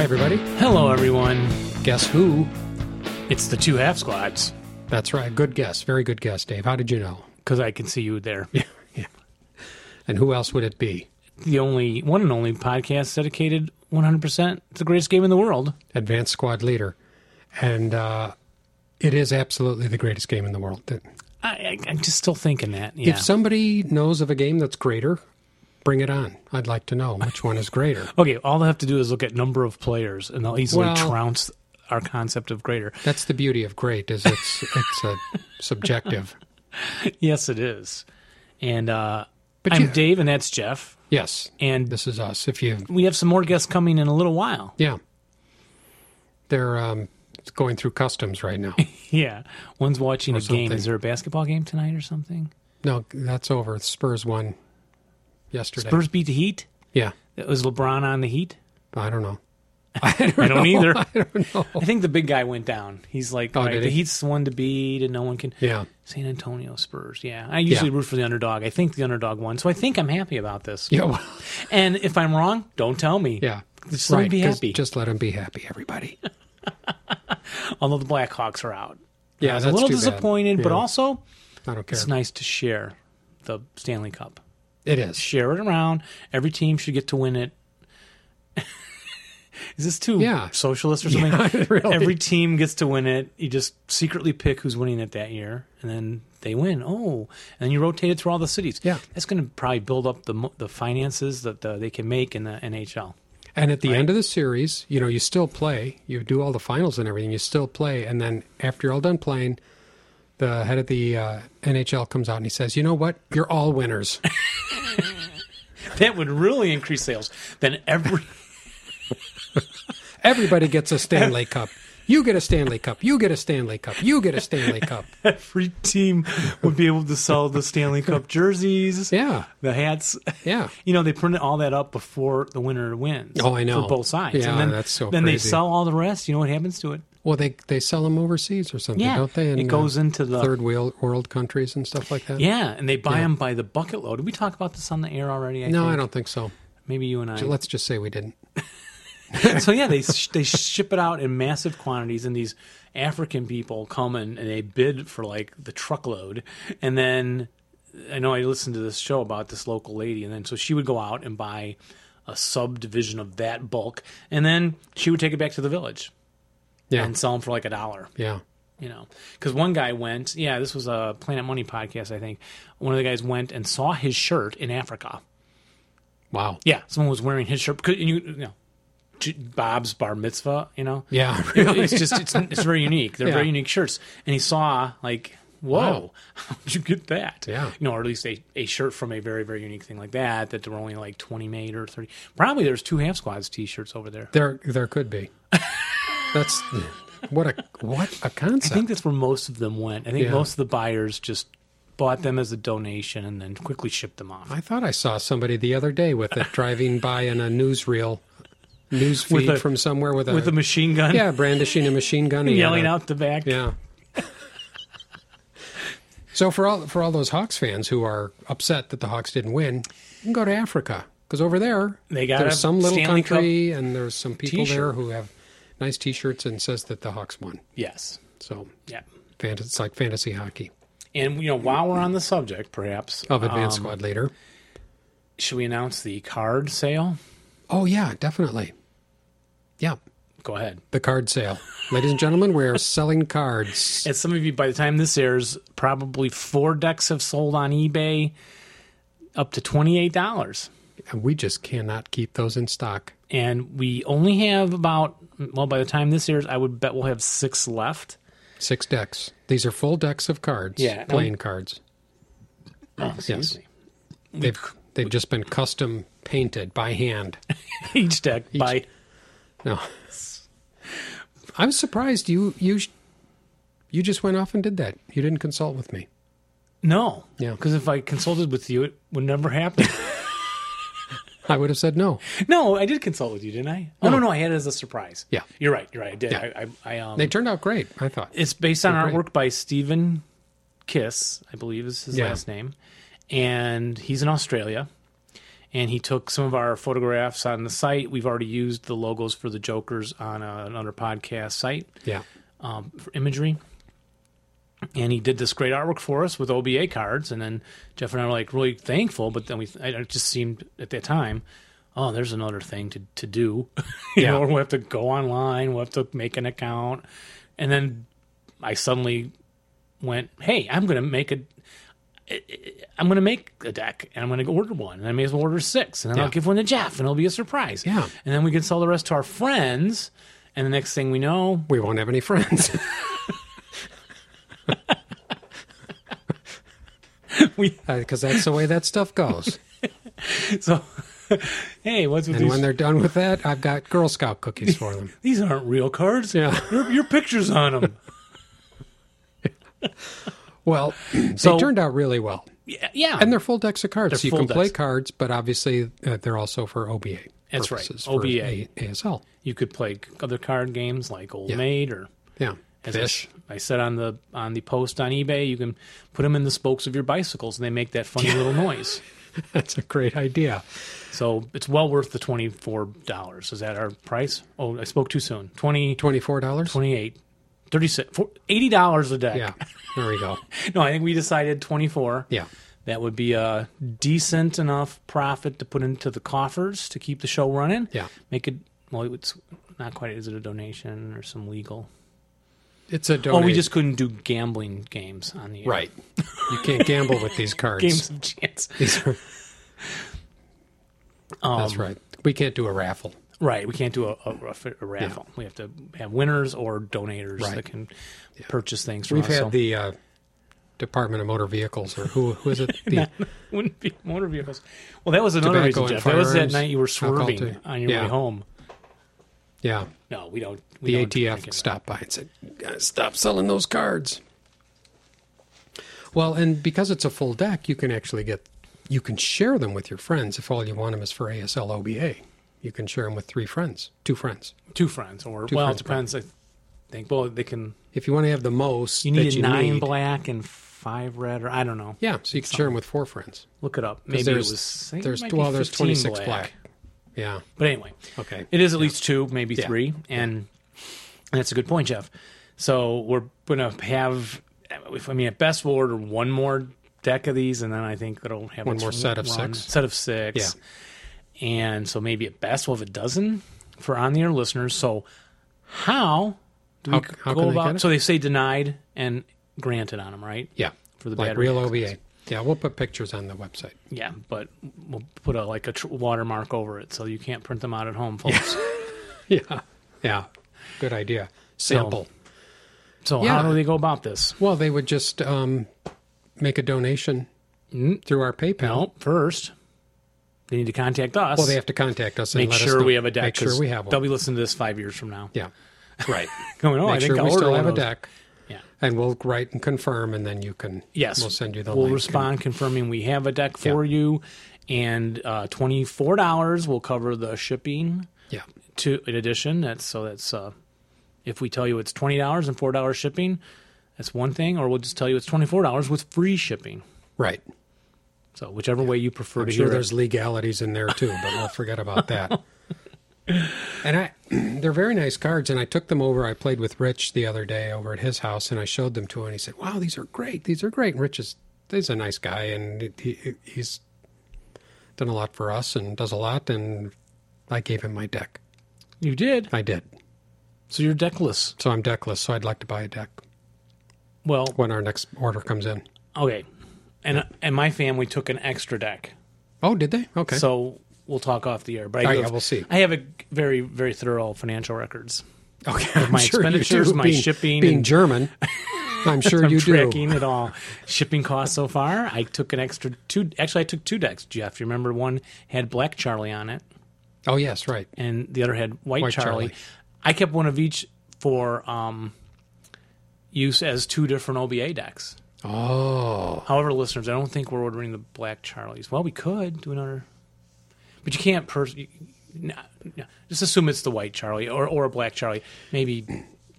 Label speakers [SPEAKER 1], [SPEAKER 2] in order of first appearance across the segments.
[SPEAKER 1] everybody.
[SPEAKER 2] Hello, everyone. Guess who? It's the two half squads
[SPEAKER 1] That's right. Good guess. Very good guess, Dave. How did you know?
[SPEAKER 2] because I can see you there.
[SPEAKER 1] And who else would it be?
[SPEAKER 2] The only one and only podcast dedicated 100% to the greatest game in the world.
[SPEAKER 1] Advanced squad leader. And uh, it is absolutely the greatest game in the world. If
[SPEAKER 2] I, I, I'm just still thinking that. Yeah.
[SPEAKER 1] somebody knows of a game that's greater, bring it on. I'd like to know which one is greater.
[SPEAKER 2] okay, all they have to do is look at number of players, and they'll easily
[SPEAKER 1] Well-
[SPEAKER 2] trounce our concept of greater.
[SPEAKER 1] That's the beauty of great is it's it's a subjective.
[SPEAKER 2] yes, it is. And uh,
[SPEAKER 1] But
[SPEAKER 2] I'm
[SPEAKER 1] you-
[SPEAKER 2] Dave, and that's Jeff.
[SPEAKER 1] Yes.
[SPEAKER 2] And
[SPEAKER 1] This is us. If you
[SPEAKER 2] we have some more guests coming in a little while.
[SPEAKER 1] yeah. They're um, going through customs right now.
[SPEAKER 2] Yeah. One's watching a game.
[SPEAKER 1] something.
[SPEAKER 2] Is there a basketball game tonight or something?
[SPEAKER 1] No, that's over. Spurs won yesterday.
[SPEAKER 2] Spurs beat the Heat?
[SPEAKER 1] Yeah.
[SPEAKER 2] That was LeBron on the Heat?
[SPEAKER 1] I don't know.
[SPEAKER 2] I don't either.
[SPEAKER 1] I don't know.
[SPEAKER 2] I think the big guy went down. He's like,
[SPEAKER 1] Oh,
[SPEAKER 2] all right,
[SPEAKER 1] did
[SPEAKER 2] the
[SPEAKER 1] he?
[SPEAKER 2] Heat's the one to beat, and no one can.
[SPEAKER 1] Yeah.
[SPEAKER 2] San Antonio Spurs. Yeah. I usually
[SPEAKER 1] Yeah.
[SPEAKER 2] root for the underdog. I think the underdog won. So I think I'm happy about this.
[SPEAKER 1] Yeah. Well,
[SPEAKER 2] And if I'm wrong, don't tell me.
[SPEAKER 1] yeah.
[SPEAKER 2] Just let me be
[SPEAKER 1] 'cause
[SPEAKER 2] happy.
[SPEAKER 1] Just let them be happy, everybody.
[SPEAKER 2] Although the Blackhawks are out.
[SPEAKER 1] Yeah,
[SPEAKER 2] I was
[SPEAKER 1] that's
[SPEAKER 2] a little
[SPEAKER 1] too bad.
[SPEAKER 2] disappointed, but
[SPEAKER 1] Yeah.
[SPEAKER 2] also
[SPEAKER 1] I don't care.
[SPEAKER 2] it's nice to share the Stanley Cup.
[SPEAKER 1] It is.
[SPEAKER 2] Share it around. Every team should get to win it. Is this too
[SPEAKER 1] Yeah.
[SPEAKER 2] socialist or something?
[SPEAKER 1] really.
[SPEAKER 2] Every team gets to win it. You just secretly pick who's winning it that year, and then they win. Oh, and then you rotate it through all the cities.
[SPEAKER 1] Yeah.
[SPEAKER 2] that's going to probably build up the mo- the finances that uh they can make in the NHL.
[SPEAKER 1] And at the end of the series, you know, you still play. You do all the finals and everything. You still play, and then after you're all done playing, the head of the uh, NHL comes out and he says, "You know what? You're all winners."
[SPEAKER 2] That would really increase sales. Then every
[SPEAKER 1] Everybody gets a Stanley Cup. You get a Stanley Cup. You get a Stanley Cup. You get a Stanley Cup.
[SPEAKER 2] every team would be able to sell the Stanley Cup jerseys.
[SPEAKER 1] Yeah,
[SPEAKER 2] The hats,
[SPEAKER 1] yeah.
[SPEAKER 2] you know, they print all that up before the winner wins.
[SPEAKER 1] Oh, I know.
[SPEAKER 2] For both sides.
[SPEAKER 1] Yeah,
[SPEAKER 2] and then,
[SPEAKER 1] that's so
[SPEAKER 2] Then they
[SPEAKER 1] crazy.
[SPEAKER 2] sell all the rest. You know what happens to it?
[SPEAKER 1] Well, they they sell them overseas or something,
[SPEAKER 2] Yeah.
[SPEAKER 1] don't they? In,
[SPEAKER 2] it goes
[SPEAKER 1] uh,
[SPEAKER 2] into the.
[SPEAKER 1] third world world countries and stuff like that.
[SPEAKER 2] Yeah, and they buy them by the bucket load. Did we talk about this on the air already? I
[SPEAKER 1] No,
[SPEAKER 2] think?
[SPEAKER 1] I don't think so.
[SPEAKER 2] Maybe you and I.
[SPEAKER 1] Let's just say we didn't.
[SPEAKER 2] so yeah, they sh- they ship it out in massive quantities, and these African people come and, and they bid for like the truckload, and then I know I listened to this show about this local lady, and then so she would go out and buy a subdivision of that bulk, and then she would take it back to the village
[SPEAKER 1] Yeah,
[SPEAKER 2] and sell them for like a dollar.
[SPEAKER 1] yeah.
[SPEAKER 2] you know because one guy went yeah this was a planet money podcast i think one of the guys went and saw his shirt in africa
[SPEAKER 1] Wow.
[SPEAKER 2] yeah someone was wearing his shirt because and you, you know J- bob's bar mitzvah you know
[SPEAKER 1] Yeah,
[SPEAKER 2] It-
[SPEAKER 1] really.
[SPEAKER 2] it's just it's, it's very unique they're
[SPEAKER 1] Yeah.
[SPEAKER 2] very unique shirts and he saw like whoa
[SPEAKER 1] Wow.
[SPEAKER 2] how'd you get that
[SPEAKER 1] Yeah.
[SPEAKER 2] you know or at least a, a shirt from a very very unique thing like that that there were only like 20 made or 30 probably there's two half squads t-shirts over there
[SPEAKER 1] There there could be. That's what a what a
[SPEAKER 2] I
[SPEAKER 1] concept.
[SPEAKER 2] think that's where most of them went. I think
[SPEAKER 1] Yeah.
[SPEAKER 2] most of the buyers just bought them as a donation and then quickly shipped them off.
[SPEAKER 1] I thought I saw somebody the other day with it driving by in a newsreel, news
[SPEAKER 2] With
[SPEAKER 1] feed
[SPEAKER 2] a-
[SPEAKER 1] from somewhere with a,
[SPEAKER 2] With a machine gun
[SPEAKER 1] yeah, brandishing a machine gun, and
[SPEAKER 2] yelling out the back.
[SPEAKER 1] Yeah. so for all for all those Hawks fans who are upset that the Hawks didn't win, you can go to Africa because over there
[SPEAKER 2] They got a
[SPEAKER 1] there's some little
[SPEAKER 2] Stanley
[SPEAKER 1] country and there's some people there
[SPEAKER 2] t-shirt.
[SPEAKER 1] who have nice T-shirts and says that the Hawks won.
[SPEAKER 2] Yes.
[SPEAKER 1] So
[SPEAKER 2] Yeah.
[SPEAKER 1] fant- it's like fantasy hockey
[SPEAKER 2] And you know, while we're on the subject, perhaps
[SPEAKER 1] of advanced
[SPEAKER 2] um,
[SPEAKER 1] squad leader.
[SPEAKER 2] should we announce the card sale?
[SPEAKER 1] Oh yeah, definitely. Yeah,
[SPEAKER 2] Go ahead.
[SPEAKER 1] the card sale, ladies and gentlemen. We are selling cards.
[SPEAKER 2] And some of you, by the time this airs, probably four decks have sold on eBay, up to twenty eight dollars.
[SPEAKER 1] And we just cannot keep those in stock.
[SPEAKER 2] And we only have about well, by the time this airs, I would bet we'll have six left.
[SPEAKER 1] Six decks. These are full decks of cards.
[SPEAKER 2] Yeah, no-
[SPEAKER 1] playing cards.
[SPEAKER 2] Excuse me.
[SPEAKER 1] They've they've just been custom painted by hand.
[SPEAKER 2] Each deck by
[SPEAKER 1] No, I was surprised you you sh- you just went off and did that. You didn't consult with me.
[SPEAKER 2] No.
[SPEAKER 1] Yeah.
[SPEAKER 2] Because if I consulted with you, it would never happen.
[SPEAKER 1] I would have said no.
[SPEAKER 2] no, I did consult with you, didn't I? Oh, no, no, I had it as a surprise.
[SPEAKER 1] Yeah.
[SPEAKER 2] You're right. You're right. I did.
[SPEAKER 1] Yeah.
[SPEAKER 2] I, I, I, um,
[SPEAKER 1] They turned out great. I thought.
[SPEAKER 2] it's based on
[SPEAKER 1] great.
[SPEAKER 2] artwork by Stephen Kiss, I believe is his
[SPEAKER 1] Yeah.
[SPEAKER 2] last name. And he's in Australia. and he took some of our photographs on the site. We've already used the logos for the Jokers on uh, another podcast site
[SPEAKER 1] Yeah.
[SPEAKER 2] um, for imagery. And he did this great artwork for us with OBA cards. And then Jeff and I were like really thankful. But then we, I- it just seemed at that time, oh, there's another thing to, to do. you
[SPEAKER 1] Yeah.
[SPEAKER 2] know, we'll have to go online, we'll have to make an account. And then I suddenly went, hey, I'm going to make a. I'm going to make a deck and I'm going to order one and I may as well order six and then I'll
[SPEAKER 1] Yeah.
[SPEAKER 2] give one to Jeff and it'll be a surprise.
[SPEAKER 1] Yeah.
[SPEAKER 2] And then we can sell the rest to our friends. And the next thing we know,
[SPEAKER 1] We won't have any friends.
[SPEAKER 2] we
[SPEAKER 1] Because uh, that's the way that stuff goes.
[SPEAKER 2] So, hey, what's with
[SPEAKER 1] And when
[SPEAKER 2] these?
[SPEAKER 1] they're done with that, I've got Girl Scout cookies for them.
[SPEAKER 2] These aren't real cards.
[SPEAKER 1] Yeah.
[SPEAKER 2] your, your pictures on them.
[SPEAKER 1] Well,
[SPEAKER 2] So-
[SPEAKER 1] they turned out really well.
[SPEAKER 2] yeah, yeah,
[SPEAKER 1] And they're full decks of cards.
[SPEAKER 2] They're
[SPEAKER 1] so you
[SPEAKER 2] full
[SPEAKER 1] can play
[SPEAKER 2] decks.
[SPEAKER 1] cards, but obviously uh, they're also for OBA.
[SPEAKER 2] That's right,
[SPEAKER 1] purposes, for
[SPEAKER 2] OBA.
[SPEAKER 1] A- ASL.
[SPEAKER 2] you could play other card games like Old
[SPEAKER 1] Yeah.
[SPEAKER 2] Maid or
[SPEAKER 1] Yeah.
[SPEAKER 2] as I-
[SPEAKER 1] Fish.
[SPEAKER 2] I said on the on the post on eBay, you can put them in the spokes of your bicycles, and they make that funny little noise.
[SPEAKER 1] That's a great idea.
[SPEAKER 2] So it's well worth the twenty four dollars. Is that our price? Oh, I spoke too soon. 20,
[SPEAKER 1] $24?
[SPEAKER 2] 28 36 four- $80 a deck.
[SPEAKER 1] Yeah. There we go.
[SPEAKER 2] No, I think we decided 24.
[SPEAKER 1] Yeah.
[SPEAKER 2] that would be a decent enough profit to put into the coffers to keep the show running.
[SPEAKER 1] Yeah.
[SPEAKER 2] Make it well. It's not quite. Is it a donation or some legal?
[SPEAKER 1] It's a
[SPEAKER 2] Oh,
[SPEAKER 1] donate.
[SPEAKER 2] we just couldn't do gambling games on the air.
[SPEAKER 1] Right. You can't gamble with these cards.
[SPEAKER 2] Games of chance.
[SPEAKER 1] These are-
[SPEAKER 2] Um,
[SPEAKER 1] that's right. We can't do a raffle.
[SPEAKER 2] Right. We can't do a, a, a fi- a raffle. We have to have winners or donators
[SPEAKER 1] Right.
[SPEAKER 2] that can purchase things. From
[SPEAKER 1] We've
[SPEAKER 2] us.
[SPEAKER 1] had
[SPEAKER 2] So
[SPEAKER 1] the uh, Department of Motor Vehicles, or who, who is it? The,
[SPEAKER 2] wouldn't be motor vehicles. Well, that was another
[SPEAKER 1] Tobacco
[SPEAKER 2] reason,
[SPEAKER 1] and
[SPEAKER 2] Jeff. That was that
[SPEAKER 1] firearms,
[SPEAKER 2] night you were
[SPEAKER 1] alcohol
[SPEAKER 2] swerving
[SPEAKER 1] too.
[SPEAKER 2] on your
[SPEAKER 1] Yeah.
[SPEAKER 2] way home.
[SPEAKER 1] yeah,
[SPEAKER 2] No, we don't. We
[SPEAKER 1] the
[SPEAKER 2] don't drink
[SPEAKER 1] ATF
[SPEAKER 2] it.
[SPEAKER 1] stopped by and said, "Guys, "Stop selling those cards." Well, and because it's a full deck, you can actually get you can share them with your friends if all you want them is for ASL OBA. You can share them with three friends, two friends.
[SPEAKER 2] two friends or well
[SPEAKER 1] friends,
[SPEAKER 2] it depends i think well they can
[SPEAKER 1] If you want to have the most,
[SPEAKER 2] you need
[SPEAKER 1] that
[SPEAKER 2] a
[SPEAKER 1] you
[SPEAKER 2] nine
[SPEAKER 1] need-
[SPEAKER 2] black and five red or i don't know
[SPEAKER 1] Yeah, so you can share them with four friends.
[SPEAKER 2] look it up maybe it
[SPEAKER 1] there's-
[SPEAKER 2] was I think it
[SPEAKER 1] There's
[SPEAKER 2] might be
[SPEAKER 1] well, there's
[SPEAKER 2] 15
[SPEAKER 1] 26 black. Yeah.
[SPEAKER 2] but anyway
[SPEAKER 1] Okay.
[SPEAKER 2] it is at least two maybe three and that's a good point jeff so we're gonna have if i mean at best we'll order one more deck of these and then i think it'll have
[SPEAKER 1] One
[SPEAKER 2] its
[SPEAKER 1] more set of
[SPEAKER 2] run-
[SPEAKER 1] six.
[SPEAKER 2] set of six yeah and so maybe at best we'll have a dozen for on the air listeners so how do we
[SPEAKER 1] How- how
[SPEAKER 2] go
[SPEAKER 1] can they
[SPEAKER 2] about
[SPEAKER 1] get it?
[SPEAKER 2] so they say denied and granted on them right
[SPEAKER 1] Yeah.
[SPEAKER 2] for the
[SPEAKER 1] like
[SPEAKER 2] battery
[SPEAKER 1] real
[SPEAKER 2] access.
[SPEAKER 1] OBA. Yeah, we'll put pictures on the website.
[SPEAKER 2] yeah but we'll put a like a tr- watermark over it so you can't print them out at home folks
[SPEAKER 1] Yeah. Yeah. Good idea. Sample.
[SPEAKER 2] so
[SPEAKER 1] Yeah.
[SPEAKER 2] how do they go about this
[SPEAKER 1] well, they would just um, make a donation
[SPEAKER 2] Mm.
[SPEAKER 1] through our PayPal.
[SPEAKER 2] no first they need to contact us
[SPEAKER 1] Well, they have to contact us and
[SPEAKER 2] make
[SPEAKER 1] let us
[SPEAKER 2] sure
[SPEAKER 1] know.
[SPEAKER 2] we have a deck
[SPEAKER 1] Make sure
[SPEAKER 2] 'cause
[SPEAKER 1] we have one.
[SPEAKER 2] they'll be listening to this five years from now
[SPEAKER 1] yeah. Right.
[SPEAKER 2] going oh
[SPEAKER 1] make
[SPEAKER 2] i think
[SPEAKER 1] sure
[SPEAKER 2] I'll
[SPEAKER 1] we
[SPEAKER 2] order
[SPEAKER 1] still
[SPEAKER 2] one
[SPEAKER 1] have a
[SPEAKER 2] of those.
[SPEAKER 1] deck.
[SPEAKER 2] Yeah.
[SPEAKER 1] And we'll write and confirm, and then you can.
[SPEAKER 2] Yes.
[SPEAKER 1] We'll send you the
[SPEAKER 2] We'll
[SPEAKER 1] link.
[SPEAKER 2] respond confirming we have a deck for you, and uh, twenty four dollars will cover the shipping
[SPEAKER 1] Yeah.
[SPEAKER 2] to in addition. That's so that's uh, if we tell you it's twenty dollars and four dollars shipping, that's one thing, or we'll just tell you it's twenty four dollars with free shipping.
[SPEAKER 1] Right.
[SPEAKER 2] So whichever way you prefer to
[SPEAKER 1] sure
[SPEAKER 2] hear
[SPEAKER 1] there's
[SPEAKER 2] it.
[SPEAKER 1] legalities in there too, but we'll forget about that. And I, they're very nice cards. And I took them over. I played with Rich the other day over at his house, and I showed them to him. And he said, "Wow, these are great. These are great." And Rich is he's a nice guy, and he, he's done a lot for us and does a lot. And I gave him my deck.
[SPEAKER 2] You did.
[SPEAKER 1] I did.
[SPEAKER 2] So you're deckless.
[SPEAKER 1] So I'm deckless. So I'd like to buy a deck
[SPEAKER 2] Well,
[SPEAKER 1] when our next order comes in.
[SPEAKER 2] okay. And and my family took an extra deck.
[SPEAKER 1] Oh, did they? Okay.
[SPEAKER 2] So we'll talk off the air. But I,
[SPEAKER 1] All right,
[SPEAKER 2] do
[SPEAKER 1] yeah,
[SPEAKER 2] have-
[SPEAKER 1] we'll see.
[SPEAKER 2] I have a very, very thorough financial records.
[SPEAKER 1] okay. I'm
[SPEAKER 2] my
[SPEAKER 1] sure you
[SPEAKER 2] expenditures,
[SPEAKER 1] do,
[SPEAKER 2] my
[SPEAKER 1] being-
[SPEAKER 2] shipping,
[SPEAKER 1] being
[SPEAKER 2] and-
[SPEAKER 1] German. I'm sure
[SPEAKER 2] I'm
[SPEAKER 1] you do.
[SPEAKER 2] tracking it all. Shipping costs so far. I took an extra two. Actually, I took two decks, Jeff. You remember one had Black Charlie on it,
[SPEAKER 1] Oh yes, right.
[SPEAKER 2] and the other had White,
[SPEAKER 1] White
[SPEAKER 2] Charlie.
[SPEAKER 1] Charlie.
[SPEAKER 2] I kept one of each for um, use as two different OBA decks.
[SPEAKER 1] Oh.
[SPEAKER 2] However, listeners, I don't think we're ordering the Black Charlies. Well, we could do another, but you can't. Pers- you- no, no. Just assume it's the White Charlie or or a Black Charlie. Maybe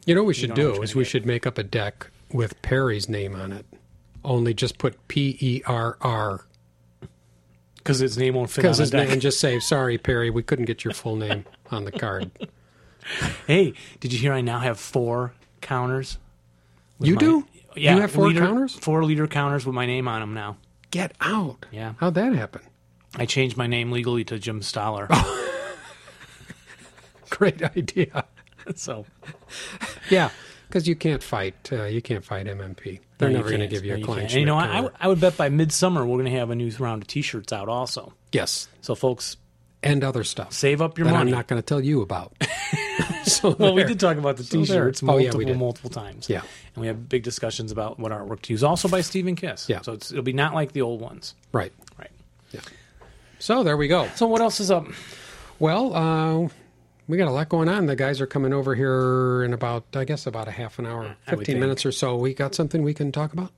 [SPEAKER 1] You know what we should
[SPEAKER 2] don't know what
[SPEAKER 1] do
[SPEAKER 2] you're
[SPEAKER 1] is
[SPEAKER 2] gonna
[SPEAKER 1] we
[SPEAKER 2] get.
[SPEAKER 1] should make up a deck with Perry's name on it. Only just put P E R R
[SPEAKER 2] because his name won't fit on
[SPEAKER 1] Because
[SPEAKER 2] the
[SPEAKER 1] his
[SPEAKER 2] deck.
[SPEAKER 1] name just say, sorry, Perry, we couldn't get your full name on the card.
[SPEAKER 2] Hey, did you hear? I now have four counters. with
[SPEAKER 1] You
[SPEAKER 2] my-
[SPEAKER 1] do?
[SPEAKER 2] Yeah,
[SPEAKER 1] You have four
[SPEAKER 2] liter-
[SPEAKER 1] counters?
[SPEAKER 2] Four liter counters with my name on them now.
[SPEAKER 1] Get out.
[SPEAKER 2] Yeah.
[SPEAKER 1] How'd that happen?
[SPEAKER 2] I changed my name legally to Jim Stoller.
[SPEAKER 1] Oh. Great idea.
[SPEAKER 2] so
[SPEAKER 1] Yeah. Because you can't fight. Uh, you can't fight MMP. They're
[SPEAKER 2] No,
[SPEAKER 1] never going to
[SPEAKER 2] can't.
[SPEAKER 1] give you
[SPEAKER 2] No,
[SPEAKER 1] a
[SPEAKER 2] can't.
[SPEAKER 1] client.
[SPEAKER 2] And you know,
[SPEAKER 1] ship
[SPEAKER 2] what? I,
[SPEAKER 1] or-
[SPEAKER 2] w- I would bet by midsummer we're going to have a new round of T-shirts out also.
[SPEAKER 1] yes,
[SPEAKER 2] So folks,
[SPEAKER 1] and other stuff
[SPEAKER 2] save up your
[SPEAKER 1] that I'm
[SPEAKER 2] money.
[SPEAKER 1] not going to tell you about. so
[SPEAKER 2] well, we
[SPEAKER 1] there.
[SPEAKER 2] did talk about the
[SPEAKER 1] there.
[SPEAKER 2] T-shirts
[SPEAKER 1] Oh, yeah, we
[SPEAKER 2] multiple,
[SPEAKER 1] did.
[SPEAKER 2] multiple times.
[SPEAKER 1] Yeah.
[SPEAKER 2] and we have big discussions about what artwork to use, also by Stephen Kiss.
[SPEAKER 1] Yeah.
[SPEAKER 2] so it's, it'll be not like the old ones,
[SPEAKER 1] Right.
[SPEAKER 2] right?
[SPEAKER 1] So there we go.
[SPEAKER 2] So what else is up?
[SPEAKER 1] Well, uh, we got a lot going on. The guys are coming over here in about, I guess, about a half an hour,
[SPEAKER 2] I would
[SPEAKER 1] fifteen
[SPEAKER 2] think.
[SPEAKER 1] minutes or so. We got something we can talk about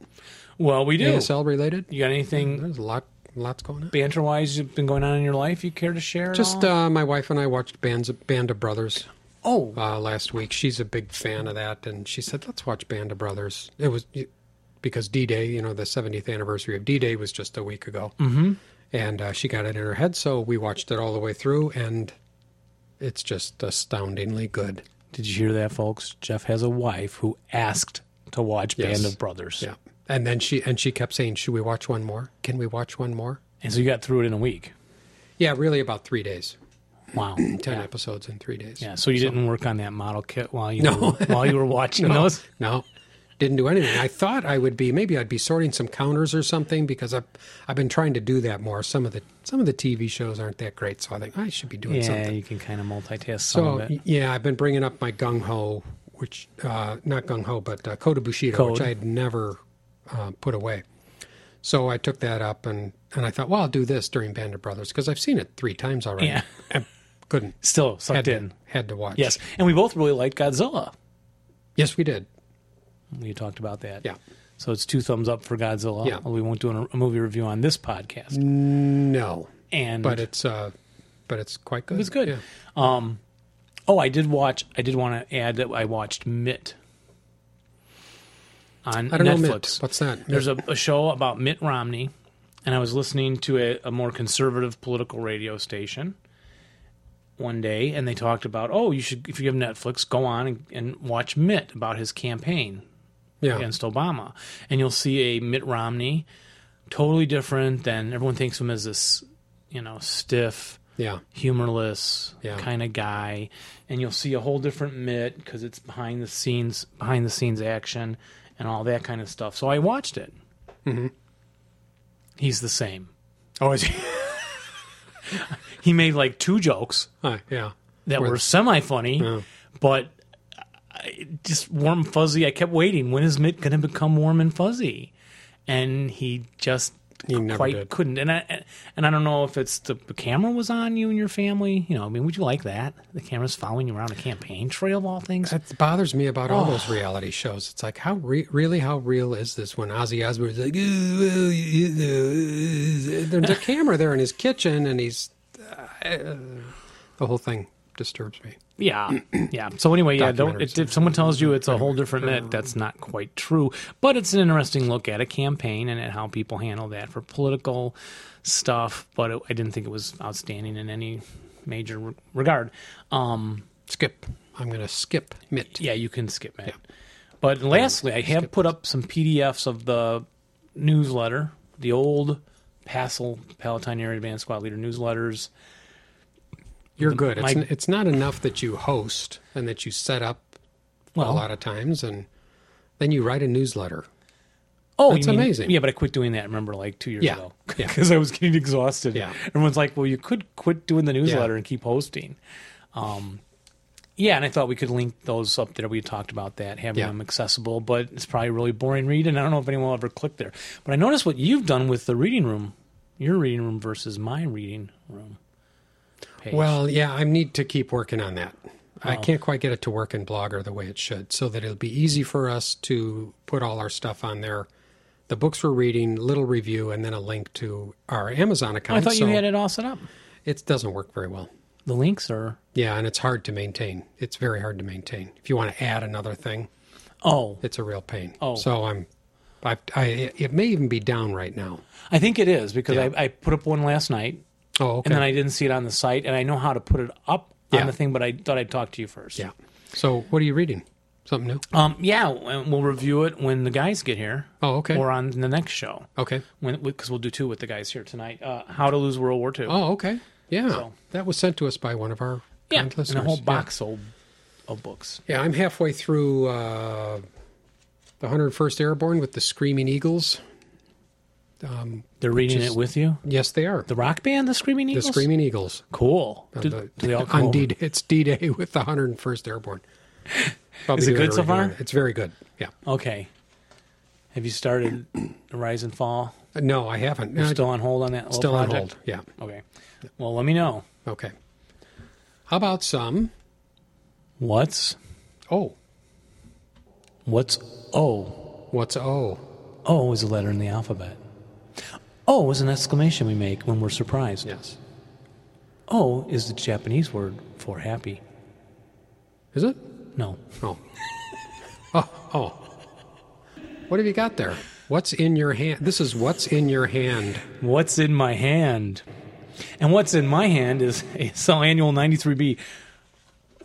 [SPEAKER 2] Well, we do.
[SPEAKER 1] ASL related.
[SPEAKER 2] You got anything
[SPEAKER 1] There's a lot, lots going on.
[SPEAKER 2] banter-wise you've been going on in your life you care to share? at
[SPEAKER 1] Just
[SPEAKER 2] all?
[SPEAKER 1] uh, my wife and I watched Bands Band of Brothers
[SPEAKER 2] oh,
[SPEAKER 1] uh, last week. She's a big fan of that, and she said, "Let's watch Band of Brothers." It was because D Day, you know, the 70th anniversary of D Day was just a week ago, mm-hmm. and uh, she got it in her head, so we watched it all the way through, and it's just astoundingly good.
[SPEAKER 2] did you hear that, folks? Jeff has a wife who asked to watch
[SPEAKER 1] Yes.
[SPEAKER 2] Band of Brothers.
[SPEAKER 1] Yeah. And then she and she kept saying, "Should we watch one more? Can we watch one more?"
[SPEAKER 2] and so you got through it in a week.
[SPEAKER 1] Yeah, really, about three days,
[SPEAKER 2] Wow.
[SPEAKER 1] ten episodes in three days.
[SPEAKER 2] Yeah, so you didn't work on that model kit while you
[SPEAKER 1] No.
[SPEAKER 2] were, while you were watching those.
[SPEAKER 1] Oh, No, didn't do anything. I thought I would be maybe I'd be sorting some counters or something because I've I've been trying to do that more. Some of the some of the TV shows aren't that great, so I think I should be doing
[SPEAKER 2] Yeah,
[SPEAKER 1] something.
[SPEAKER 2] you can kind of multitask some
[SPEAKER 1] So
[SPEAKER 2] of it.
[SPEAKER 1] yeah, I've been bringing up my gung ho, which uh, not gung ho, but uh, Coda Bushido,
[SPEAKER 2] Code.
[SPEAKER 1] which I had never uh, put away. So I took that up and and I thought, well, I'll do this during Band of Brothers because I've seen it three times already.
[SPEAKER 2] Yeah.
[SPEAKER 1] And couldn't
[SPEAKER 2] Still
[SPEAKER 1] had
[SPEAKER 2] sucked
[SPEAKER 1] to,
[SPEAKER 2] in.
[SPEAKER 1] had to watch.
[SPEAKER 2] Yes, and we both really liked Godzilla.
[SPEAKER 1] yes, we did.
[SPEAKER 2] We talked about that.
[SPEAKER 1] Yeah.
[SPEAKER 2] So it's two thumbs up for Godzilla.
[SPEAKER 1] Yeah.
[SPEAKER 2] We won't do an, a movie review on this podcast.
[SPEAKER 1] No,
[SPEAKER 2] And
[SPEAKER 1] but it's uh, but it's quite good.
[SPEAKER 2] It was good.
[SPEAKER 1] Yeah.
[SPEAKER 2] Um, oh, I did watch. I did want to add that I watched Mitt on
[SPEAKER 1] I don't know Mitt.
[SPEAKER 2] Netflix.
[SPEAKER 1] What's that?
[SPEAKER 2] There's a, a show about Mitt Romney, and I was listening to a, a more conservative political radio station one day, and they talked about, oh, you should if you have Netflix, go on and, and watch Mitt about his campaign
[SPEAKER 1] yeah.
[SPEAKER 2] against Obama. And you'll see a Mitt Romney totally different than everyone thinks of him as this, you know, stiff,
[SPEAKER 1] yeah.
[SPEAKER 2] humorless
[SPEAKER 1] Yeah.
[SPEAKER 2] kind of guy. And you'll see a whole different Mitt because it's behind the scenes, behind the scenes action and all that kind of stuff. So I watched it. Mm-hmm. He's the same.
[SPEAKER 1] Oh, is
[SPEAKER 2] He made like two jokes
[SPEAKER 1] Hi, yeah.
[SPEAKER 2] that
[SPEAKER 1] Were-
[SPEAKER 2] were semi funny, but I, just warm fuzzy. I kept waiting. When is Mitt going to become warm and fuzzy? And he just
[SPEAKER 1] He never
[SPEAKER 2] quite
[SPEAKER 1] did.
[SPEAKER 2] couldn't. And I and I don't know if it's the, the camera was on you and your family. You know, I mean, would you like that? The camera's following you around a campaign trail of all things.
[SPEAKER 1] That bothers me about all those reality shows. It's like, how re- really, how real is this? When Ozzy Osbourne's like, "Ooh, ooh, you know," there's a camera there in his kitchen, and he's uh, the whole thing disturbs me.
[SPEAKER 2] Yeah, yeah. So anyway, yeah. Don't
[SPEAKER 1] Documentaries.
[SPEAKER 2] if, if someone tells you it's a whole different Mitt, that's not quite true. But it's an interesting look at a campaign and at how people handle that for political stuff. But it, I didn't think it was outstanding in any major re- regard. Um,
[SPEAKER 1] Skip. I'm gonna skip Mitt.
[SPEAKER 2] yeah, you can skip it. But lastly, I have put up some PDFs of the newsletter, the old Passel Palatine Area Advanced Squad Leader newsletters.
[SPEAKER 1] You're good. It's,
[SPEAKER 2] my-
[SPEAKER 1] n it's not enough that you host and that you set up a
[SPEAKER 2] Well,
[SPEAKER 1] lot of times, and then you write a newsletter.
[SPEAKER 2] Oh,
[SPEAKER 1] That's
[SPEAKER 2] you mean-
[SPEAKER 1] amazing.
[SPEAKER 2] Yeah, but I quit doing that. Remember, like two years
[SPEAKER 1] Yeah.
[SPEAKER 2] ago,
[SPEAKER 1] Yeah.
[SPEAKER 2] because I was getting exhausted.
[SPEAKER 1] Yeah.
[SPEAKER 2] everyone's like, "Well, you could quit doing the newsletter and keep hosting." Um, yeah, and I thought we could link those up there. We talked about that, having
[SPEAKER 1] Yeah.
[SPEAKER 2] them accessible, but it's probably a really boring read, and I don't know if anyone will ever click there. But I noticed what you've done with the reading room, your reading room versus my reading room. Page.
[SPEAKER 1] Well, yeah, I need to keep working on that. I can't quite get it to work in Blogger the way it should, so that it'll be easy for us to put all our stuff on there. The books we're reading, little review, and then a link to our Amazon account.
[SPEAKER 2] I thought
[SPEAKER 1] so
[SPEAKER 2] you had it all set up.
[SPEAKER 1] It doesn't work very well.
[SPEAKER 2] The links are
[SPEAKER 1] Yeah, and it's hard to maintain. It's very hard to maintain. If you want to add another thing,
[SPEAKER 2] oh
[SPEAKER 1] it's a real pain.
[SPEAKER 2] Oh.
[SPEAKER 1] So I'm I, I, it may even be down right now.
[SPEAKER 2] I think it is because I, I put up one last night
[SPEAKER 1] Oh, okay.
[SPEAKER 2] and then I didn't see it on the site and I know how to put it up
[SPEAKER 1] Yeah.
[SPEAKER 2] on the thing, but I thought I'd talk to you first.
[SPEAKER 1] yeah. So, what are you reading? Something new?
[SPEAKER 2] Um, yeah, and we'll review it when the guys get here.
[SPEAKER 1] Oh, okay.
[SPEAKER 2] Or on the next show.
[SPEAKER 1] Okay.
[SPEAKER 2] When because we'll do two with the guys here tonight. Uh, how to lose World War II.
[SPEAKER 1] Oh, okay. Yeah.
[SPEAKER 2] So-
[SPEAKER 1] That was sent to us by one of our
[SPEAKER 2] yeah,
[SPEAKER 1] kind
[SPEAKER 2] and
[SPEAKER 1] listeners.
[SPEAKER 2] a whole
[SPEAKER 1] Yeah.
[SPEAKER 2] box of, of books.
[SPEAKER 1] Yeah, I'm halfway through uh, the 101st Airborne with the Screaming Eagles.
[SPEAKER 2] They're reading
[SPEAKER 1] is-
[SPEAKER 2] it with you.
[SPEAKER 1] Yes, they are.
[SPEAKER 2] The rock band, the Screaming
[SPEAKER 1] The
[SPEAKER 2] Eagles.
[SPEAKER 1] Screaming Eagles.
[SPEAKER 2] Cool. Do,
[SPEAKER 1] The-
[SPEAKER 2] do they all come
[SPEAKER 1] on
[SPEAKER 2] over?
[SPEAKER 1] D Day. It's D Day with the 101st Airborne. Probably
[SPEAKER 2] Is it
[SPEAKER 1] do
[SPEAKER 2] good so
[SPEAKER 1] every now and
[SPEAKER 2] far?
[SPEAKER 1] It's very good. Yeah.
[SPEAKER 2] Okay. Have you started the rise and fall?
[SPEAKER 1] Uh, No, I haven't. Uh,
[SPEAKER 2] Still on hold on that. little
[SPEAKER 1] still on
[SPEAKER 2] project?
[SPEAKER 1] hold. Yeah.
[SPEAKER 2] Okay. Well, let me know
[SPEAKER 1] Okay. How about some?
[SPEAKER 2] what's
[SPEAKER 1] Oh,
[SPEAKER 2] what's O.
[SPEAKER 1] what's oh. O?
[SPEAKER 2] O is Oh, a letter in the alphabet. O is an exclamation we make when we're surprised.
[SPEAKER 1] Yes.
[SPEAKER 2] O is the Japanese word for happy.
[SPEAKER 1] Is it?
[SPEAKER 2] No.
[SPEAKER 1] Oh. oh. Oh. What have you got there? What's in your hand? This is what's in your hand.
[SPEAKER 2] What's in my hand? And what's in my hand is ASL Annual 93B.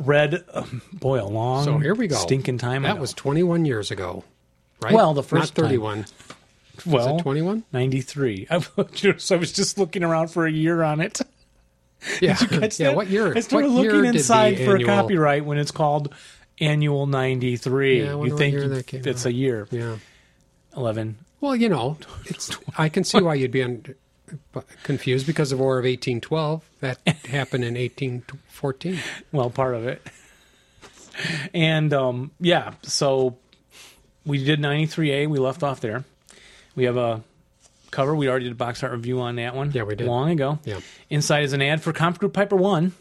[SPEAKER 2] Read, um, boy, a long
[SPEAKER 1] So here we go.
[SPEAKER 2] stinking time
[SPEAKER 1] That
[SPEAKER 2] ago.
[SPEAKER 1] was 21 years ago, right?
[SPEAKER 2] Well, the first
[SPEAKER 1] not
[SPEAKER 2] time.
[SPEAKER 1] 31.
[SPEAKER 2] well,
[SPEAKER 1] Is it 21?
[SPEAKER 2] 93. I, so I was just looking around for a year on it.
[SPEAKER 1] Yeah.
[SPEAKER 2] Catch
[SPEAKER 1] yeah.
[SPEAKER 2] that?
[SPEAKER 1] What year?
[SPEAKER 2] I started
[SPEAKER 1] what year
[SPEAKER 2] looking
[SPEAKER 1] did the
[SPEAKER 2] inside for a
[SPEAKER 1] annual-
[SPEAKER 2] copyright when it's called Annual 93.
[SPEAKER 1] Yeah, I wonder
[SPEAKER 2] you
[SPEAKER 1] what
[SPEAKER 2] think
[SPEAKER 1] year
[SPEAKER 2] you-
[SPEAKER 1] that came out.
[SPEAKER 2] it's a year.
[SPEAKER 1] Yeah.
[SPEAKER 2] 11.
[SPEAKER 1] Well, you know, it's, I can see why you'd be un, confused because of War of 1812. That happened in 1814.
[SPEAKER 2] Well, part of it. And um, yeah, so we did 93A. We left off there. We have a cover. We already did a box art review on that one.
[SPEAKER 1] Yeah, we did.
[SPEAKER 2] Long ago.
[SPEAKER 1] Yeah.
[SPEAKER 2] Inside is an ad for Comp Group Piper 1.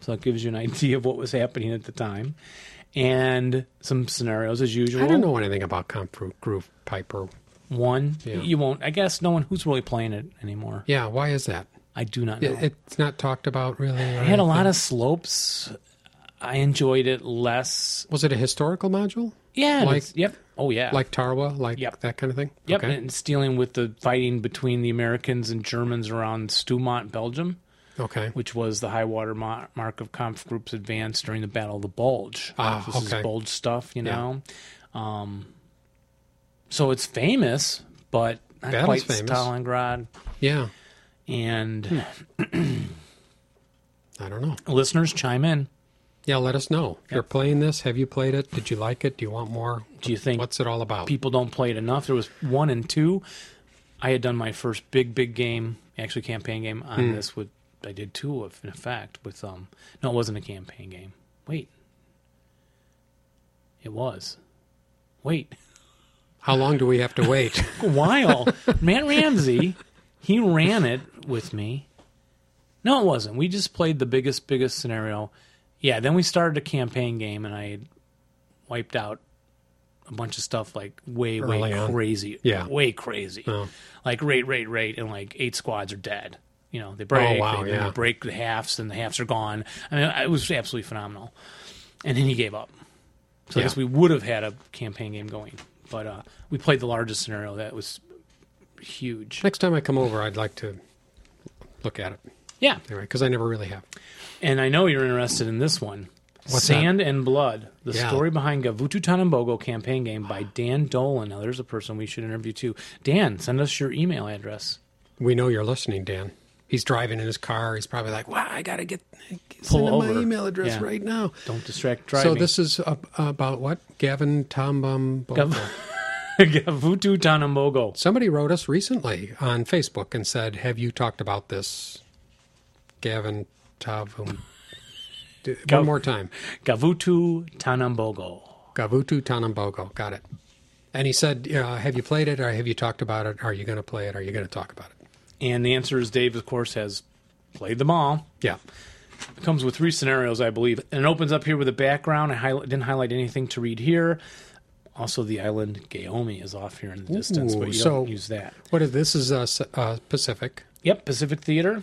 [SPEAKER 2] So it gives you an idea of what was happening at the time. And some scenarios as usual.
[SPEAKER 1] I don't know anything about Comp Groove Piper.
[SPEAKER 2] One.
[SPEAKER 1] Yeah.
[SPEAKER 2] You won't. I guess no one who's really playing it anymore.
[SPEAKER 1] Yeah, why is that?
[SPEAKER 2] I do not know.
[SPEAKER 1] It, it's not talked about really.
[SPEAKER 2] I had a lot of slopes. I enjoyed it less.
[SPEAKER 1] Was it a historical module?
[SPEAKER 2] Yeah.
[SPEAKER 1] Like-
[SPEAKER 2] it's- yep. Oh, yeah.
[SPEAKER 1] Like Tarwa, like
[SPEAKER 2] Yep.
[SPEAKER 1] that kind of thing?
[SPEAKER 2] Yep,
[SPEAKER 1] Okay.
[SPEAKER 2] and it's dealing with the fighting between the Americans and Germans around Stoumont, Belgium,
[SPEAKER 1] Okay.
[SPEAKER 2] which was the high water ma- mark of Kampf Group's advance during the Battle of the Bulge.
[SPEAKER 1] Ah,
[SPEAKER 2] this
[SPEAKER 1] okay.
[SPEAKER 2] is Bulge stuff, you
[SPEAKER 1] Yeah.
[SPEAKER 2] know. Um, so it's famous, but not
[SPEAKER 1] Battle's
[SPEAKER 2] quite
[SPEAKER 1] famous. Hmm.
[SPEAKER 2] Stalingrad.
[SPEAKER 1] Yeah.
[SPEAKER 2] And
[SPEAKER 1] I don't know.
[SPEAKER 2] listeners chime in.
[SPEAKER 1] Yeah, let us know. If you're playing this, have you played it? Did you like it? Do you want more?
[SPEAKER 2] Do you think
[SPEAKER 1] What's it all about?
[SPEAKER 2] people don't play it enough. There was one and two. I had done my first big, big game, actually campaign game on this. With I did two of, in effect, with um. No, it wasn't a campaign game. Wait, it was. Wait,
[SPEAKER 1] How long do we have to wait?
[SPEAKER 2] a while Matt Ramsey, he ran it with me. No, it wasn't. We just played the biggest, biggest scenario. Yeah, then we started a campaign game, and I had wiped out a bunch of stuff like way, way
[SPEAKER 1] Early on.
[SPEAKER 2] crazy.
[SPEAKER 1] Yeah.
[SPEAKER 2] way crazy.
[SPEAKER 1] Oh.
[SPEAKER 2] Like rate, rate, rate, and like eight squads are dead. You know, they break,
[SPEAKER 1] Oh, wow,
[SPEAKER 2] they,
[SPEAKER 1] yeah.
[SPEAKER 2] they break the halves, and the halves are gone. I mean, it was absolutely phenomenal. And then he gave up. So
[SPEAKER 1] Yeah.
[SPEAKER 2] I guess we would have had a campaign game going, but uh, we played the largest scenario that was huge.
[SPEAKER 1] Next time I come over, I'd like to look at it.
[SPEAKER 2] Yeah,
[SPEAKER 1] Anyway, because I never really have.
[SPEAKER 2] and I know you're interested in this one.
[SPEAKER 1] What's
[SPEAKER 2] Sand and Blood, the
[SPEAKER 1] Yeah.
[SPEAKER 2] story behind Gavutu Tanambogo campaign game by Dan Dolan. Now, there's a person we should interview too. Dan, send us your email address.
[SPEAKER 1] We know you're listening, Dan. He's driving in his car. He's probably like, "Wow, I gotta get
[SPEAKER 2] Pull
[SPEAKER 1] send him my
[SPEAKER 2] over."
[SPEAKER 1] email address
[SPEAKER 2] Yeah.
[SPEAKER 1] right now."
[SPEAKER 2] Don't distract driving.
[SPEAKER 1] So this is ab- about what? Gavin Tombum.
[SPEAKER 2] Gav- Gavutu Tanambogo.
[SPEAKER 1] Somebody wrote us recently on Facebook and said, "Have you talked about this, Gavin Tombum?" D-
[SPEAKER 2] Gav-
[SPEAKER 1] One more time.
[SPEAKER 2] Gavutu Tanambogo.
[SPEAKER 1] Gavutu Tanambogo. Got it. And he said, uh, "Have you played it? Or have you talked about it? Are you going to play it? Are you going to talk about it?"
[SPEAKER 2] And the answer is Dave, of course, has played them all.
[SPEAKER 1] Yeah.
[SPEAKER 2] It comes with three scenarios, I believe, and it opens up here with a background. I highlight, didn't highlight anything to read here. Also, the island Gaomi is off here in the distance,
[SPEAKER 1] Ooh,
[SPEAKER 2] but you
[SPEAKER 1] so-
[SPEAKER 2] don't use that.
[SPEAKER 1] What is this? Is uh, S- uh, Pacific.
[SPEAKER 2] Yep, Pacific Theater.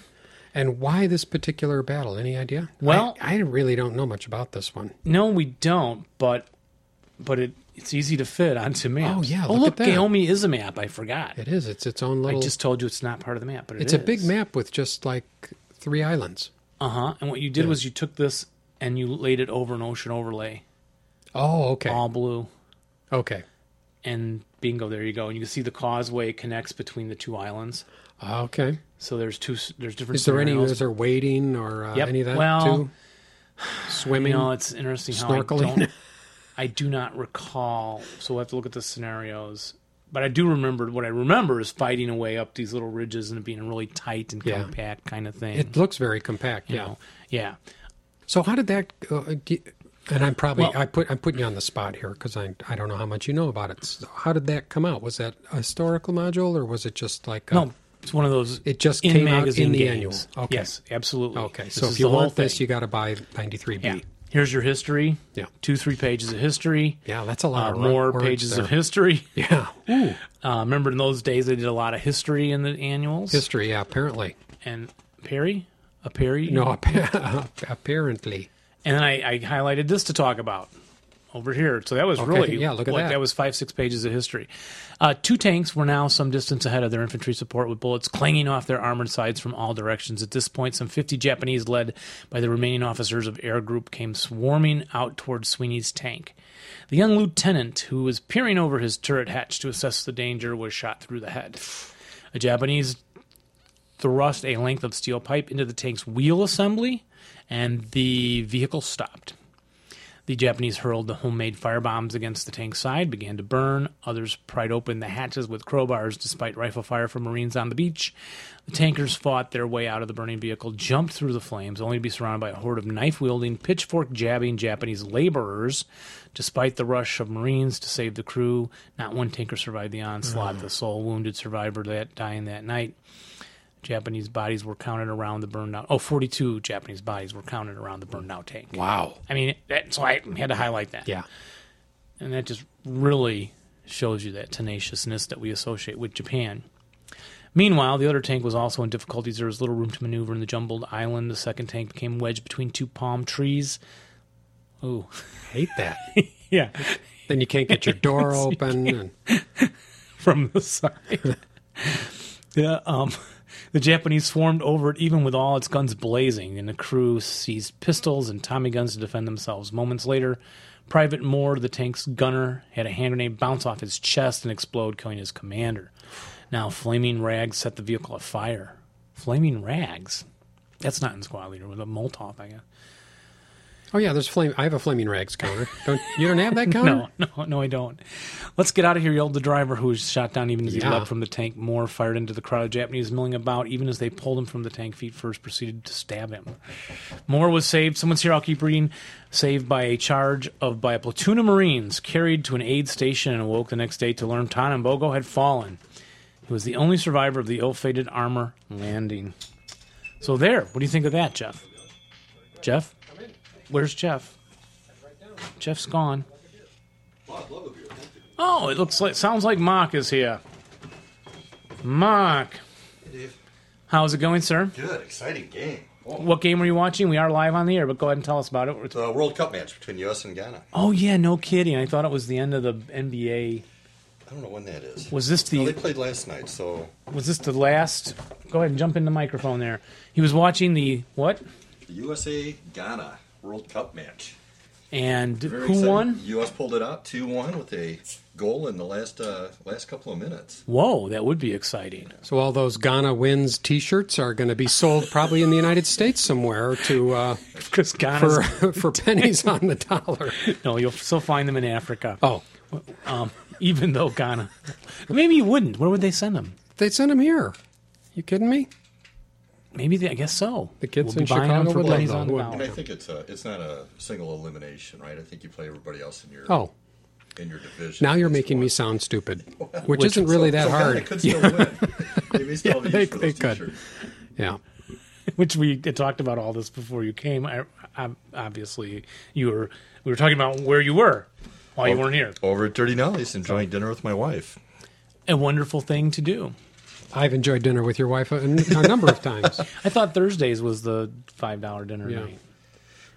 [SPEAKER 1] And why this particular battle? Any idea?
[SPEAKER 2] Well-
[SPEAKER 1] I, I really don't know much about this one.
[SPEAKER 2] No, we don't, but but it it's easy to fit onto maps.
[SPEAKER 1] Oh, yeah,
[SPEAKER 2] Oh
[SPEAKER 1] look
[SPEAKER 2] look,
[SPEAKER 1] at that.
[SPEAKER 2] Gaomi is a map. I forgot.
[SPEAKER 1] It is. It's its own
[SPEAKER 2] I
[SPEAKER 1] little.
[SPEAKER 2] just told you it's not part of the map, but it
[SPEAKER 1] it's a big map with just like three islands.
[SPEAKER 2] Uh huh. And what you did was you took this and you laid it over an ocean overlay,
[SPEAKER 1] Oh, okay.
[SPEAKER 2] all blue,
[SPEAKER 1] okay.
[SPEAKER 2] and bingo, there you go. And you can see the causeway connects between the two islands.
[SPEAKER 1] Okay.
[SPEAKER 2] So there's two. s- There's different.
[SPEAKER 1] Is there any? uh,
[SPEAKER 2] scenarios.
[SPEAKER 1] Is there wading or uh,
[SPEAKER 2] Yep.
[SPEAKER 1] any of that
[SPEAKER 2] Well,
[SPEAKER 1] too?
[SPEAKER 2] You
[SPEAKER 1] Swimming.
[SPEAKER 2] know, it's interesting how
[SPEAKER 1] Snorkeling.
[SPEAKER 2] I don't. I do not recall, so we'll have to look at the scenarios. But I do remember what I remember is fighting away up these little ridges and it being really tight and
[SPEAKER 1] Yeah.
[SPEAKER 2] compact kind of thing.
[SPEAKER 1] it looks very compact.
[SPEAKER 2] you
[SPEAKER 1] Yeah.
[SPEAKER 2] know, yeah.
[SPEAKER 1] So how did that? Uh, do you- and I'm probably
[SPEAKER 2] Well-
[SPEAKER 1] I put I'm putting you on the spot here because I I don't know how much you know about it. So how did that come out? Was that a historical module or was it just like a,
[SPEAKER 2] No, it's one of those
[SPEAKER 1] It just
[SPEAKER 2] in
[SPEAKER 1] came out
[SPEAKER 2] magazine
[SPEAKER 1] in the
[SPEAKER 2] games.
[SPEAKER 1] annual. Okay.
[SPEAKER 2] Yes, absolutely.
[SPEAKER 1] Okay.
[SPEAKER 2] This
[SPEAKER 1] So
[SPEAKER 2] is
[SPEAKER 1] if you
[SPEAKER 2] the whole
[SPEAKER 1] want this,
[SPEAKER 2] thing.
[SPEAKER 1] you got to buy 93B.
[SPEAKER 2] yeah. Here's your history.
[SPEAKER 1] Yeah.
[SPEAKER 2] Two, three pages of history.
[SPEAKER 1] Yeah, that's a lot
[SPEAKER 2] Uh,
[SPEAKER 1] of
[SPEAKER 2] more
[SPEAKER 1] words
[SPEAKER 2] pages
[SPEAKER 1] there.
[SPEAKER 2] of history.
[SPEAKER 1] Yeah. Ooh.
[SPEAKER 2] Uh, remember in those days they did a lot of history in the annuals.
[SPEAKER 1] History, yeah, apparently.
[SPEAKER 2] and Perry, a Perry.
[SPEAKER 1] No, appa- apparently.
[SPEAKER 2] And then I, I highlighted this to talk about over here. So that was really
[SPEAKER 1] yeah, look at
[SPEAKER 2] like,
[SPEAKER 1] that.
[SPEAKER 2] was five six pages of history. Uh, two tanks were now some distance ahead of their infantry support, with bullets clanging off their armored sides from all directions. At this point, some fifty Japanese, led by the remaining officers of Air Group, came swarming out toward Sweeney's tank. The young lieutenant, who was peering over his turret hatch to assess the danger, was shot through the head. A Japanese thrust a length of steel pipe into the tank's wheel assembly, and the vehicle stopped. The Japanese hurled the homemade firebombs against the tank's side, began to burn. Others pried open the hatches with crowbars despite rifle fire from Marines on the beach. The tankers fought their way out of the burning vehicle, jumped through the flames, only to be surrounded by a horde of knife wielding, pitchfork jabbing Japanese laborers. Despite the rush of Marines to save the crew, not one tanker survived the onslaught. The sole wounded survivor that dying that night. Japanese bodies were counted around the burned out. Oh, 42 Japanese bodies were counted around the burned out tank.
[SPEAKER 1] Wow.
[SPEAKER 2] I mean, that, so I had to highlight that.
[SPEAKER 1] Yeah.
[SPEAKER 2] And that just really shows you that tenaciousness that we associate with Japan. Meanwhile, the other tank was also in difficulties. There was little room to maneuver in the jumbled island. The second tank became wedged between two palm trees. Ooh.
[SPEAKER 1] Hate that.
[SPEAKER 2] Yeah.
[SPEAKER 1] then you can't get your door open. And,
[SPEAKER 2] from the side. yeah, um, the Japanese swarmed over it, even with all its guns blazing, and the crew seized pistols and Tommy guns to defend themselves. Moments later, Private Moore, the tank's gunner, had a hand grenade bounce off his chest and explode, killing his commander. Now, flaming rags set the vehicle afire. Flaming rags? That's not in Squad Leader with a Molotov, I guess.
[SPEAKER 1] oh yeah, there's flame. I have a flaming rags counter. Don't you don't have that counter?
[SPEAKER 2] No, no, no, I don't. Let's get out of here, yelled the driver, who was shot down even as he
[SPEAKER 1] Yeah.
[SPEAKER 2] leapt from the tank. Moore fired into the crowd of Japanese milling about. Even as they pulled him from the tank, feet first proceeded to stab him. Moore was saved. Someone's here. I'll keep reading. Saved by a charge of by a platoon of Marines, carried to an aid station, and awoke the next day to learn Tanambogo had fallen. He was the only survivor of the ill-fated armor landing. So there. What do you think of that, Jeff? Jeff, where's Jeff? Jeff's gone. Oh, it looks like sounds like Mark is here. Mark,
[SPEAKER 3] Dave.
[SPEAKER 2] how's it going, sir?
[SPEAKER 3] Good, exciting game. Oh.
[SPEAKER 2] What game were you watching? We are live on the air, but go ahead and tell us about it.
[SPEAKER 3] The World Cup match between U.S. and Ghana.
[SPEAKER 2] Oh yeah, no kidding. I thought it was the end of the NBA.
[SPEAKER 3] I don't know when that is.
[SPEAKER 2] Was this
[SPEAKER 3] Well, they
[SPEAKER 2] the
[SPEAKER 3] played last night, so
[SPEAKER 2] was this the last? Go ahead and jump in the microphone there. He was watching the what?
[SPEAKER 3] the USA Ghana World Cup match.
[SPEAKER 2] And
[SPEAKER 3] Very
[SPEAKER 2] who
[SPEAKER 3] exciting.
[SPEAKER 2] won?
[SPEAKER 3] U.S. pulled it out two one with a goal in the last uh, last couple of minutes.
[SPEAKER 2] Whoa, that would be exciting.
[SPEAKER 1] So all those Ghana wins T-shirts are going to be sold probably in the United States somewhere to uh,
[SPEAKER 2] Because
[SPEAKER 1] for
[SPEAKER 2] Ghana's
[SPEAKER 1] for pennies on the dollar.
[SPEAKER 2] no, you'll still find them in Africa.
[SPEAKER 1] Oh,
[SPEAKER 2] Um, even though Ghana, maybe you wouldn't. Where would they send them?
[SPEAKER 1] they sent them here. You kidding me?
[SPEAKER 2] Maybe they, I guess so.
[SPEAKER 1] The kids
[SPEAKER 2] We'll be
[SPEAKER 1] in
[SPEAKER 2] buying them
[SPEAKER 1] Chicago
[SPEAKER 2] for
[SPEAKER 1] would love
[SPEAKER 2] pennies
[SPEAKER 1] them,
[SPEAKER 2] on the
[SPEAKER 1] wouldn't
[SPEAKER 3] And
[SPEAKER 2] dollar.
[SPEAKER 3] I think it's a, it's not a single elimination, right? I think you play everybody else in your
[SPEAKER 1] Oh,
[SPEAKER 3] in your division.
[SPEAKER 1] now you're
[SPEAKER 3] That's
[SPEAKER 1] making me
[SPEAKER 3] one.
[SPEAKER 1] sound stupid, which isn't really
[SPEAKER 3] So-
[SPEAKER 1] that
[SPEAKER 3] so Ghana
[SPEAKER 1] hard.
[SPEAKER 3] could still win. They may still have a
[SPEAKER 1] they-
[SPEAKER 3] use for
[SPEAKER 1] they
[SPEAKER 3] those
[SPEAKER 1] could.
[SPEAKER 3] t-shirts.
[SPEAKER 1] Yeah.
[SPEAKER 2] Which we had talked about all this before you came. I, I, obviously, you were we were talking about where you were while you weren't here.
[SPEAKER 3] Over at Dirty Nollies, enjoying dinner with my wife.
[SPEAKER 2] A wonderful thing to do.
[SPEAKER 1] I've enjoyed dinner with your wife a, a number of times.
[SPEAKER 2] I thought Thursdays was the five dollar dinner
[SPEAKER 1] Yeah.
[SPEAKER 2] night.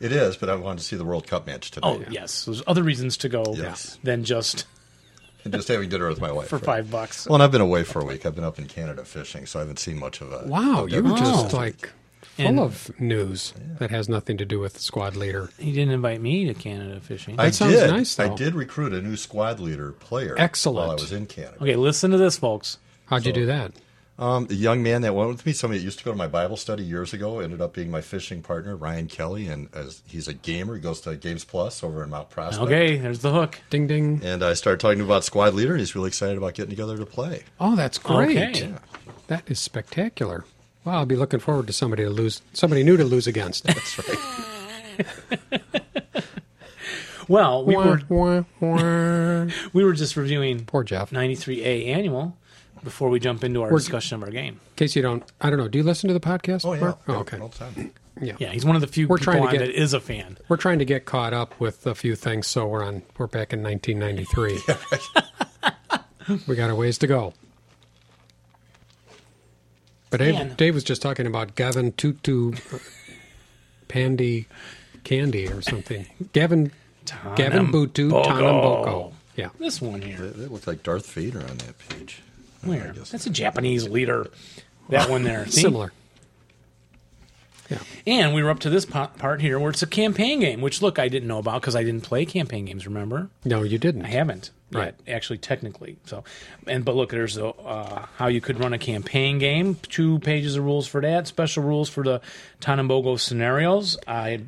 [SPEAKER 3] It is, but I wanted to see the World Cup match today.
[SPEAKER 2] Oh yes, there's other reasons to go
[SPEAKER 3] Yes.
[SPEAKER 2] than just
[SPEAKER 3] And just having dinner with my wife.
[SPEAKER 2] for
[SPEAKER 3] right?
[SPEAKER 2] five bucks.
[SPEAKER 3] Well, and I've been away for a week. I've been up in Canada fishing, so I haven't seen much of a.
[SPEAKER 1] Wow, you were just like full
[SPEAKER 2] And-
[SPEAKER 1] of news that has nothing to do with the squad leader.
[SPEAKER 2] He didn't invite me to Canada fishing.
[SPEAKER 3] I
[SPEAKER 1] That sounds
[SPEAKER 3] did.
[SPEAKER 1] nice,
[SPEAKER 3] I
[SPEAKER 1] though.
[SPEAKER 3] did recruit a new squad leader player.
[SPEAKER 1] Excellent.
[SPEAKER 3] While I was in Canada,
[SPEAKER 2] okay, listen to this, folks.
[SPEAKER 1] How'd you do that?
[SPEAKER 3] um, the young man that went with me, somebody that used to go to my Bible study years ago, ended up being my fishing partner, Ryan Kelly, and as he's a gamer, he goes to Games Plus over in Mount Prospect.
[SPEAKER 2] Okay, there's the hook.
[SPEAKER 1] Ding ding.
[SPEAKER 3] And I started talking to him about squad leader, and he's really excited about getting together to play.
[SPEAKER 1] Oh, that's great.
[SPEAKER 2] Okay.
[SPEAKER 1] That is spectacular. Wow, I'll be looking forward to somebody to lose, somebody new to lose against.
[SPEAKER 2] Well, we
[SPEAKER 1] Wah,
[SPEAKER 2] were
[SPEAKER 1] wah, wah.
[SPEAKER 2] we were just reviewing
[SPEAKER 1] Poor Jeff. In
[SPEAKER 2] 93A annual before we jump into our discussion of our game.
[SPEAKER 1] case you don't, I don't know. Do you listen to the podcast?
[SPEAKER 3] Oh yeah.
[SPEAKER 1] Mark? Oh, okay.
[SPEAKER 3] All the time.
[SPEAKER 2] Yeah, he's one of the few
[SPEAKER 1] We're
[SPEAKER 2] people
[SPEAKER 1] trying to
[SPEAKER 2] on
[SPEAKER 1] get-
[SPEAKER 2] that is a fan.
[SPEAKER 1] We're trying to get caught up with a few things, so we're on. We're back in 1993. we got a ways to go. But
[SPEAKER 2] Man.
[SPEAKER 1] Dave, Dave was just talking about Gavin Tutu uh, Pandy Candy or something. Gavin Gavin Butu
[SPEAKER 2] Tanamboko.
[SPEAKER 1] Tanamboko. Yeah.
[SPEAKER 2] This one here.
[SPEAKER 3] It, it looked like Darth Vader on that page.
[SPEAKER 2] Where?
[SPEAKER 3] guess
[SPEAKER 2] That's a Japanese leader. That one there. See?
[SPEAKER 1] Similar. Yeah.
[SPEAKER 2] And we were up to this po- part here where it's a campaign game, which look, I didn't know about because I didn't play campaign games, remember?
[SPEAKER 1] No, you didn't.
[SPEAKER 2] I haven't
[SPEAKER 1] Right.
[SPEAKER 2] yet, actually, technically. So, and but look, there's a, uh, how you could run a campaign game. Two pages of rules for that. Special rules for the Tanambogo scenarios. I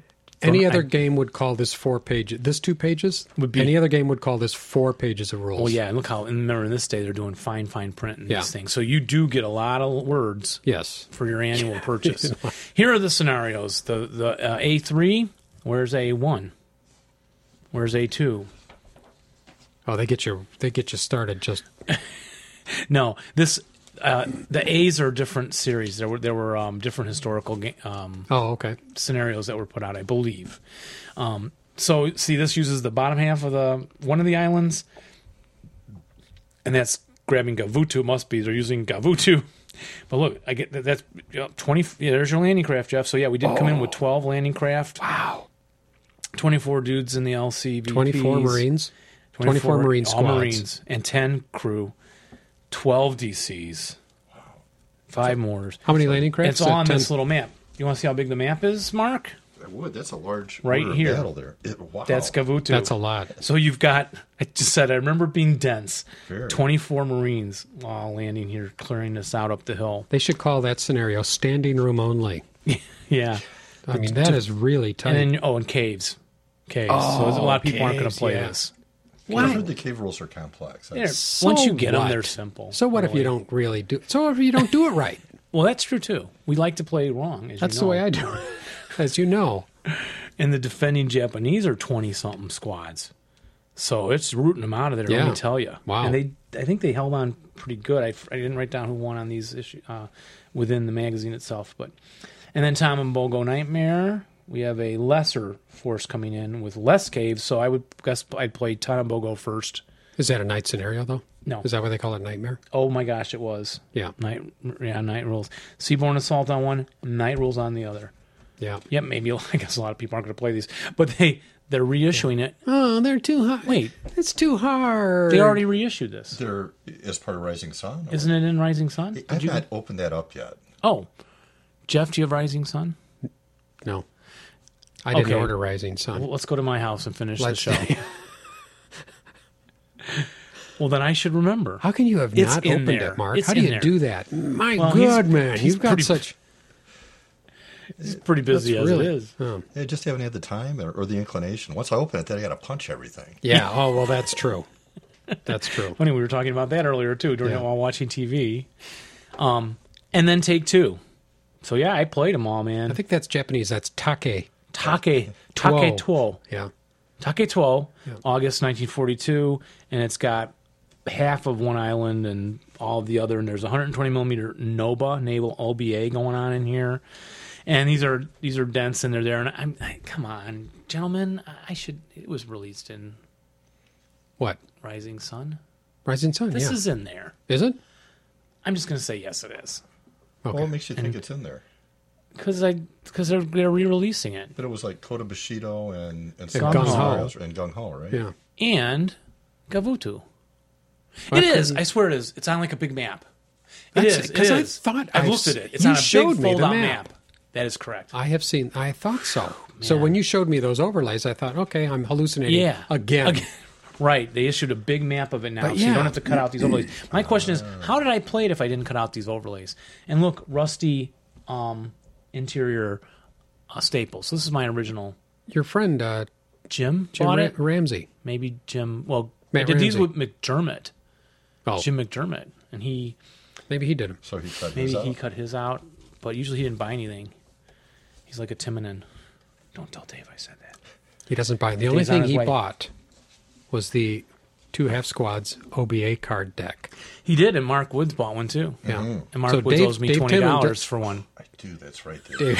[SPEAKER 1] Any
[SPEAKER 2] I-
[SPEAKER 1] other game would call this four pages. This two pages
[SPEAKER 2] Would be-
[SPEAKER 1] Any other game would call this four pages of rules.
[SPEAKER 2] Well, yeah, and look how and remember in this day they're doing fine, fine print and
[SPEAKER 1] Yeah.
[SPEAKER 2] these things. So you do get a lot of words
[SPEAKER 1] Yes.
[SPEAKER 2] for your annual purchase. Here are the scenarios: the the uh, A three, where's A one, where's A two?
[SPEAKER 1] Oh, they get you. They get you started. Just
[SPEAKER 2] No, this uh, the A's are different series. There were there were um, different historical ga- um,
[SPEAKER 1] oh, okay.
[SPEAKER 2] scenarios that were put out, I believe. Um, so see, this uses the bottom half of the one of the islands, and that's grabbing Gavutu. Must be they're using Gavutu. But look, I get that, that's yeah, twenty. Yeah, there's your landing craft, Jeff. So yeah, we did come in
[SPEAKER 1] Oh.
[SPEAKER 2] with twelve landing craft. Wow. Twenty-four dudes in the LCV.
[SPEAKER 1] Twenty-four Marines. Twenty-four Marine
[SPEAKER 2] all
[SPEAKER 1] squads.
[SPEAKER 2] Marines and ten crew, twelve DCs, five moors.
[SPEAKER 1] How many landing crafts?
[SPEAKER 2] It's all on
[SPEAKER 1] Uh,
[SPEAKER 2] this little map. You want to see how big the map is, Mark?
[SPEAKER 3] I would. That's a large
[SPEAKER 2] Right
[SPEAKER 3] order of
[SPEAKER 2] here.
[SPEAKER 3] battle there. It, wow.
[SPEAKER 2] That's Gavutu.
[SPEAKER 1] That's a lot.
[SPEAKER 2] So you've got, I just said, I remember being dense.
[SPEAKER 3] Very.
[SPEAKER 2] 24 Marines uh, landing here, clearing this out up the hill.
[SPEAKER 1] They should call that scenario standing room only.
[SPEAKER 2] Yeah.
[SPEAKER 1] I mean, that is really tight.
[SPEAKER 2] And then, oh, and caves. Caves. so there's a lot of people aren't
[SPEAKER 1] Oh,
[SPEAKER 2] going to
[SPEAKER 1] caves,
[SPEAKER 2] play
[SPEAKER 1] yeah.
[SPEAKER 2] this.
[SPEAKER 3] I've heard the cave rules are complex.
[SPEAKER 2] They're-
[SPEAKER 3] That's-
[SPEAKER 1] So
[SPEAKER 2] once you get them,
[SPEAKER 1] what?
[SPEAKER 2] they're simple.
[SPEAKER 1] so what if you
[SPEAKER 2] really.
[SPEAKER 1] don't really do? So if you don't do it right,
[SPEAKER 2] Well, that's true too. We like to play wrong. As
[SPEAKER 1] that's
[SPEAKER 2] you
[SPEAKER 1] the
[SPEAKER 2] know.
[SPEAKER 1] way I do it. As you know,
[SPEAKER 2] And the defending Japanese are 20 something squads. So it's rooting them out of there, let
[SPEAKER 1] Yeah.
[SPEAKER 2] me tell you.
[SPEAKER 1] Wow.
[SPEAKER 2] And they, I think they held on pretty good. I, I didn't write down who won on these issues uh, within the magazine itself. but And then Tom and Bogo Nightmare. We have a lesser force coming in with less caves. So I would guess I'd play Tom and Bogo first.
[SPEAKER 1] is that a night scenario though?
[SPEAKER 2] No.
[SPEAKER 1] Is that what they call it? Nightmare.
[SPEAKER 2] Oh my gosh, it was.
[SPEAKER 1] Yeah.
[SPEAKER 2] Night, yeah, night rules. Seaborn assault on one, night rules on the other.
[SPEAKER 1] Yeah.
[SPEAKER 2] Yep, maybe I guess a lot of people aren't going to play these, but they they're reissuing it
[SPEAKER 1] Oh, they're too hard.
[SPEAKER 2] Wait.
[SPEAKER 1] it's too hard.
[SPEAKER 2] They already reissued this.
[SPEAKER 3] They're as part of Rising Sun. or-
[SPEAKER 2] Isn't it in Rising Sun? Did
[SPEAKER 3] I've
[SPEAKER 2] you-
[SPEAKER 3] not opened that up yet.
[SPEAKER 2] Oh, Jeff, do you have Rising Sun?
[SPEAKER 1] no. I didn't
[SPEAKER 2] Okay.
[SPEAKER 1] order Rising Sun.
[SPEAKER 2] Well, let's go to my house and finish
[SPEAKER 1] Let's-
[SPEAKER 2] the show. well, then I should remember.
[SPEAKER 1] How can you have
[SPEAKER 2] It's
[SPEAKER 1] not
[SPEAKER 2] in
[SPEAKER 1] opened
[SPEAKER 2] there.
[SPEAKER 1] it, Mark?
[SPEAKER 2] It's
[SPEAKER 1] How do
[SPEAKER 2] in
[SPEAKER 1] you
[SPEAKER 2] there.
[SPEAKER 1] do that? My
[SPEAKER 2] Well, he's-
[SPEAKER 1] God, man,
[SPEAKER 2] he's
[SPEAKER 1] you've got
[SPEAKER 2] pretty-
[SPEAKER 1] such
[SPEAKER 2] It's pretty busy as
[SPEAKER 1] really.
[SPEAKER 2] it is.
[SPEAKER 1] Oh.
[SPEAKER 3] I just haven't had the time or, or the inclination. Once I open it, then I got to punch everything.
[SPEAKER 1] Yeah. Oh well, that's true. That's true.
[SPEAKER 2] Funny, we were talking about that earlier too during
[SPEAKER 1] Yeah.
[SPEAKER 2] while watching TV. Um, and then take two. So yeah, I played them all,
[SPEAKER 1] I
[SPEAKER 2] man.
[SPEAKER 1] think that's Japanese. That's take.
[SPEAKER 2] Take
[SPEAKER 1] Twelve.
[SPEAKER 2] Take twelve.
[SPEAKER 1] Yeah.
[SPEAKER 2] Take 12, August 1942, and it's got half of one island and all of the other, and there's 120 millimeter NOBA naval LBA going on in here, and these are these are dense and they're there. And I'm I, come on, gentlemen, I- I should. It was released in
[SPEAKER 1] What?
[SPEAKER 2] Rising Sun.
[SPEAKER 1] Rising Sun. yeah.
[SPEAKER 2] This is in there.
[SPEAKER 1] Is it?
[SPEAKER 2] I'm just gonna say yes, it is.
[SPEAKER 1] Okay.
[SPEAKER 3] Well, what makes you think it's in there?
[SPEAKER 2] because I because they're they're re-releasing it,
[SPEAKER 3] But it was like Kota Bushido and and,
[SPEAKER 1] And
[SPEAKER 3] Gun
[SPEAKER 2] Gung Ho.
[SPEAKER 3] and Gung Ho, right?
[SPEAKER 1] Yeah.
[SPEAKER 2] and Gavutu.
[SPEAKER 1] I
[SPEAKER 2] it is.
[SPEAKER 1] couldn't-
[SPEAKER 2] I swear it is. It's on like a big map. It
[SPEAKER 1] That's-
[SPEAKER 2] is. It
[SPEAKER 1] 'cause I
[SPEAKER 2] is.
[SPEAKER 1] thought
[SPEAKER 2] I've
[SPEAKER 1] I've
[SPEAKER 2] looked at
[SPEAKER 1] s-
[SPEAKER 2] it. It's
[SPEAKER 1] you
[SPEAKER 2] on a
[SPEAKER 1] showed
[SPEAKER 2] big
[SPEAKER 1] me the
[SPEAKER 2] fold-out
[SPEAKER 1] map.
[SPEAKER 2] That is correct.
[SPEAKER 1] I have seen. I thought so.
[SPEAKER 2] Oh,
[SPEAKER 1] so when you showed me those overlays, I thought, okay, I'm hallucinating.
[SPEAKER 2] yeah.
[SPEAKER 1] Again.
[SPEAKER 2] Right. They issued a big map of it now,
[SPEAKER 1] But
[SPEAKER 2] so you
[SPEAKER 1] yeah.
[SPEAKER 2] don't have to cut out these overlays. My question is, how did I play it if I didn't cut out these overlays? And look, rusty um, interior uh, staple. So this is my original.
[SPEAKER 1] Your friend uh,
[SPEAKER 2] Jim,
[SPEAKER 1] Jim
[SPEAKER 2] bought
[SPEAKER 1] Ra-
[SPEAKER 2] it.
[SPEAKER 1] Ramsey.
[SPEAKER 2] Maybe Jim. Well,
[SPEAKER 1] Matt
[SPEAKER 2] I did these
[SPEAKER 1] Ramsey.
[SPEAKER 2] with McDermott.
[SPEAKER 1] Oh,
[SPEAKER 2] Jim McDermott, and he
[SPEAKER 1] maybe he did them.
[SPEAKER 3] So he cut
[SPEAKER 2] maybe
[SPEAKER 3] his out.
[SPEAKER 2] he cut his out, but usually he didn't buy anything. He's like a Timonin. Don't tell Dave I said that.
[SPEAKER 1] He doesn't buy. The only
[SPEAKER 2] he's on
[SPEAKER 1] thing
[SPEAKER 2] his
[SPEAKER 1] he
[SPEAKER 2] way.
[SPEAKER 1] bought was the two half squads OBA card deck.
[SPEAKER 2] He did, and Mark Woods bought one too.
[SPEAKER 1] Yeah.
[SPEAKER 2] And Mark
[SPEAKER 1] Mm-hmm. So
[SPEAKER 2] Woods
[SPEAKER 1] Dave-
[SPEAKER 2] owes me
[SPEAKER 1] Dave
[SPEAKER 2] twenty
[SPEAKER 1] Timonin
[SPEAKER 2] dollars
[SPEAKER 1] does-
[SPEAKER 2] for one.
[SPEAKER 3] I do. That's right there.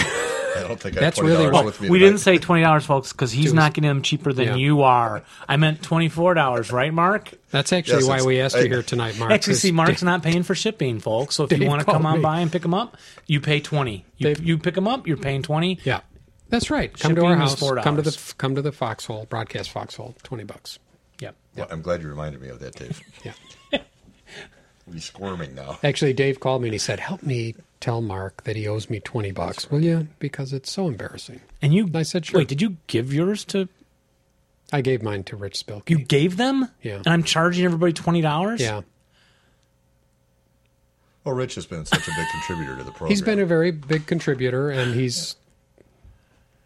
[SPEAKER 3] I don't think I have
[SPEAKER 1] That's
[SPEAKER 3] twenty
[SPEAKER 1] really
[SPEAKER 3] dollars
[SPEAKER 1] what-
[SPEAKER 3] with me.
[SPEAKER 2] We
[SPEAKER 3] tonight.
[SPEAKER 2] didn't say twenty dollars, folks, because he's not getting them cheaper than
[SPEAKER 1] Yeah.
[SPEAKER 2] you are. I meant twenty four dollars, right, Mark?
[SPEAKER 1] That's actually
[SPEAKER 3] Yes,
[SPEAKER 1] why
[SPEAKER 3] it's-
[SPEAKER 1] we asked you
[SPEAKER 3] I-
[SPEAKER 1] here tonight, Mark.
[SPEAKER 2] Actually,
[SPEAKER 1] 'cause
[SPEAKER 2] see, Mark's not paying for shipping, folks. So if you
[SPEAKER 1] Dave
[SPEAKER 2] want to come
[SPEAKER 1] called
[SPEAKER 2] on
[SPEAKER 1] me.
[SPEAKER 2] by and pick them up, you pay twenty. You,
[SPEAKER 1] Dave-
[SPEAKER 2] you pick them up, you're paying twenty.
[SPEAKER 1] Yeah, that's right. Come to
[SPEAKER 2] Shipping
[SPEAKER 1] our
[SPEAKER 2] is
[SPEAKER 1] house. Come to the
[SPEAKER 2] $4.
[SPEAKER 1] come to the foxhole broadcast foxhole. Twenty bucks.
[SPEAKER 2] Yep.
[SPEAKER 3] Well, I'm glad you reminded me of that, Dave.
[SPEAKER 1] Yeah.
[SPEAKER 3] We squirming now.
[SPEAKER 1] Actually, Dave called me and he said, "Help me tell Mark that he owes me twenty bucks, will you? Because it's so embarrassing."
[SPEAKER 2] And you,
[SPEAKER 1] I said, sure.
[SPEAKER 2] Wait, did you give yours to?
[SPEAKER 1] I gave mine to Rich Spilkey.
[SPEAKER 2] You gave them?
[SPEAKER 1] Yeah.
[SPEAKER 2] And I'm charging everybody twenty dollars?
[SPEAKER 1] yeah,
[SPEAKER 3] Well, Oh, Rich has been such a big contributor to the program.
[SPEAKER 1] he's been a very big contributor, and he's a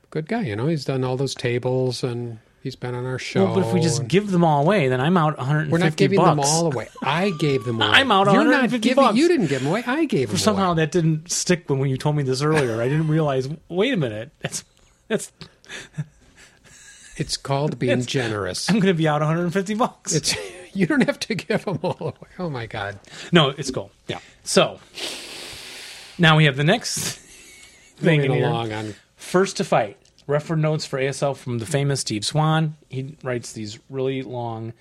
[SPEAKER 1] good guy. You know, he's done all those tables, and he's been on our show.
[SPEAKER 2] Well, Oh, but if we just
[SPEAKER 1] and-
[SPEAKER 2] give them all away, then I'm out 150
[SPEAKER 1] we're not giving
[SPEAKER 2] bucks.
[SPEAKER 1] them all away. I gave them away.
[SPEAKER 2] I'm out
[SPEAKER 1] You're not
[SPEAKER 2] 150
[SPEAKER 1] giving.
[SPEAKER 2] bucks.
[SPEAKER 1] You didn't give them away. I gave them
[SPEAKER 2] Somehow
[SPEAKER 1] away.
[SPEAKER 2] that didn't stick when, when you told me this earlier. I didn't realize. Wait a minute. That's that's.
[SPEAKER 1] It's called being generous.
[SPEAKER 2] I'm going to be out 150 bucks.
[SPEAKER 1] It's you don't have to give them all away. Oh my god.
[SPEAKER 2] no, it's cool.
[SPEAKER 1] Yeah.
[SPEAKER 2] So now we have the next thing
[SPEAKER 1] Moving
[SPEAKER 2] in here.
[SPEAKER 1] along on
[SPEAKER 2] First to fight. Refer notes for ASL from the famous Steve Swan. He writes these really long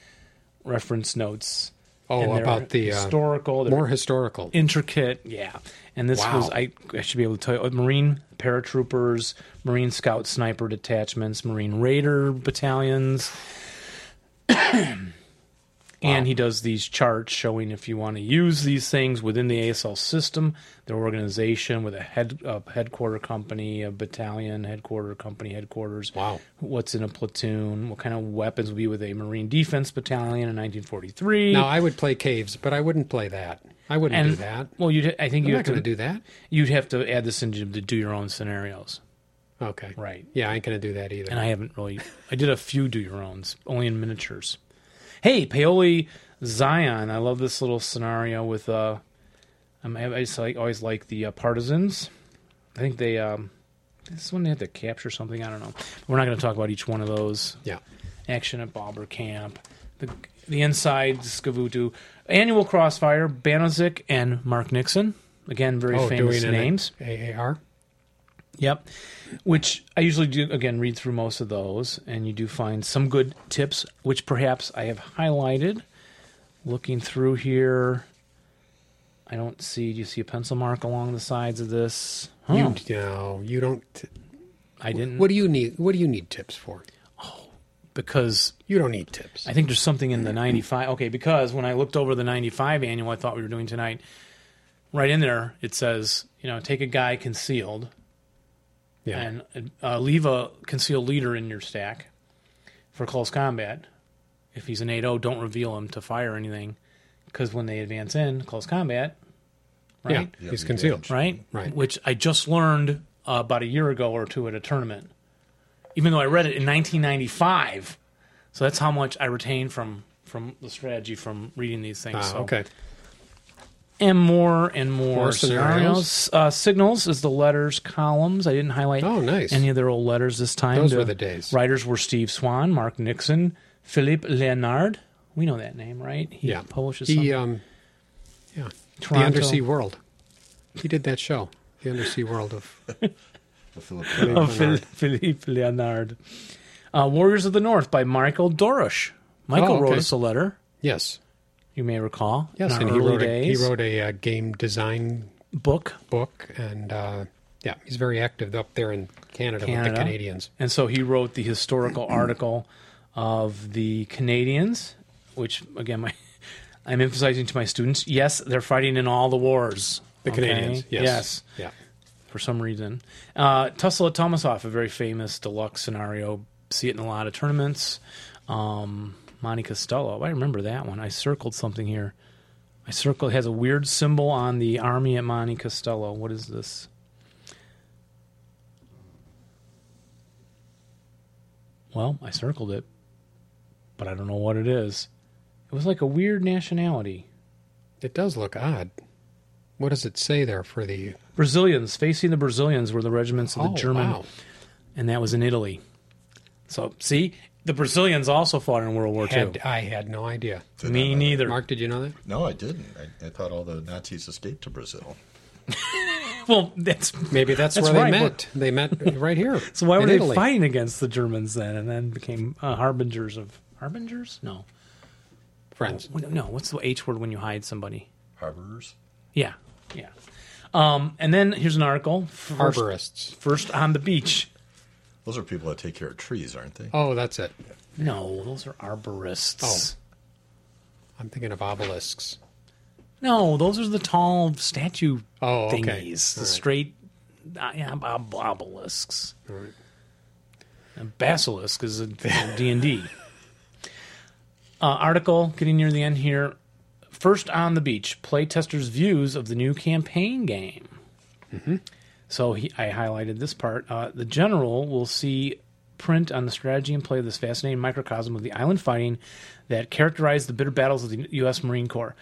[SPEAKER 2] reference notes.
[SPEAKER 1] Oh,
[SPEAKER 2] and they're
[SPEAKER 1] about the, uh,
[SPEAKER 2] historical, they're
[SPEAKER 1] more historical.
[SPEAKER 2] intricate. Yeah, and this
[SPEAKER 1] Wow.
[SPEAKER 2] was I, I should be able to tell you uh, Marine paratroopers, Marine Scout sniper detachments, Marine Raider battalions. And he does these charts showing if you want to use these things within the ASL system, their organization with a head a headquarter company, a battalion headquarter company headquarters.
[SPEAKER 1] Wow.
[SPEAKER 2] What's in a platoon? What kind of weapons would be with a Marine Defense Battalion in 1943?
[SPEAKER 1] Now I would play caves, but I wouldn't play that. I wouldn't
[SPEAKER 2] and
[SPEAKER 1] do that.
[SPEAKER 2] Well, you I think
[SPEAKER 1] You're
[SPEAKER 2] you
[SPEAKER 1] not
[SPEAKER 2] have
[SPEAKER 1] going to
[SPEAKER 2] to
[SPEAKER 1] do that.
[SPEAKER 2] You'd have to add this in to do your own scenarios,
[SPEAKER 1] Okay.
[SPEAKER 2] right?
[SPEAKER 1] Yeah, I ain't going to do that either.
[SPEAKER 2] And I haven't really. I did a few do your owns, only in miniatures. Hey, Paoli Zion, I love this little scenario with. uh I'm, I just like always like the uh, partisans. I think they. um This one they had to capture something. I don't know. We're not going to talk about each one of those.
[SPEAKER 1] yeah.
[SPEAKER 2] Action at Bobber Camp. The the inside Skavutu, annual crossfire, Banozik and Mark Nixon. Again, very famous
[SPEAKER 1] Oh, doing
[SPEAKER 2] names.
[SPEAKER 1] an AAR.
[SPEAKER 2] Yep. Which I usually do, again, read through most of those, and you do find some good tips, which perhaps I have highlighted. Looking through here, I don't see. Do you see a pencil mark along the sides of this? Oh,
[SPEAKER 1] You no, you don't.
[SPEAKER 2] I didn't.
[SPEAKER 1] What do you need? What do you need tips for?
[SPEAKER 2] because
[SPEAKER 1] You don't need tips.
[SPEAKER 2] I think there's something in the 95. Okay, because when I looked over the 95 annual I thought we were doing tonight, right in there, it says, you know, take a guy concealed
[SPEAKER 1] yeah.
[SPEAKER 2] and uh, leave a concealed leader in your stack for close combat. If he's an 8 0, don't reveal him to fire anything because when they advance in close combat, right?
[SPEAKER 1] Yeah.
[SPEAKER 3] Yeah,
[SPEAKER 1] He's
[SPEAKER 3] the
[SPEAKER 1] concealed.
[SPEAKER 2] Right?
[SPEAKER 1] Right.
[SPEAKER 2] Which I just learned uh, about a year ago or two at a tournament, even though I read it in 1995. So that's how much I retain from, from the strategy from reading these things.
[SPEAKER 1] Ah,
[SPEAKER 2] so
[SPEAKER 1] okay.
[SPEAKER 2] and more and more,
[SPEAKER 1] More
[SPEAKER 2] scenarios. Uh, signals is the letters columns. I didn't highlight
[SPEAKER 1] Oh, nice.
[SPEAKER 2] any of their old letters this time.
[SPEAKER 1] Those were the days.
[SPEAKER 2] Writers were Steve Swan, Mark Nixon, Philippe Leonard. We know that name, right? He
[SPEAKER 1] Yeah.
[SPEAKER 2] publishes
[SPEAKER 1] He
[SPEAKER 2] some-
[SPEAKER 1] um, yeah. The
[SPEAKER 2] Toronto.
[SPEAKER 1] Undersea World. He did that show. The Undersea World of
[SPEAKER 3] The Filipino.
[SPEAKER 2] Oh, Phil- Philippe Leonard. Uh, Warriors of the North by Michael Dorosh. Michael
[SPEAKER 1] Oh,
[SPEAKER 2] wrote
[SPEAKER 1] okay.
[SPEAKER 2] us a letter,
[SPEAKER 1] yes,
[SPEAKER 2] you may recall. in
[SPEAKER 1] yes,
[SPEAKER 2] our
[SPEAKER 1] and he
[SPEAKER 2] early
[SPEAKER 1] wrote a, he
[SPEAKER 2] days.
[SPEAKER 1] wrote a uh, game design
[SPEAKER 2] book.
[SPEAKER 1] book and uh, Yeah, he's very active up there in Canada, with
[SPEAKER 2] Canada.
[SPEAKER 1] the Canadians.
[SPEAKER 2] And so he wrote the historical article of the Canadians, which again, my I'm emphasizing to my students. Yes, they're fighting in all the wars.
[SPEAKER 1] The
[SPEAKER 2] okay?
[SPEAKER 1] Canadians, yes.
[SPEAKER 2] yes
[SPEAKER 1] Yeah.
[SPEAKER 2] for some reason. Uh, Tussle at Tomasoff, a very famous deluxe scenario. See it in a lot of tournaments. Um, Monte Costello, I remember that one. I circled something here. My circle it has a weird symbol on the army at Monte Costello. What is this? Well, I circled it, but I don't know what it is. It was like a weird nationality.
[SPEAKER 1] It does look odd. What does it say there for the
[SPEAKER 2] Brazilians facing the Brazilians were the regiments of the
[SPEAKER 1] Oh,
[SPEAKER 2] German
[SPEAKER 1] wow.
[SPEAKER 2] and that was in Italy. So see, the Brazilians also fought in World War
[SPEAKER 1] Had,
[SPEAKER 2] II.
[SPEAKER 1] I had no idea.
[SPEAKER 2] Me neither.
[SPEAKER 1] Mark, did you know that?
[SPEAKER 3] No, I didn't. I, I thought all the Nazis escaped to Brazil.
[SPEAKER 2] Well, that's
[SPEAKER 1] Maybe that's,
[SPEAKER 2] That's
[SPEAKER 1] where
[SPEAKER 2] right.
[SPEAKER 1] they met. They met right here.
[SPEAKER 2] so. Why were
[SPEAKER 1] in
[SPEAKER 2] they
[SPEAKER 1] Italy.
[SPEAKER 2] fighting against the Germans then, and then became uh, harbingers of harbingers? No,
[SPEAKER 1] Friends.
[SPEAKER 2] no. What's the H word when you hide somebody?
[SPEAKER 3] Harborers.
[SPEAKER 2] Yeah, yeah. Um, and then here's an article. First,
[SPEAKER 1] Arborists.
[SPEAKER 2] first on the beach.
[SPEAKER 3] Those are people that take care of trees, aren't they?
[SPEAKER 1] Oh, that's it.
[SPEAKER 2] No, those are
[SPEAKER 1] Oh.
[SPEAKER 2] arborists.
[SPEAKER 1] I'm thinking of obelisks.
[SPEAKER 2] No, those are the tall statue
[SPEAKER 1] Oh, okay.
[SPEAKER 2] thingies, the
[SPEAKER 1] All right.
[SPEAKER 2] straight uh, yeah, ob- obelisks. And basilisk is a D and D Uh, article. Getting near the end here. First on the beach, playtesters' views of the new campaign game.
[SPEAKER 1] Mm-hmm.
[SPEAKER 2] So he, I highlighted this part. Uh, the general will see print on the strategy and play of this fascinating microcosm of the island fighting that characterized the bitter battles of the U.S. Marine Corps.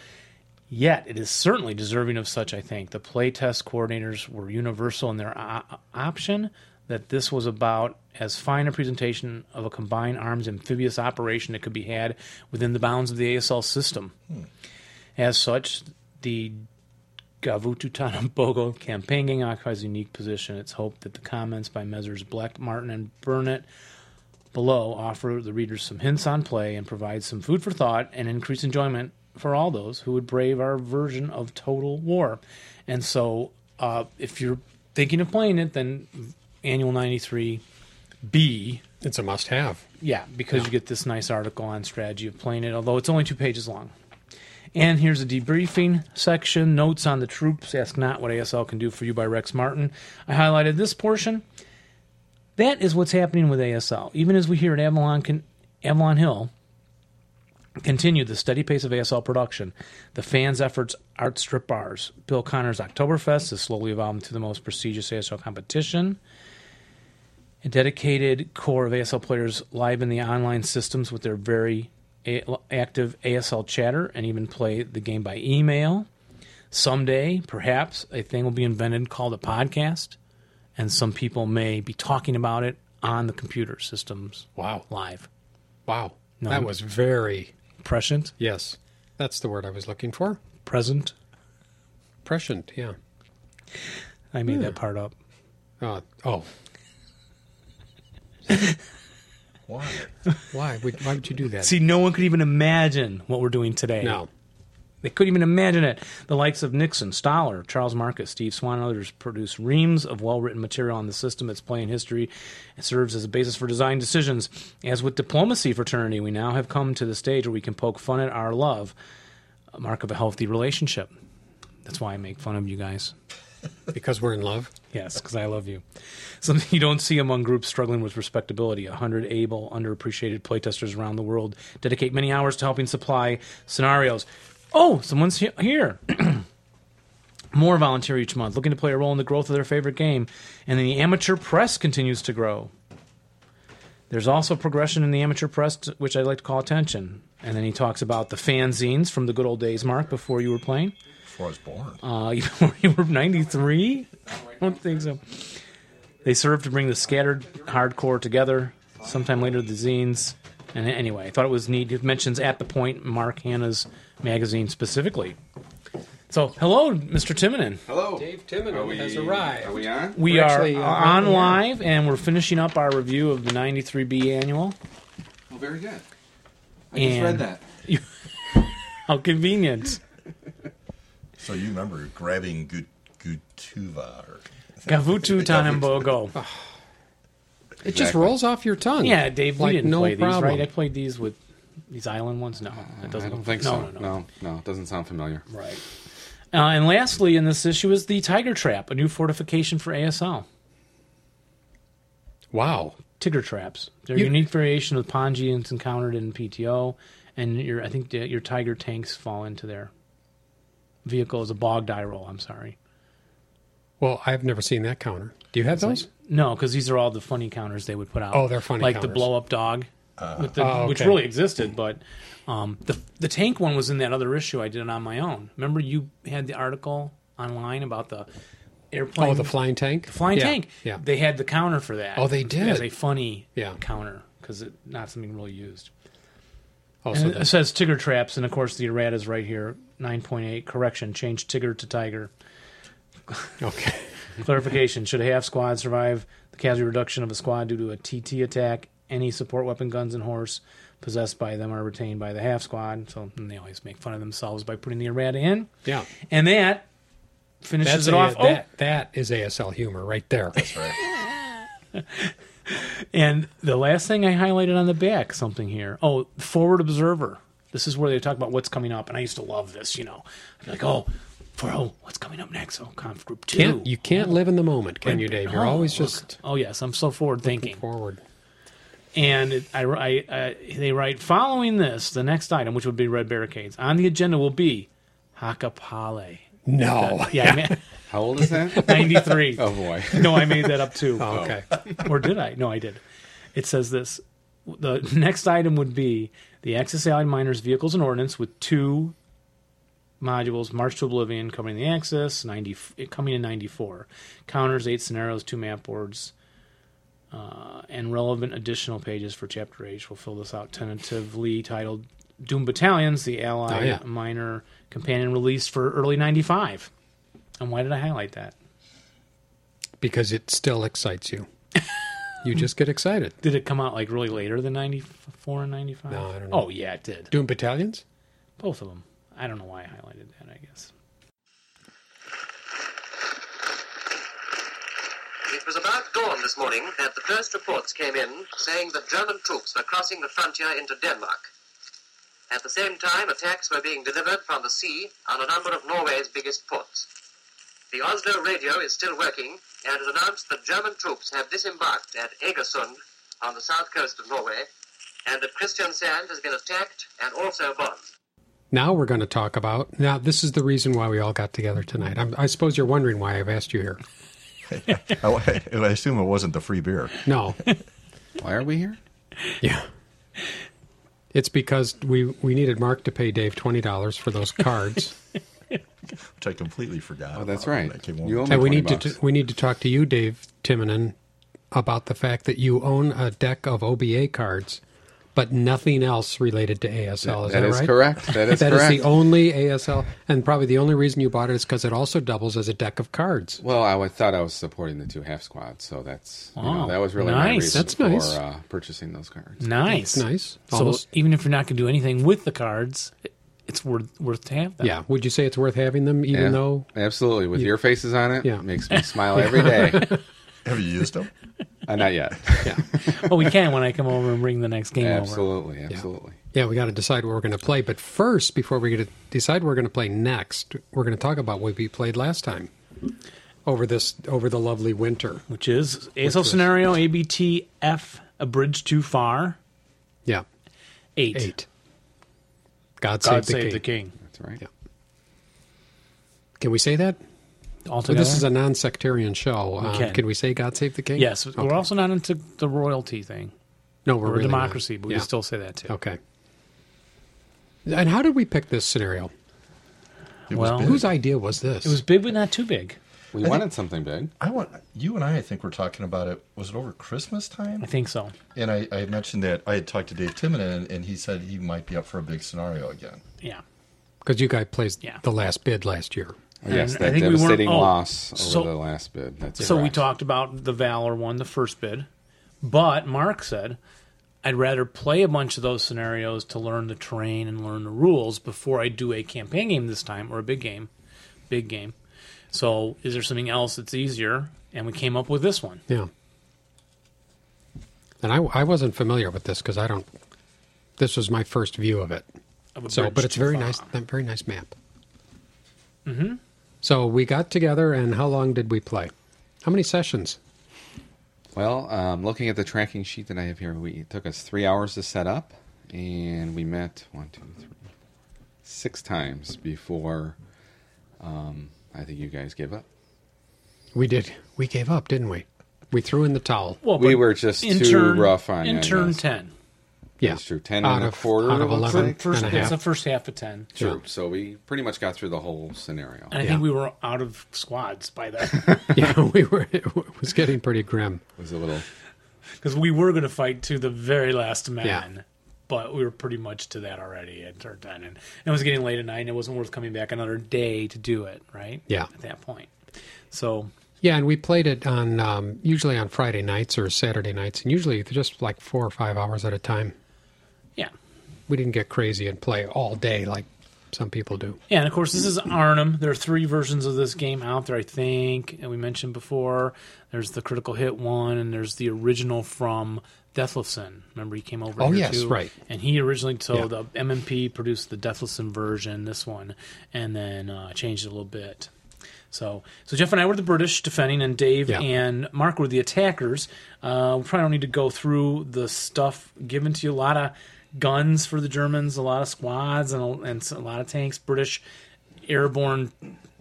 [SPEAKER 2] Yet it is certainly deserving of such. I think the playtest coordinators were universal in their o- option that this was about as fine a presentation of a combined arms amphibious operation that could be had within the bounds of the ASL system. As such, the Gavututanambogo campaign gang occupies a unique position. It's hoped that the comments by Messrs. Black, Martin, and Burnett below offer the readers some hints on play and provide some food for thought and increase enjoyment for all those who would brave our version of total war. And so, uh, if you're thinking of playing it, then Annual 93B
[SPEAKER 1] It's a must have.
[SPEAKER 2] yeah, because you get this nice article on strategy of playing it, although it's only two pages long. And here's a debriefing section notes on the troops. Ask not what ASL can do for you by Rex Martin. I highlighted this portion. That is what's happening with ASL. Even as we hear at Avalon, con- Avalon Hill, Continue the steady pace of ASL production. The fans' efforts outstrip ours. Bill Connor's Oktoberfest is slowly evolving to the most prestigious ASL competition. A dedicated core of ASL players live in the online systems with their very a- active ASL chatter and even play the game by email. Someday, perhaps, a thing will be invented called a podcast, and some people may be talking about it on the computer systems
[SPEAKER 1] Wow.
[SPEAKER 2] live.
[SPEAKER 1] Wow. That was very,
[SPEAKER 2] Prescient?
[SPEAKER 1] yes, that's the word I was looking for.
[SPEAKER 2] Present?
[SPEAKER 1] Prescient, yeah.
[SPEAKER 2] I made that part up.
[SPEAKER 1] Uh, oh,
[SPEAKER 3] Why?
[SPEAKER 1] why would, why would you do that?
[SPEAKER 2] See, no one could even imagine what we're doing today.
[SPEAKER 1] no.
[SPEAKER 2] They couldn't even imagine it. The likes of Nixon, Stoller, Charles Marcus, Steve Swan, and others produce reams of well written material on the system, its play and history, and serves as a basis for design decisions. As with diplomacy fraternity, we now have come to the stage where we can poke fun at our love, a mark of a healthy relationship. That's why I make fun of you guys.
[SPEAKER 1] Because we're in love?
[SPEAKER 2] Yes, because I love you. Something you don't see among groups struggling with respectability. A hundred able, underappreciated playtesters around the world dedicate many hours to helping supply scenarios. Oh, someone's he- here. More volunteer each month, looking to play a role in the growth of their favorite game. And the amateur press continues to grow. There's also progression in the amateur press, t- which I'd like to call attention. And then he talks about the fanzines from the good old days, Mark, before you were playing.
[SPEAKER 3] Before I was born.
[SPEAKER 4] Oh.
[SPEAKER 2] Uh, you were- you were 93? I don't think so. They served to bring the scattered hardcore together. Sometime later, the zines. And anyway, I thought it was neat. It mentions At the Point, Mark Hanna's magazine specifically. So, hello, Mr. Timonen.
[SPEAKER 4] Hello.
[SPEAKER 1] Dave Timonen
[SPEAKER 4] Are we-
[SPEAKER 1] has arrived.
[SPEAKER 4] Are we on?
[SPEAKER 2] We
[SPEAKER 1] We're
[SPEAKER 2] are
[SPEAKER 1] actually, uh,
[SPEAKER 2] on
[SPEAKER 1] right here.
[SPEAKER 2] live, and we're finishing up our review of the 93B annual.
[SPEAKER 4] Oh, very good. I
[SPEAKER 2] And-
[SPEAKER 4] just read that.
[SPEAKER 2] How convenient.
[SPEAKER 3] so you remember grabbing Gu- Gavutuva. Or
[SPEAKER 2] Gavutu Tanambogo.
[SPEAKER 1] Oh. It just
[SPEAKER 3] Exactly.
[SPEAKER 1] rolls off your tongue.
[SPEAKER 2] Yeah, Dave, we
[SPEAKER 1] Like,
[SPEAKER 2] didn't
[SPEAKER 1] no
[SPEAKER 2] play these,
[SPEAKER 1] problem.
[SPEAKER 2] right? I played these with these island ones. No, it doesn't.
[SPEAKER 4] I don't think
[SPEAKER 2] no,
[SPEAKER 4] so.
[SPEAKER 2] No, no,
[SPEAKER 4] No, no, it doesn't sound familiar.
[SPEAKER 2] right. Uh, and lastly, in this issue is the Tiger Trap, a new fortification for ASL.
[SPEAKER 1] Wow.
[SPEAKER 2] Tigger traps. They're
[SPEAKER 1] You-
[SPEAKER 2] a unique variation of Pongians encountered in PTO, and your I think the- your tiger tanks fall into their vehicle is a bog die roll. I'm sorry.
[SPEAKER 1] Well, I've never seen that counter. Do you have those?
[SPEAKER 2] No, because these are all the funny counters they would put out.
[SPEAKER 1] Oh, they're funny
[SPEAKER 2] like the
[SPEAKER 1] counters.
[SPEAKER 2] blow up dog, with the,
[SPEAKER 1] Oh,
[SPEAKER 2] which
[SPEAKER 1] okay.
[SPEAKER 2] really existed. But um, the the tank one was in that other issue I did on my own. Remember you had the article online about the airplane.
[SPEAKER 1] oh, the flying tank.
[SPEAKER 2] flying
[SPEAKER 1] Yeah,
[SPEAKER 2] tank.
[SPEAKER 1] Yeah.
[SPEAKER 2] they had the counter for that.
[SPEAKER 1] Oh, they
[SPEAKER 2] as
[SPEAKER 1] did.
[SPEAKER 2] a funny
[SPEAKER 1] Yeah.
[SPEAKER 2] counter because it not something really used.
[SPEAKER 1] oh, so
[SPEAKER 2] And it
[SPEAKER 1] that's
[SPEAKER 2] says Tigger traps, and of course the errata is right here. Nine point eight correction: change Tigger to Tiger.
[SPEAKER 1] okay.
[SPEAKER 2] Clarification: Should a half squad survive the casualty reduction of a squad due to a TT attack? Any support weapon, guns, and horse possessed by them are retained by the half squad. So and they always make fun of themselves by putting the errata in,
[SPEAKER 1] Yeah.
[SPEAKER 2] and that finishes
[SPEAKER 1] That's
[SPEAKER 2] it
[SPEAKER 1] a-
[SPEAKER 2] off. Oh,
[SPEAKER 1] That, that is ASL humor right there.
[SPEAKER 2] And the last thing I highlighted on the back, something here. Oh, forward observer. This is where they talk about what's coming up, and I used to love this. You know, I'd be like, oh, for oh, what's coming up next? Oh, conf group 2
[SPEAKER 1] Can't, you can't live in the moment, can you, Dave? You're
[SPEAKER 2] Oh,
[SPEAKER 1] always
[SPEAKER 2] look.
[SPEAKER 1] just
[SPEAKER 2] Oh yes, I'm so forward thinking.
[SPEAKER 1] forward.
[SPEAKER 2] And it, I, I, I, they write following this, the next item, which would be red barricades, on the agenda will be Hakapale.
[SPEAKER 1] No.
[SPEAKER 2] Yeah, I mean,
[SPEAKER 4] How old is that?
[SPEAKER 2] ninety three.
[SPEAKER 4] oh boy.
[SPEAKER 2] No, I made that up too.
[SPEAKER 1] Oh, okay.
[SPEAKER 2] or did I? No, I did. It says this. The next item would be the Axis Allied Miners Vehicles and Ordnance with two modules: March to Oblivion, coming in the Axis, ninety it coming in ninety four, counters, eight scenarios, two map boards, uh, and relevant additional pages for Chapter H. We'll fill this out tentatively titled "Doom Battalions: The Allied
[SPEAKER 1] Oh, yeah.
[SPEAKER 2] Miner Companion" released for early ninety five. And why did I highlight that?
[SPEAKER 1] Because it still excites you. You just get excited.
[SPEAKER 2] Did it come out like really later than 94 and 95?
[SPEAKER 1] No, I don't know.
[SPEAKER 2] Oh, yeah, it did.
[SPEAKER 1] Doing battalions?
[SPEAKER 2] Both of them. I don't know why I highlighted that, I guess.
[SPEAKER 5] It was about dawn this morning that the first reports came in saying that German troops were crossing the frontier into Denmark. At the same time, attacks were being delivered from the sea on a number of Norway's biggest ports. The Oslo radio is still working and has announced that German troops have disembarked at Egersund on the south coast of Norway and that Kristiansand has been attacked and also bombed.
[SPEAKER 1] Now we're going to talk about. Now, this is the reason why we all got together tonight. I'm, I suppose you're wondering why I've asked you here.
[SPEAKER 3] I, I assume it wasn't the free beer.
[SPEAKER 1] No.
[SPEAKER 4] Why are we here?
[SPEAKER 1] Yeah. It's because we, we needed Mark to pay Dave $20 for those cards.
[SPEAKER 3] which I completely forgot.
[SPEAKER 4] Oh, that's
[SPEAKER 3] about when
[SPEAKER 4] right.
[SPEAKER 3] I came over.
[SPEAKER 4] You owe me-
[SPEAKER 1] and we
[SPEAKER 4] 20
[SPEAKER 1] need to
[SPEAKER 4] bucks.
[SPEAKER 1] we need to talk to you, Dave Timonen, about the fact that you own a deck of OBA cards, but nothing else related to ASL. Is that,
[SPEAKER 4] that is
[SPEAKER 1] right?
[SPEAKER 4] correct. That is
[SPEAKER 1] That is
[SPEAKER 4] correct.
[SPEAKER 1] the only ASL, and probably the only reason you bought it is because it also doubles as a deck of cards.
[SPEAKER 4] well, I wa- thought I was supporting the two half squads, so that's you
[SPEAKER 2] Wow.
[SPEAKER 4] know, that was really my
[SPEAKER 2] Nice.
[SPEAKER 4] reason
[SPEAKER 1] That's nice.
[SPEAKER 4] for uh, purchasing those cards.
[SPEAKER 2] Nice.
[SPEAKER 1] Nice.
[SPEAKER 2] So
[SPEAKER 1] Almost-
[SPEAKER 2] even if you're not going to do anything with the cards, it- it's worth worth to have them.
[SPEAKER 1] yeah. Would you say it's worth having them, even
[SPEAKER 4] Yeah,
[SPEAKER 1] though?
[SPEAKER 4] absolutely, with your faces on it,
[SPEAKER 1] Yeah.
[SPEAKER 4] makes me smile every day.
[SPEAKER 3] Have you used them?
[SPEAKER 4] Uh, not yet.
[SPEAKER 2] Oh, we can when I come over and bring the next game over.
[SPEAKER 4] absolutely, absolutely.
[SPEAKER 1] Yeah, we got to decide what we're going to play. But first, before we get to decide what we're going to play next, we're going to talk about what we played last time over this over the lovely winter.
[SPEAKER 2] Which is ASL Scenario ABT F A Bridge Too Far
[SPEAKER 1] Yeah,
[SPEAKER 2] 8.
[SPEAKER 1] eight. God,
[SPEAKER 2] God
[SPEAKER 1] save, the,
[SPEAKER 2] Save
[SPEAKER 1] king.
[SPEAKER 2] the King.
[SPEAKER 4] That's right.
[SPEAKER 1] Yeah. Can we say that?
[SPEAKER 2] Altogether?
[SPEAKER 1] This is a non-sectarian show. Um,
[SPEAKER 2] can.
[SPEAKER 1] can. we say "God Save the King"?
[SPEAKER 2] Yes,
[SPEAKER 1] Okay.
[SPEAKER 2] we're also not into the royalty thing.
[SPEAKER 1] no, we're
[SPEAKER 2] We're
[SPEAKER 1] really
[SPEAKER 2] a
[SPEAKER 1] not.
[SPEAKER 2] democracy, but we
[SPEAKER 1] Yeah.
[SPEAKER 2] can still say that too.
[SPEAKER 1] okay. And how did we pick this scenario?
[SPEAKER 3] It
[SPEAKER 2] Well-
[SPEAKER 3] was big.
[SPEAKER 1] Whose idea was this?
[SPEAKER 2] It was big, but not too big.
[SPEAKER 4] We wanted something big.
[SPEAKER 3] I want you and I. I think we're talking about it. Was it over Christmas time?
[SPEAKER 2] I think so.
[SPEAKER 3] And I, I mentioned that I had talked to Dave Timonen, and, and he said he might be up for a big scenario again.
[SPEAKER 2] Yeah.
[SPEAKER 1] because you guys placed
[SPEAKER 2] Yeah.
[SPEAKER 1] the last bid last year.
[SPEAKER 4] Oh, yes,
[SPEAKER 2] And I
[SPEAKER 4] that
[SPEAKER 2] think we weren't-
[SPEAKER 4] devastating
[SPEAKER 2] oh,
[SPEAKER 4] loss over
[SPEAKER 2] so-
[SPEAKER 4] the last bid. That's
[SPEAKER 2] So we
[SPEAKER 4] correct.
[SPEAKER 2] talked about the Valor one, the first bid, but Mark said, I'd rather play a bunch of those scenarios to learn the terrain and learn the rules before I do a campaign game this time or a big game, big game, So, is there something else that's easier? And we came up with this one.
[SPEAKER 1] Yeah. And I, I wasn't familiar with this because I don't. This was my first view of it.
[SPEAKER 2] of a
[SPEAKER 1] So,
[SPEAKER 2] bridge
[SPEAKER 1] but it's
[SPEAKER 2] too
[SPEAKER 1] very
[SPEAKER 2] far.
[SPEAKER 1] nice. That very nice map. Mm-hmm.
[SPEAKER 2] Mm-hmm.
[SPEAKER 1] So we got together, and how long did we play? How many sessions?
[SPEAKER 4] Well, um, looking at the tracking sheet that I have here, we it took us three hours to set up, and we met one, two, three, four, six times before um, I think you guys gave up.
[SPEAKER 1] We did. We gave up, didn't we? We threw in the towel.
[SPEAKER 2] Well,
[SPEAKER 4] We
[SPEAKER 2] but
[SPEAKER 4] were just too rough on you, I
[SPEAKER 2] intern
[SPEAKER 4] guess.
[SPEAKER 2] ten.
[SPEAKER 1] Yeah,
[SPEAKER 4] That's true. Ten
[SPEAKER 1] out
[SPEAKER 4] and a
[SPEAKER 1] of,
[SPEAKER 4] quarter,
[SPEAKER 1] out of
[SPEAKER 4] it looks
[SPEAKER 1] eleven
[SPEAKER 4] like.
[SPEAKER 2] First,
[SPEAKER 1] and a
[SPEAKER 2] it's the
[SPEAKER 1] half.
[SPEAKER 2] first half of ten,
[SPEAKER 4] True. So we pretty much got through the whole scenario.
[SPEAKER 2] and I
[SPEAKER 1] Yeah.
[SPEAKER 2] think we were out of squads by then
[SPEAKER 1] yeah, we were. It was getting pretty grim.
[SPEAKER 4] It was a little.
[SPEAKER 2] because we were going to fight to the very last man.
[SPEAKER 1] Yeah.
[SPEAKER 2] But we were pretty much to that already at turn ten, and, and it was getting late at night, and it wasn't worth coming back another day to do it, right?
[SPEAKER 1] Yeah.
[SPEAKER 2] At that point, so
[SPEAKER 1] Yeah, and we played it on um, usually on Friday nights or Saturday nights, and usually just like four or five hours at a time.
[SPEAKER 2] yeah,
[SPEAKER 1] We didn't get crazy and play all day like some people do.
[SPEAKER 2] Yeah, and of course, this is Arnhem. There are three versions of this game out there, I think. And we mentioned before there's the Critical Hit one, and there's the original from Deathlefson. Remember, he came over
[SPEAKER 1] Oh,
[SPEAKER 2] here
[SPEAKER 1] yes,
[SPEAKER 2] too?
[SPEAKER 1] right.
[SPEAKER 2] And he originally, so
[SPEAKER 1] Yeah.
[SPEAKER 2] the MMP produced the Deathlefson version, this one, and then uh, changed it a little bit. So, so Jeff and I were the British defending, and Dave
[SPEAKER 1] Yeah.
[SPEAKER 2] and Mark were the attackers. Uh, we probably don't need to go through the stuff given to you. A lot of guns for the Germans, a lot of squads, and a, and a lot of tanks. British airborne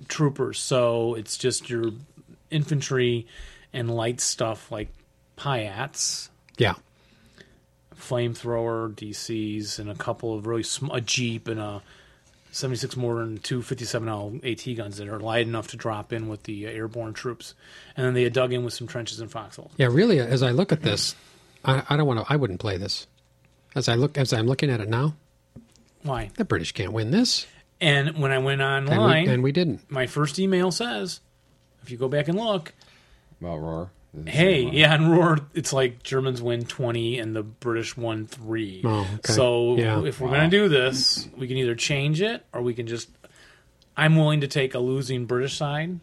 [SPEAKER 2] troopers. So it's just your infantry and light stuff like Piats,
[SPEAKER 1] Yeah,
[SPEAKER 2] flamethrower, DCs, and a couple of really sm- a jeep and a 76 mortar and two 57L AT guns that are light enough to drop in with the uh, airborne troops. And then they had dug in with some trenches and foxholes.
[SPEAKER 1] yeah. Really, as I look at this, I, I don't want to. I wouldn't play this. As I look, as I'm looking at it now,
[SPEAKER 2] Why?
[SPEAKER 1] the British can't win this,
[SPEAKER 2] And when I went
[SPEAKER 1] and,
[SPEAKER 2] online,
[SPEAKER 1] we, and we didn't.
[SPEAKER 2] my first email says, if you go back and look,
[SPEAKER 4] Well, roar. This is the
[SPEAKER 2] Hey,
[SPEAKER 4] same one.
[SPEAKER 2] yeah, and Roar, it's like Germans win 20 and the British won 3.
[SPEAKER 1] Oh, okay.
[SPEAKER 2] So
[SPEAKER 1] Yeah.
[SPEAKER 2] if we're going to do this, we can either change it or we can just. I'm willing to take a losing British side.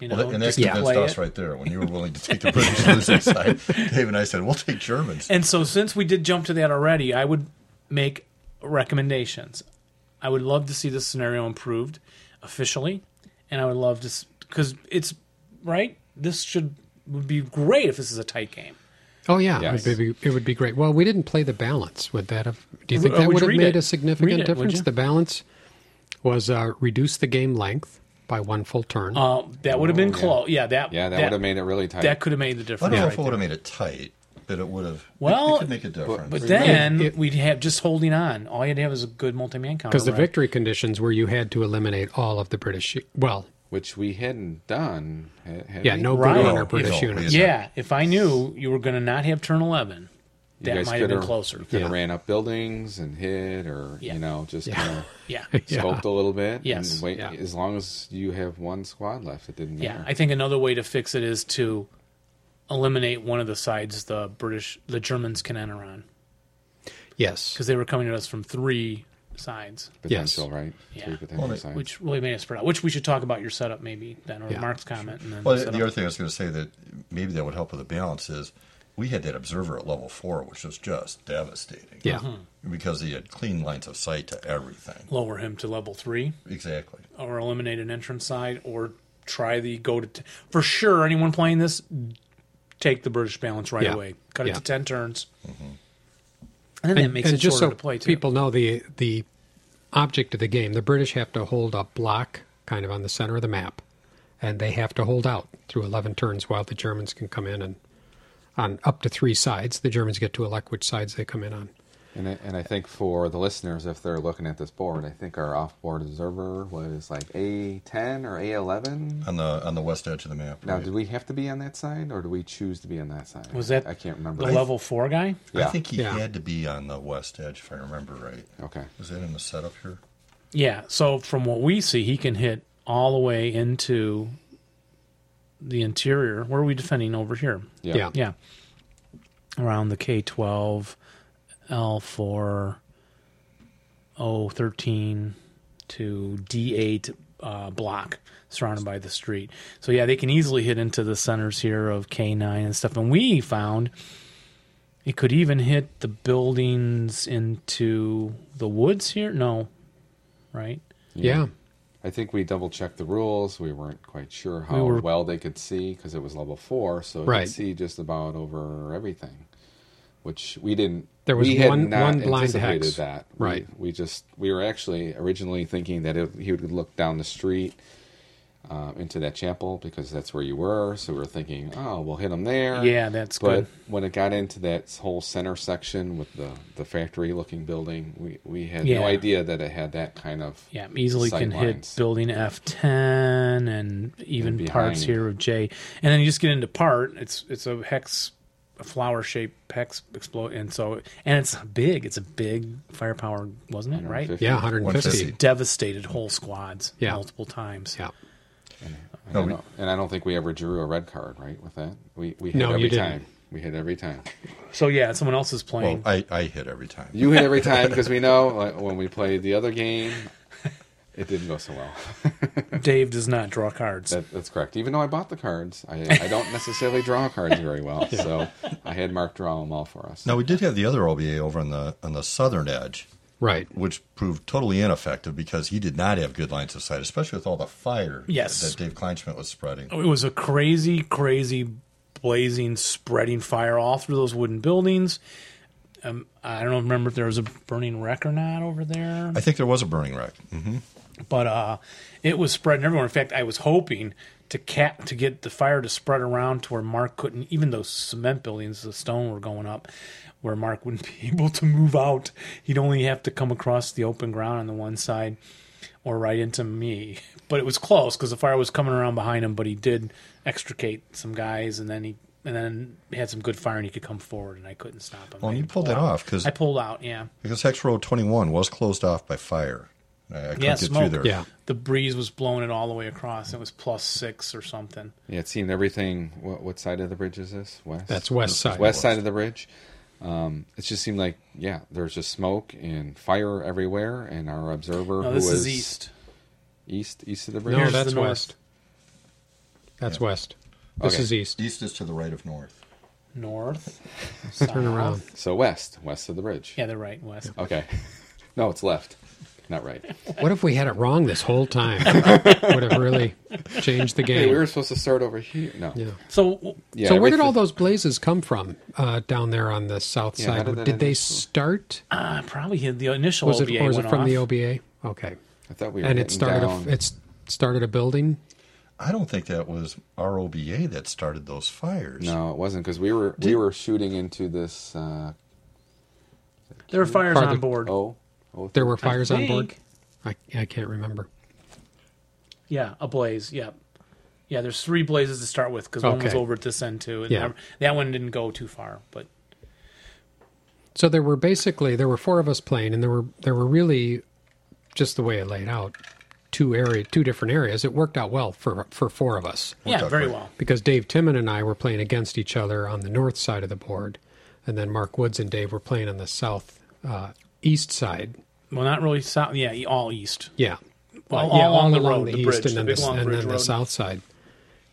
[SPEAKER 2] You know,
[SPEAKER 3] Well, that, and that
[SPEAKER 2] just
[SPEAKER 3] convinced
[SPEAKER 2] play
[SPEAKER 3] us
[SPEAKER 2] it.
[SPEAKER 3] right there when you were willing to take the British losing side. Dave and I said, "We'll take Germans."
[SPEAKER 2] And so since we did jump to that already, I would make recommendations. I would love to see this scenario improved officially, and I would love to because it's right. This should would be great if this is a tight game.
[SPEAKER 1] Oh yeah,
[SPEAKER 4] Yes.
[SPEAKER 1] it, would be, it would be great. Well, we didn't play the balance. Would that have? Do you think
[SPEAKER 2] Uh,
[SPEAKER 1] that
[SPEAKER 2] would
[SPEAKER 1] would
[SPEAKER 2] you
[SPEAKER 1] have
[SPEAKER 2] read
[SPEAKER 1] made
[SPEAKER 2] it?
[SPEAKER 1] a significant
[SPEAKER 2] Read it, would
[SPEAKER 1] difference?
[SPEAKER 2] you?
[SPEAKER 1] The balance was uh, reduce the game length by one full turn.
[SPEAKER 2] Uh, that would have been
[SPEAKER 4] Oh, yeah.
[SPEAKER 2] close. Yeah, that
[SPEAKER 4] Yeah, that, would have made it really tight.
[SPEAKER 2] that could have made the
[SPEAKER 3] I
[SPEAKER 2] difference.
[SPEAKER 3] don't know
[SPEAKER 2] right
[SPEAKER 3] if it would
[SPEAKER 2] there.
[SPEAKER 3] have made it tight, but it would have.
[SPEAKER 2] Well,
[SPEAKER 3] it could make a difference.
[SPEAKER 2] But then we'd have just holding on. All you'd have is a good multi-man counter.
[SPEAKER 1] Because the
[SPEAKER 2] right?
[SPEAKER 1] victory conditions were you had to eliminate all of the British. Well,
[SPEAKER 4] which we hadn't done. had- had
[SPEAKER 1] yeah,
[SPEAKER 4] we?
[SPEAKER 1] no
[SPEAKER 2] Right.
[SPEAKER 1] right. on
[SPEAKER 2] No,
[SPEAKER 1] our British
[SPEAKER 3] no,
[SPEAKER 1] units.
[SPEAKER 3] we-
[SPEAKER 2] Yeah, if I knew you were going to not have turn eleven,
[SPEAKER 4] You
[SPEAKER 2] that
[SPEAKER 4] guys
[SPEAKER 2] might have been
[SPEAKER 4] coulda-
[SPEAKER 2] closer.
[SPEAKER 4] You could have
[SPEAKER 1] Yeah.
[SPEAKER 4] ran up buildings and hit, or
[SPEAKER 2] Yeah.
[SPEAKER 4] you know, just
[SPEAKER 1] Yeah.
[SPEAKER 4] kind of
[SPEAKER 2] Yeah,
[SPEAKER 1] Yeah.
[SPEAKER 4] scoped a little bit.
[SPEAKER 2] Yes.
[SPEAKER 4] And wait,
[SPEAKER 1] Yeah.
[SPEAKER 4] as long as you have one squad left, it didn't
[SPEAKER 2] yeah.
[SPEAKER 4] matter.
[SPEAKER 2] I think another way to fix it is to eliminate one of the sides the British, the Germans can enter on
[SPEAKER 1] Yes.
[SPEAKER 2] because they were coming at us from three sides,
[SPEAKER 4] potential, right?
[SPEAKER 2] Yeah.
[SPEAKER 4] Three potential
[SPEAKER 3] Well,
[SPEAKER 4] sides.
[SPEAKER 2] which really made us spread out. Which we should talk about your setup maybe then, or
[SPEAKER 1] Yeah.
[SPEAKER 2] Mark's comment. And then
[SPEAKER 3] Well,
[SPEAKER 2] the
[SPEAKER 3] the,
[SPEAKER 2] setup.
[SPEAKER 3] other thing I was going to say that maybe that would help with the balance is we had that observer at level four, which was just devastating.
[SPEAKER 1] Yeah.
[SPEAKER 2] Uh-huh.
[SPEAKER 3] Because he had clean lines of sight to everything.
[SPEAKER 2] lower him to level three.
[SPEAKER 3] Exactly.
[SPEAKER 2] or eliminate an entrance side or try the go to t- for sure anyone playing this take the british balance right
[SPEAKER 1] Yeah.
[SPEAKER 2] away cut it
[SPEAKER 1] Yeah. Mm-hmm.
[SPEAKER 2] to 10 turns and then it makes
[SPEAKER 1] and
[SPEAKER 2] it
[SPEAKER 1] just
[SPEAKER 2] shorter
[SPEAKER 1] so
[SPEAKER 2] to play too
[SPEAKER 1] people know the the object of the game, the British have to hold a block kind of on the center of the map, and they have to hold out through eleven turns while the Germans can come in and on up to three sides. The Germans get to elect which sides they come in on.
[SPEAKER 4] And I, and I think for the listeners, if they're looking at this board, I think our off-board observer was like A10 or A11.
[SPEAKER 3] On the on the west edge of the map.
[SPEAKER 4] Now, do we have to be on that side, or do we choose to be on that side?
[SPEAKER 2] was that
[SPEAKER 4] I can't remember.
[SPEAKER 2] the level four guy
[SPEAKER 4] Yeah.
[SPEAKER 3] I think he
[SPEAKER 1] Yeah.
[SPEAKER 3] had to be on the west edge, if I remember right.
[SPEAKER 4] Okay.
[SPEAKER 3] Was that in the setup here?
[SPEAKER 2] yeah so from what we see he can hit all the way into the interior where are we defending over here
[SPEAKER 4] Yeah.
[SPEAKER 1] Yeah.
[SPEAKER 2] yeah around the k12 l4 o13 to d8 uh, block surrounded by the street. So yeah, they can easily hit into the centers here of K9 and stuff. And we found it could even hit the buildings into the woods here. No, right?
[SPEAKER 1] Yeah.
[SPEAKER 4] I think we double checked the rules. We weren't quite sure how
[SPEAKER 2] We were-
[SPEAKER 4] well they could see because it was level four, so it
[SPEAKER 1] Right.
[SPEAKER 4] could see just about over everything, which we didn't.
[SPEAKER 1] There was
[SPEAKER 4] we had
[SPEAKER 1] one-
[SPEAKER 4] not
[SPEAKER 1] one blind
[SPEAKER 4] anticipated
[SPEAKER 1] hex.
[SPEAKER 4] that.
[SPEAKER 1] Right.
[SPEAKER 4] We, we just we were actually originally thinking that it, he would look down the street uh, into that chapel because that's where you were. So we were thinking, oh, we'll hit him there.
[SPEAKER 2] Yeah, that's
[SPEAKER 4] but
[SPEAKER 2] good.
[SPEAKER 4] when it got into that whole center section with the, the factory looking building, we, we had
[SPEAKER 2] Yeah.
[SPEAKER 4] no idea that it had that kind of
[SPEAKER 2] Yeah, easily
[SPEAKER 4] sight
[SPEAKER 2] can hit
[SPEAKER 4] lines.
[SPEAKER 2] building F10 and even
[SPEAKER 4] And
[SPEAKER 2] parts
[SPEAKER 4] behind.
[SPEAKER 2] here of J. And then you just get into part. It's it's a hex, a flower shaped hex explode, and so and it's big. It's a big firepower, wasn't it? Right?
[SPEAKER 4] 150.
[SPEAKER 1] Yeah, 150.
[SPEAKER 3] 150.
[SPEAKER 2] Devastated whole squads
[SPEAKER 1] Yeah.
[SPEAKER 2] multiple times.
[SPEAKER 1] Yeah.
[SPEAKER 4] And,
[SPEAKER 3] No,
[SPEAKER 4] I
[SPEAKER 3] we-
[SPEAKER 4] don't, and I don't think we ever drew a red card, right? With that, we we hit
[SPEAKER 1] No, you
[SPEAKER 4] every
[SPEAKER 1] didn't.
[SPEAKER 4] time. We hit every time.
[SPEAKER 2] So yeah, someone else is
[SPEAKER 3] Well,
[SPEAKER 2] playing.
[SPEAKER 3] I, I hit every time.
[SPEAKER 4] You hit every time because we know like, when we played the other game, it didn't go so well.
[SPEAKER 2] Dave does not draw cards.
[SPEAKER 4] That, that's correct. Even though I bought the cards, I, I don't necessarily draw cards very well. So I had Mark draw them all for us.
[SPEAKER 3] Now we did have the other OBA over on the on the southern edge,
[SPEAKER 1] Right.
[SPEAKER 3] which proved totally ineffective because he did not have good lines of sight, especially with all the fire
[SPEAKER 2] Yes.
[SPEAKER 3] that Dave Kleinschmidt was spreading.
[SPEAKER 2] it was a crazy, crazy, blazing, spreading fire all through those wooden buildings. Um, I don't remember if there was a burning wreck or not over there,
[SPEAKER 3] I think there was a burning wreck.
[SPEAKER 2] but uh, it was spreading everywhere. In fact, I was hoping to cap to get the fire to spread around to where Mark couldn't. Even those cement buildings, the stone were going up, where Mark wouldn't be able to move out. He'd only have to come across the open ground on the one side or right into me. But it was close because the fire was coming around behind him. But he did extricate some guys, and then he and then he had some good fire, and he could come forward, and I couldn't stop him.
[SPEAKER 3] Well,
[SPEAKER 2] I
[SPEAKER 3] you
[SPEAKER 2] had to
[SPEAKER 3] pulled
[SPEAKER 2] pull
[SPEAKER 3] that
[SPEAKER 2] out.
[SPEAKER 3] off 'cause-
[SPEAKER 2] I pulled out. Yeah,
[SPEAKER 3] Because Hex Row 21 was closed off by fire. I, I couldn't
[SPEAKER 2] Yeah,
[SPEAKER 3] get
[SPEAKER 2] smoke.
[SPEAKER 3] through there.
[SPEAKER 1] Yeah.
[SPEAKER 2] the breeze was blowing it all the way across. It was plus six or something.
[SPEAKER 4] Yeah, it seemed everything. What, what side of the bridge is this? West.
[SPEAKER 1] That's west side.
[SPEAKER 4] west side of the bridge. Um, it just seemed like yeah, there's just smoke and fire everywhere, and our observer
[SPEAKER 2] No,
[SPEAKER 4] who
[SPEAKER 2] this
[SPEAKER 4] was
[SPEAKER 2] is east.
[SPEAKER 4] east east of the bridge.
[SPEAKER 1] No,
[SPEAKER 2] Here's
[SPEAKER 1] that's
[SPEAKER 2] the north.
[SPEAKER 1] west. That's west. This
[SPEAKER 4] Okay.
[SPEAKER 1] is east.
[SPEAKER 3] East is to the right of north.
[SPEAKER 2] north,
[SPEAKER 1] Turn around.
[SPEAKER 2] south.
[SPEAKER 4] So west, west of the bridge.
[SPEAKER 2] Yeah, they're right west.
[SPEAKER 4] Okay. No, it's left, not right.
[SPEAKER 1] What if we had it wrong this whole time? Would have really changed the
[SPEAKER 4] Hey,
[SPEAKER 1] game.
[SPEAKER 4] we were supposed to start over here. No.
[SPEAKER 1] yeah.
[SPEAKER 2] So w-
[SPEAKER 4] Yeah,
[SPEAKER 1] so where did
[SPEAKER 4] everything-
[SPEAKER 1] all those blazes come from uh, down there on the south
[SPEAKER 4] Yeah, how
[SPEAKER 1] side?
[SPEAKER 4] did
[SPEAKER 1] Did,
[SPEAKER 4] that
[SPEAKER 1] they
[SPEAKER 4] end up-
[SPEAKER 1] start?
[SPEAKER 2] I probably had the initial
[SPEAKER 1] Was
[SPEAKER 2] OBA
[SPEAKER 1] it or was
[SPEAKER 2] went
[SPEAKER 1] it from the
[SPEAKER 2] off.
[SPEAKER 1] OBA? Okay.
[SPEAKER 4] I thought we were
[SPEAKER 1] And it
[SPEAKER 4] getting
[SPEAKER 1] started.
[SPEAKER 4] down.
[SPEAKER 1] A, it's started a building.
[SPEAKER 3] I don't think that was ROBA that started those fires.
[SPEAKER 4] No, it wasn't because we were we were shooting into this. Uh,
[SPEAKER 2] There were fires
[SPEAKER 1] Farther-
[SPEAKER 2] on board.
[SPEAKER 4] oh, oh,
[SPEAKER 1] There were fires
[SPEAKER 2] I
[SPEAKER 1] on board.
[SPEAKER 2] think.
[SPEAKER 1] I, I can't remember.
[SPEAKER 2] Yeah, a blaze. Yep. Yeah, there's three blazes to start with because one was
[SPEAKER 1] Okay.
[SPEAKER 2] over at this end too, and
[SPEAKER 1] Yeah.
[SPEAKER 2] that, that one didn't go too far. But
[SPEAKER 1] So there were basically there were four of us playing, and there were there were really just the way it laid out, two area two different areas. It worked out well for for four of us.
[SPEAKER 2] yeah,
[SPEAKER 3] out
[SPEAKER 2] very
[SPEAKER 3] great.
[SPEAKER 2] well.
[SPEAKER 1] because Dave Timmon and I were playing against each other on the north side of the board, and then Mark Woods and Dave were playing on the south uh, east side.
[SPEAKER 2] Well, not really south. Yeah, e- all east.
[SPEAKER 1] Yeah,
[SPEAKER 2] Well,
[SPEAKER 1] yeah,
[SPEAKER 2] all along the road, the
[SPEAKER 1] east
[SPEAKER 2] bridge,
[SPEAKER 1] and then
[SPEAKER 2] the
[SPEAKER 1] the,
[SPEAKER 2] big long
[SPEAKER 1] and
[SPEAKER 2] bridge
[SPEAKER 1] then the
[SPEAKER 2] road.
[SPEAKER 1] south side.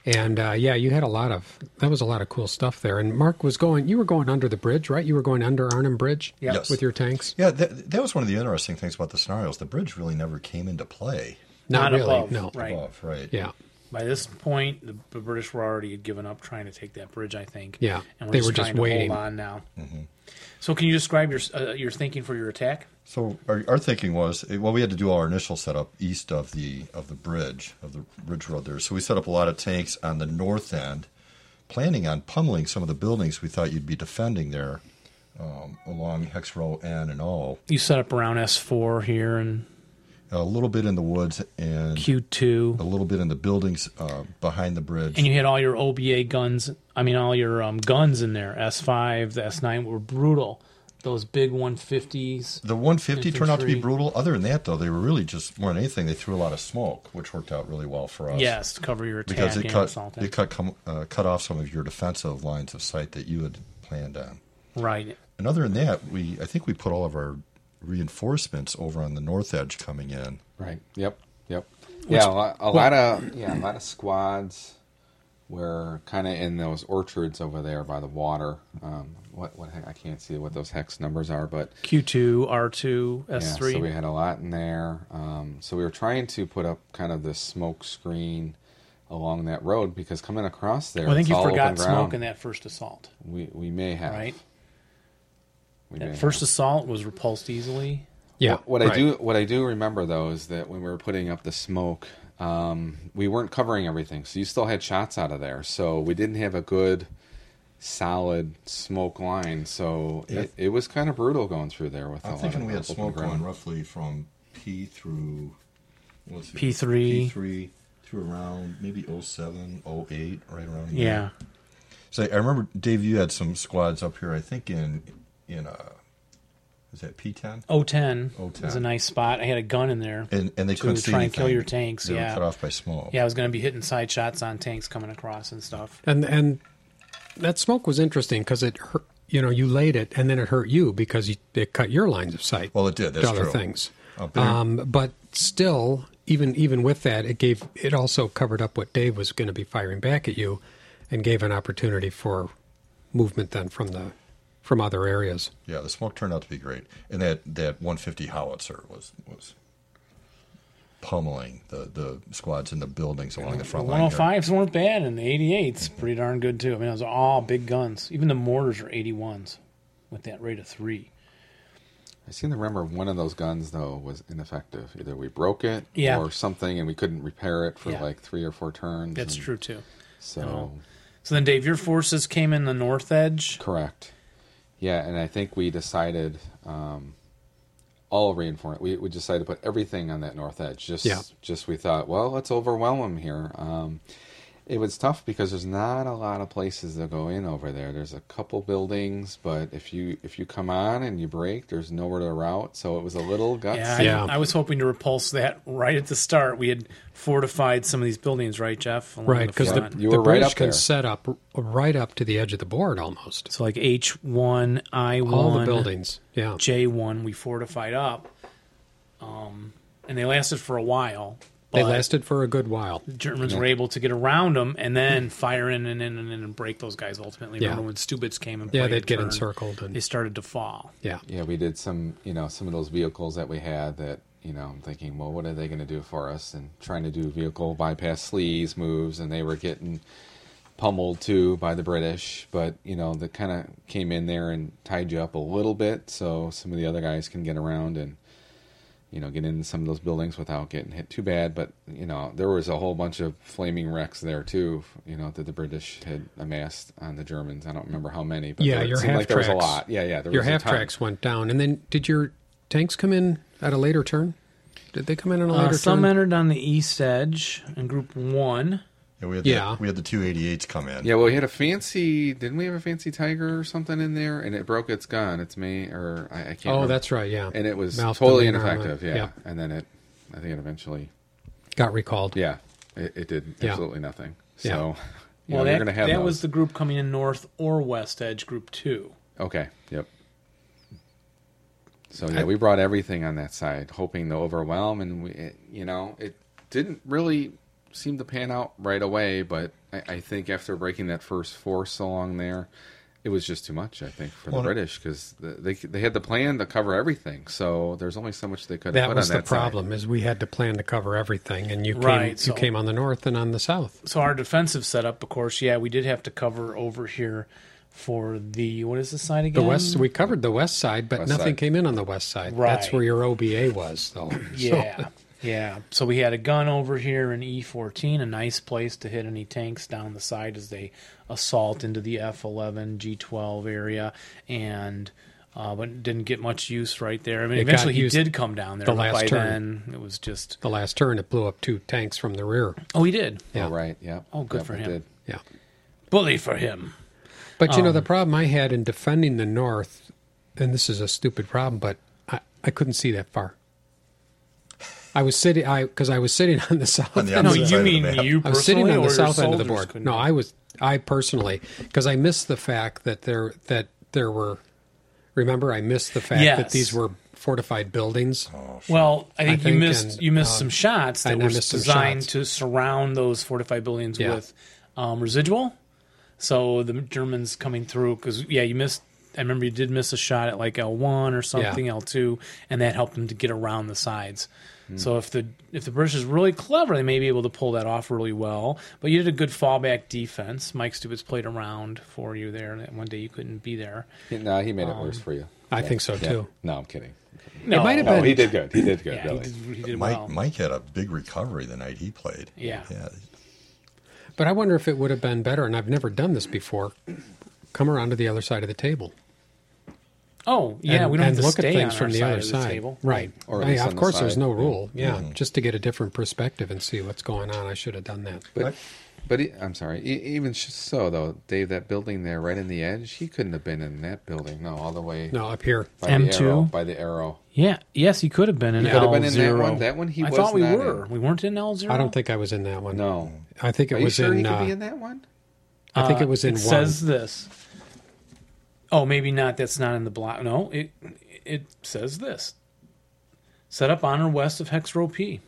[SPEAKER 1] And uh, yeah, you had a lot of that was a lot of cool stuff there. And Mark was going, you were going under the bridge, right? You were going under Arnhem Bridge
[SPEAKER 2] Yeah.
[SPEAKER 3] Yes.
[SPEAKER 1] with your tanks.
[SPEAKER 3] Yeah, that, that was one of the interesting things about the scenarios. The bridge really never came into play
[SPEAKER 1] Not,
[SPEAKER 2] Not
[SPEAKER 1] really,
[SPEAKER 2] above,
[SPEAKER 1] no.
[SPEAKER 2] Right.
[SPEAKER 3] above, right?
[SPEAKER 1] Yeah,
[SPEAKER 2] By this point, the, the British were already had given up trying to take that bridge. I think.
[SPEAKER 1] Yeah,
[SPEAKER 2] and we're
[SPEAKER 1] they
[SPEAKER 2] just
[SPEAKER 1] were just
[SPEAKER 2] trying to
[SPEAKER 1] waiting.
[SPEAKER 2] Hold on now.
[SPEAKER 3] Mm-hmm.
[SPEAKER 2] So, can you describe your s- uh, your thinking for your attack?
[SPEAKER 3] So our, our thinking was, eh, well, we had to do our initial setup east of the of the bridge of the bridge road there. So we set up a lot of tanks on the north end, planning on pummeling some of the buildings we thought you'd be defending there um, along Hex Row N and O,
[SPEAKER 2] You set up around S four here and
[SPEAKER 3] a little bit in the woods and
[SPEAKER 2] Q two.
[SPEAKER 3] a little bit in the buildings uh, behind the bridge.
[SPEAKER 2] and you had all your OBA guns. I mean, all your um, guns in there. S five, the S nine were brutal. Those big one fifties.
[SPEAKER 3] the 150 turned out to be
[SPEAKER 2] Infantry.
[SPEAKER 3] brutal. Other than that, though, they were really just more than anything. They threw a lot of smoke, which worked out really well for us.
[SPEAKER 2] Yes, to cover your attack
[SPEAKER 3] because it
[SPEAKER 2] and
[SPEAKER 3] cut
[SPEAKER 2] assault.
[SPEAKER 3] it cut com, uh, cut off some of your defensive lines of sight that you had planned on.
[SPEAKER 2] right.
[SPEAKER 3] And other than that, we I think we put all of our reinforcements over on the north edge coming in.
[SPEAKER 4] right. Yep. Yep. yeah, a lot, a lot of yeah, a lot of squads were kind of in those orchards over there by the water. Um, what what heck, I can't see what those hex numbers are, but
[SPEAKER 2] Q2, R2,
[SPEAKER 4] yeah,
[SPEAKER 2] S3.
[SPEAKER 4] so we had a lot in there. Um, so we were trying to put up kind of this smoke screen along that road because coming across there,
[SPEAKER 2] well, I think
[SPEAKER 4] it's
[SPEAKER 2] you
[SPEAKER 4] all
[SPEAKER 2] forgot
[SPEAKER 4] open
[SPEAKER 2] smoke
[SPEAKER 4] ground.
[SPEAKER 2] in that first assault,
[SPEAKER 4] We we may have
[SPEAKER 2] right?
[SPEAKER 4] We may
[SPEAKER 2] That
[SPEAKER 4] have.
[SPEAKER 2] first assault was repulsed easily.
[SPEAKER 1] Yeah.
[SPEAKER 4] What, what I
[SPEAKER 1] right.
[SPEAKER 4] do what I do remember though is that when we were putting up the smoke, um, we weren't covering everything, so you still had shots out of there. So we didn't have a good solid smoke line. So
[SPEAKER 3] Yeah.
[SPEAKER 4] it, it was kind of brutal going through there with. a
[SPEAKER 1] Oh,
[SPEAKER 3] I'm
[SPEAKER 4] lot
[SPEAKER 3] thinking
[SPEAKER 4] of
[SPEAKER 3] we had
[SPEAKER 4] open
[SPEAKER 3] smoke
[SPEAKER 4] ground.
[SPEAKER 3] going roughly from P through let's see,
[SPEAKER 2] P3.
[SPEAKER 3] P3 through around maybe 07, 08, right around there.
[SPEAKER 2] Yeah.
[SPEAKER 3] So I remember Dave, you had some squads up here. I think in in uh, is that P10?
[SPEAKER 2] 010, was a
[SPEAKER 3] O10.
[SPEAKER 2] nice spot. I had a gun in there.
[SPEAKER 3] And and they
[SPEAKER 2] To
[SPEAKER 3] couldn't see
[SPEAKER 2] try and kill
[SPEAKER 3] anything.
[SPEAKER 2] your tanks,
[SPEAKER 3] They
[SPEAKER 2] yeah.
[SPEAKER 3] were cut off by smoke.
[SPEAKER 2] Yeah, I was going to be hitting side shots on tanks coming across and stuff.
[SPEAKER 1] and and that smoke was interesting because it hurt. You know, you laid it, and then it hurt you because you, it cut your lines of sight.
[SPEAKER 3] Well, it did. That's
[SPEAKER 1] to other
[SPEAKER 3] true.
[SPEAKER 1] things.
[SPEAKER 3] Up there.
[SPEAKER 1] Um, but still, even even with that, it gave it also covered up what Dave was going to be firing back at you, and gave an opportunity for movement then from the from other areas.
[SPEAKER 3] Yeah, the smoke turned out to be great, and that that 150 howitzer was was pummeling the the squads in the buildings along the front line. here.
[SPEAKER 2] 105s weren't bad, and the 88s pretty darn good too. I mean, it was all big guns. Even the mortars are 81s with that rate of three.
[SPEAKER 4] I seem to remember one of those guns though was ineffective. Either we broke it
[SPEAKER 2] Yeah.
[SPEAKER 4] or something, and we couldn't repair it for
[SPEAKER 2] Yeah.
[SPEAKER 4] like three or four turns.
[SPEAKER 2] That's
[SPEAKER 4] and
[SPEAKER 2] true too.
[SPEAKER 4] So.
[SPEAKER 2] So then, Dave, your forces came in the north edge.
[SPEAKER 4] Correct. Yeah, and I think we decided um, all reinforce. We, we decided to put everything on that north edge. Just
[SPEAKER 1] Yeah.
[SPEAKER 4] just we thought, well, let's overwhelm them here. Um, it was tough because there's not a lot of places to go in over there. There's a couple buildings, but if you if you come on and you break, there's nowhere to route. So it was a little gutsy.
[SPEAKER 2] Yeah, I,
[SPEAKER 1] Yeah.
[SPEAKER 2] I was hoping to repulse that right at the start. We had fortified some of these buildings, right, Jeff? Along
[SPEAKER 1] Right, because the,
[SPEAKER 2] front.
[SPEAKER 4] You
[SPEAKER 1] the
[SPEAKER 4] were right
[SPEAKER 1] British
[SPEAKER 4] up
[SPEAKER 1] can
[SPEAKER 4] there.
[SPEAKER 1] set up r- right up to the edge of the board almost.
[SPEAKER 2] so like H one, I one,
[SPEAKER 1] All the buildings, yeah,
[SPEAKER 2] J one, we fortified up, um, and they lasted for a while.
[SPEAKER 1] they
[SPEAKER 2] but-
[SPEAKER 1] lasted for a good while.
[SPEAKER 2] Germans were able to get around them and then fire in and in and in and break those guys ultimately.
[SPEAKER 1] Yeah.
[SPEAKER 2] Remember when Stubitz came and
[SPEAKER 1] Yeah,
[SPEAKER 2] played a
[SPEAKER 1] they'd get
[SPEAKER 2] turn,
[SPEAKER 1] encircled and
[SPEAKER 2] They started to fall.
[SPEAKER 1] yeah,
[SPEAKER 4] Yeah, we did some, you know, some of those vehicles that we had that, you know, I'm thinking, well, what are they going to do for us? And trying to do vehicle bypass sleaze moves, and they were getting pummeled too by the British. But, you know, that kind of came in there and tied you up a little bit so some of the other guys can get around and, you know, get into some of those buildings without getting hit too bad. But, you know, there was a whole bunch of flaming wrecks there too, you know, that the British had amassed on the Germans. I don't remember how many, but
[SPEAKER 1] Yeah,
[SPEAKER 4] there, it
[SPEAKER 1] your
[SPEAKER 4] seemed like there was a
[SPEAKER 1] half-tracks.
[SPEAKER 4] lot. Yeah, yeah. There
[SPEAKER 1] your
[SPEAKER 4] was a
[SPEAKER 1] half
[SPEAKER 4] ton.
[SPEAKER 1] tracks went down, and then did your tanks come in at a later turn? Did they come in on a
[SPEAKER 2] Uh,
[SPEAKER 1] later
[SPEAKER 2] some
[SPEAKER 1] turn?
[SPEAKER 2] entered on the east edge in Group One.
[SPEAKER 3] Yeah, we had
[SPEAKER 1] Yeah.
[SPEAKER 3] The, we had the 288s come in.
[SPEAKER 4] Yeah, well, we had a fancy. Didn't we have a fancy tiger or something in there? And it broke its gun. It's me or I, I can't.
[SPEAKER 1] Oh,
[SPEAKER 4] remember.
[SPEAKER 1] that's right. Yeah,
[SPEAKER 4] And it was
[SPEAKER 1] Mouth
[SPEAKER 4] totally
[SPEAKER 1] domain armor,
[SPEAKER 4] ineffective. Yeah. And then it, I think it eventually.
[SPEAKER 1] got recalled.
[SPEAKER 4] Yeah, it, it did
[SPEAKER 1] Yeah.
[SPEAKER 4] absolutely nothing. So,
[SPEAKER 1] Yeah.
[SPEAKER 4] you
[SPEAKER 2] well,
[SPEAKER 4] know, you're
[SPEAKER 2] that,
[SPEAKER 4] gonna have
[SPEAKER 2] that
[SPEAKER 4] those.
[SPEAKER 2] was the group coming in north or west edge, Group Two.
[SPEAKER 4] Okay. Yep. So yeah, we brought everything on that side, hoping to overwhelm, and we, it, you know, it didn't really seem to pan out right away. But I, I think after breaking that first force along there, it was just too much. I think for the
[SPEAKER 3] Well,
[SPEAKER 4] British because they they had the plan to cover everything, so there's only so much they could have
[SPEAKER 1] That
[SPEAKER 4] put
[SPEAKER 1] was
[SPEAKER 4] on
[SPEAKER 1] the
[SPEAKER 4] that side.
[SPEAKER 1] problem is we had to plan to cover everything, and you came
[SPEAKER 2] Right, so-
[SPEAKER 1] you came on the north and on the south.
[SPEAKER 2] So our defensive setup, of course, yeah, we did have to cover over here for the what is the side
[SPEAKER 1] The
[SPEAKER 2] again?
[SPEAKER 1] west we covered the west side, but
[SPEAKER 4] West
[SPEAKER 1] nothing
[SPEAKER 4] side.
[SPEAKER 1] came in on the west side. That's
[SPEAKER 2] Right.
[SPEAKER 1] where your OBA was, though.
[SPEAKER 2] Yeah. Yeah. So we had a gun over here in E14, a nice place to hit any tanks down the side as they assault into the F11, G12 area, and uh, but didn't get much use right there. I mean,
[SPEAKER 1] It got
[SPEAKER 2] eventually he
[SPEAKER 1] used
[SPEAKER 2] did come down there.
[SPEAKER 1] the
[SPEAKER 2] but
[SPEAKER 1] last
[SPEAKER 2] by
[SPEAKER 1] turn.
[SPEAKER 2] then, it was just
[SPEAKER 1] The last turn, it blew up two tanks from the rear.
[SPEAKER 2] oh, he did.
[SPEAKER 1] Yeah.
[SPEAKER 4] Oh, right. Yep.
[SPEAKER 2] Oh, good
[SPEAKER 4] Yep,
[SPEAKER 2] for
[SPEAKER 4] it
[SPEAKER 2] him.
[SPEAKER 4] did.
[SPEAKER 1] Yeah.
[SPEAKER 2] Bully for him.
[SPEAKER 1] But you know
[SPEAKER 2] Um,
[SPEAKER 1] the problem I had in defending the north, and this is a stupid problem, but I, I couldn't see that far. I was sitting, I because I was sitting on the south.
[SPEAKER 3] On the
[SPEAKER 1] end
[SPEAKER 2] No,
[SPEAKER 1] of
[SPEAKER 3] Outside
[SPEAKER 1] the-
[SPEAKER 3] of
[SPEAKER 2] you
[SPEAKER 3] the
[SPEAKER 2] mean
[SPEAKER 3] map.
[SPEAKER 2] you personally
[SPEAKER 1] I was sitting on
[SPEAKER 2] or
[SPEAKER 1] the
[SPEAKER 2] your
[SPEAKER 1] south end of the
[SPEAKER 2] soldiers
[SPEAKER 1] board.
[SPEAKER 2] couldn't-
[SPEAKER 1] No, I was I personally because I missed the fact that there that there were. Remember, I missed the fact that
[SPEAKER 2] Yes. Oh.
[SPEAKER 1] these were fortified buildings.
[SPEAKER 2] Well, I think, you
[SPEAKER 1] think,
[SPEAKER 2] missed
[SPEAKER 1] and,
[SPEAKER 2] you missed
[SPEAKER 1] um,
[SPEAKER 2] some shots
[SPEAKER 1] I
[SPEAKER 2] that
[SPEAKER 1] know
[SPEAKER 2] were
[SPEAKER 1] I missed some
[SPEAKER 2] designed
[SPEAKER 1] shots.
[SPEAKER 2] to surround those fortified buildings
[SPEAKER 1] Yeah.
[SPEAKER 2] with um, residual. So the Germans coming through because yeah, you missed. I remember you did miss a shot at like L one or something L two, and that helped them to get around the sides.
[SPEAKER 1] Hmm.
[SPEAKER 2] So if the if the British is really clever, they may be able to pull that off really well. But you did a good fallback defense. Mike Stupid's played around for you there. and One day you couldn't be there.
[SPEAKER 4] No, he made it worse for you.
[SPEAKER 1] Um, I think so too.
[SPEAKER 4] No, I'm kidding.
[SPEAKER 2] No,
[SPEAKER 1] might have
[SPEAKER 4] No,
[SPEAKER 1] been-
[SPEAKER 4] he did good. He did good.
[SPEAKER 2] Yeah,
[SPEAKER 4] really.
[SPEAKER 2] he did, he did
[SPEAKER 3] Mike
[SPEAKER 2] well.
[SPEAKER 3] Mike had a big recovery the night he played.
[SPEAKER 2] Yeah.
[SPEAKER 3] Yeah.
[SPEAKER 1] But I wonder if it would have been better. And I've never done this before. Come around to the other side of the table.
[SPEAKER 2] Oh yeah,
[SPEAKER 1] and,
[SPEAKER 2] we don't
[SPEAKER 1] and
[SPEAKER 2] have to
[SPEAKER 1] look
[SPEAKER 2] stay
[SPEAKER 1] at things
[SPEAKER 2] on
[SPEAKER 1] from
[SPEAKER 2] our
[SPEAKER 1] the
[SPEAKER 2] side
[SPEAKER 1] other
[SPEAKER 2] of the
[SPEAKER 1] side,
[SPEAKER 2] table.
[SPEAKER 1] right?
[SPEAKER 4] Or at
[SPEAKER 1] Yeah,
[SPEAKER 4] least on
[SPEAKER 1] of
[SPEAKER 4] the
[SPEAKER 1] course, there's
[SPEAKER 4] side,
[SPEAKER 1] no
[SPEAKER 4] yeah.
[SPEAKER 1] rule. Yeah,
[SPEAKER 2] Mm-hmm.
[SPEAKER 1] just to get a different perspective and see what's going on. I should have done that.
[SPEAKER 4] But, but he, I'm sorry. E- Even sh- so, though, Dave, that building there, right in the edge, he couldn't have been in that building. No, all the way
[SPEAKER 1] No, up here.
[SPEAKER 4] by
[SPEAKER 2] M2?
[SPEAKER 4] the arrow. By the arrow.
[SPEAKER 2] Yeah. Yes, he could have been in
[SPEAKER 4] could have
[SPEAKER 2] L
[SPEAKER 4] been in that
[SPEAKER 2] zero.
[SPEAKER 4] one. That one he
[SPEAKER 2] I
[SPEAKER 4] was
[SPEAKER 2] thought we
[SPEAKER 4] not
[SPEAKER 2] were.
[SPEAKER 4] in.
[SPEAKER 2] We weren't in L zero.
[SPEAKER 1] I don't think I was in that one.
[SPEAKER 4] No.
[SPEAKER 1] I think it
[SPEAKER 4] Are you
[SPEAKER 1] was
[SPEAKER 4] sure
[SPEAKER 1] in.
[SPEAKER 4] he could
[SPEAKER 1] uh,
[SPEAKER 4] be in that one?
[SPEAKER 1] I think it was in
[SPEAKER 2] Uh, It
[SPEAKER 1] one.
[SPEAKER 2] says this. Oh, maybe not. That's not in the block. No, it it says this. Set up on or west of Hex Row P.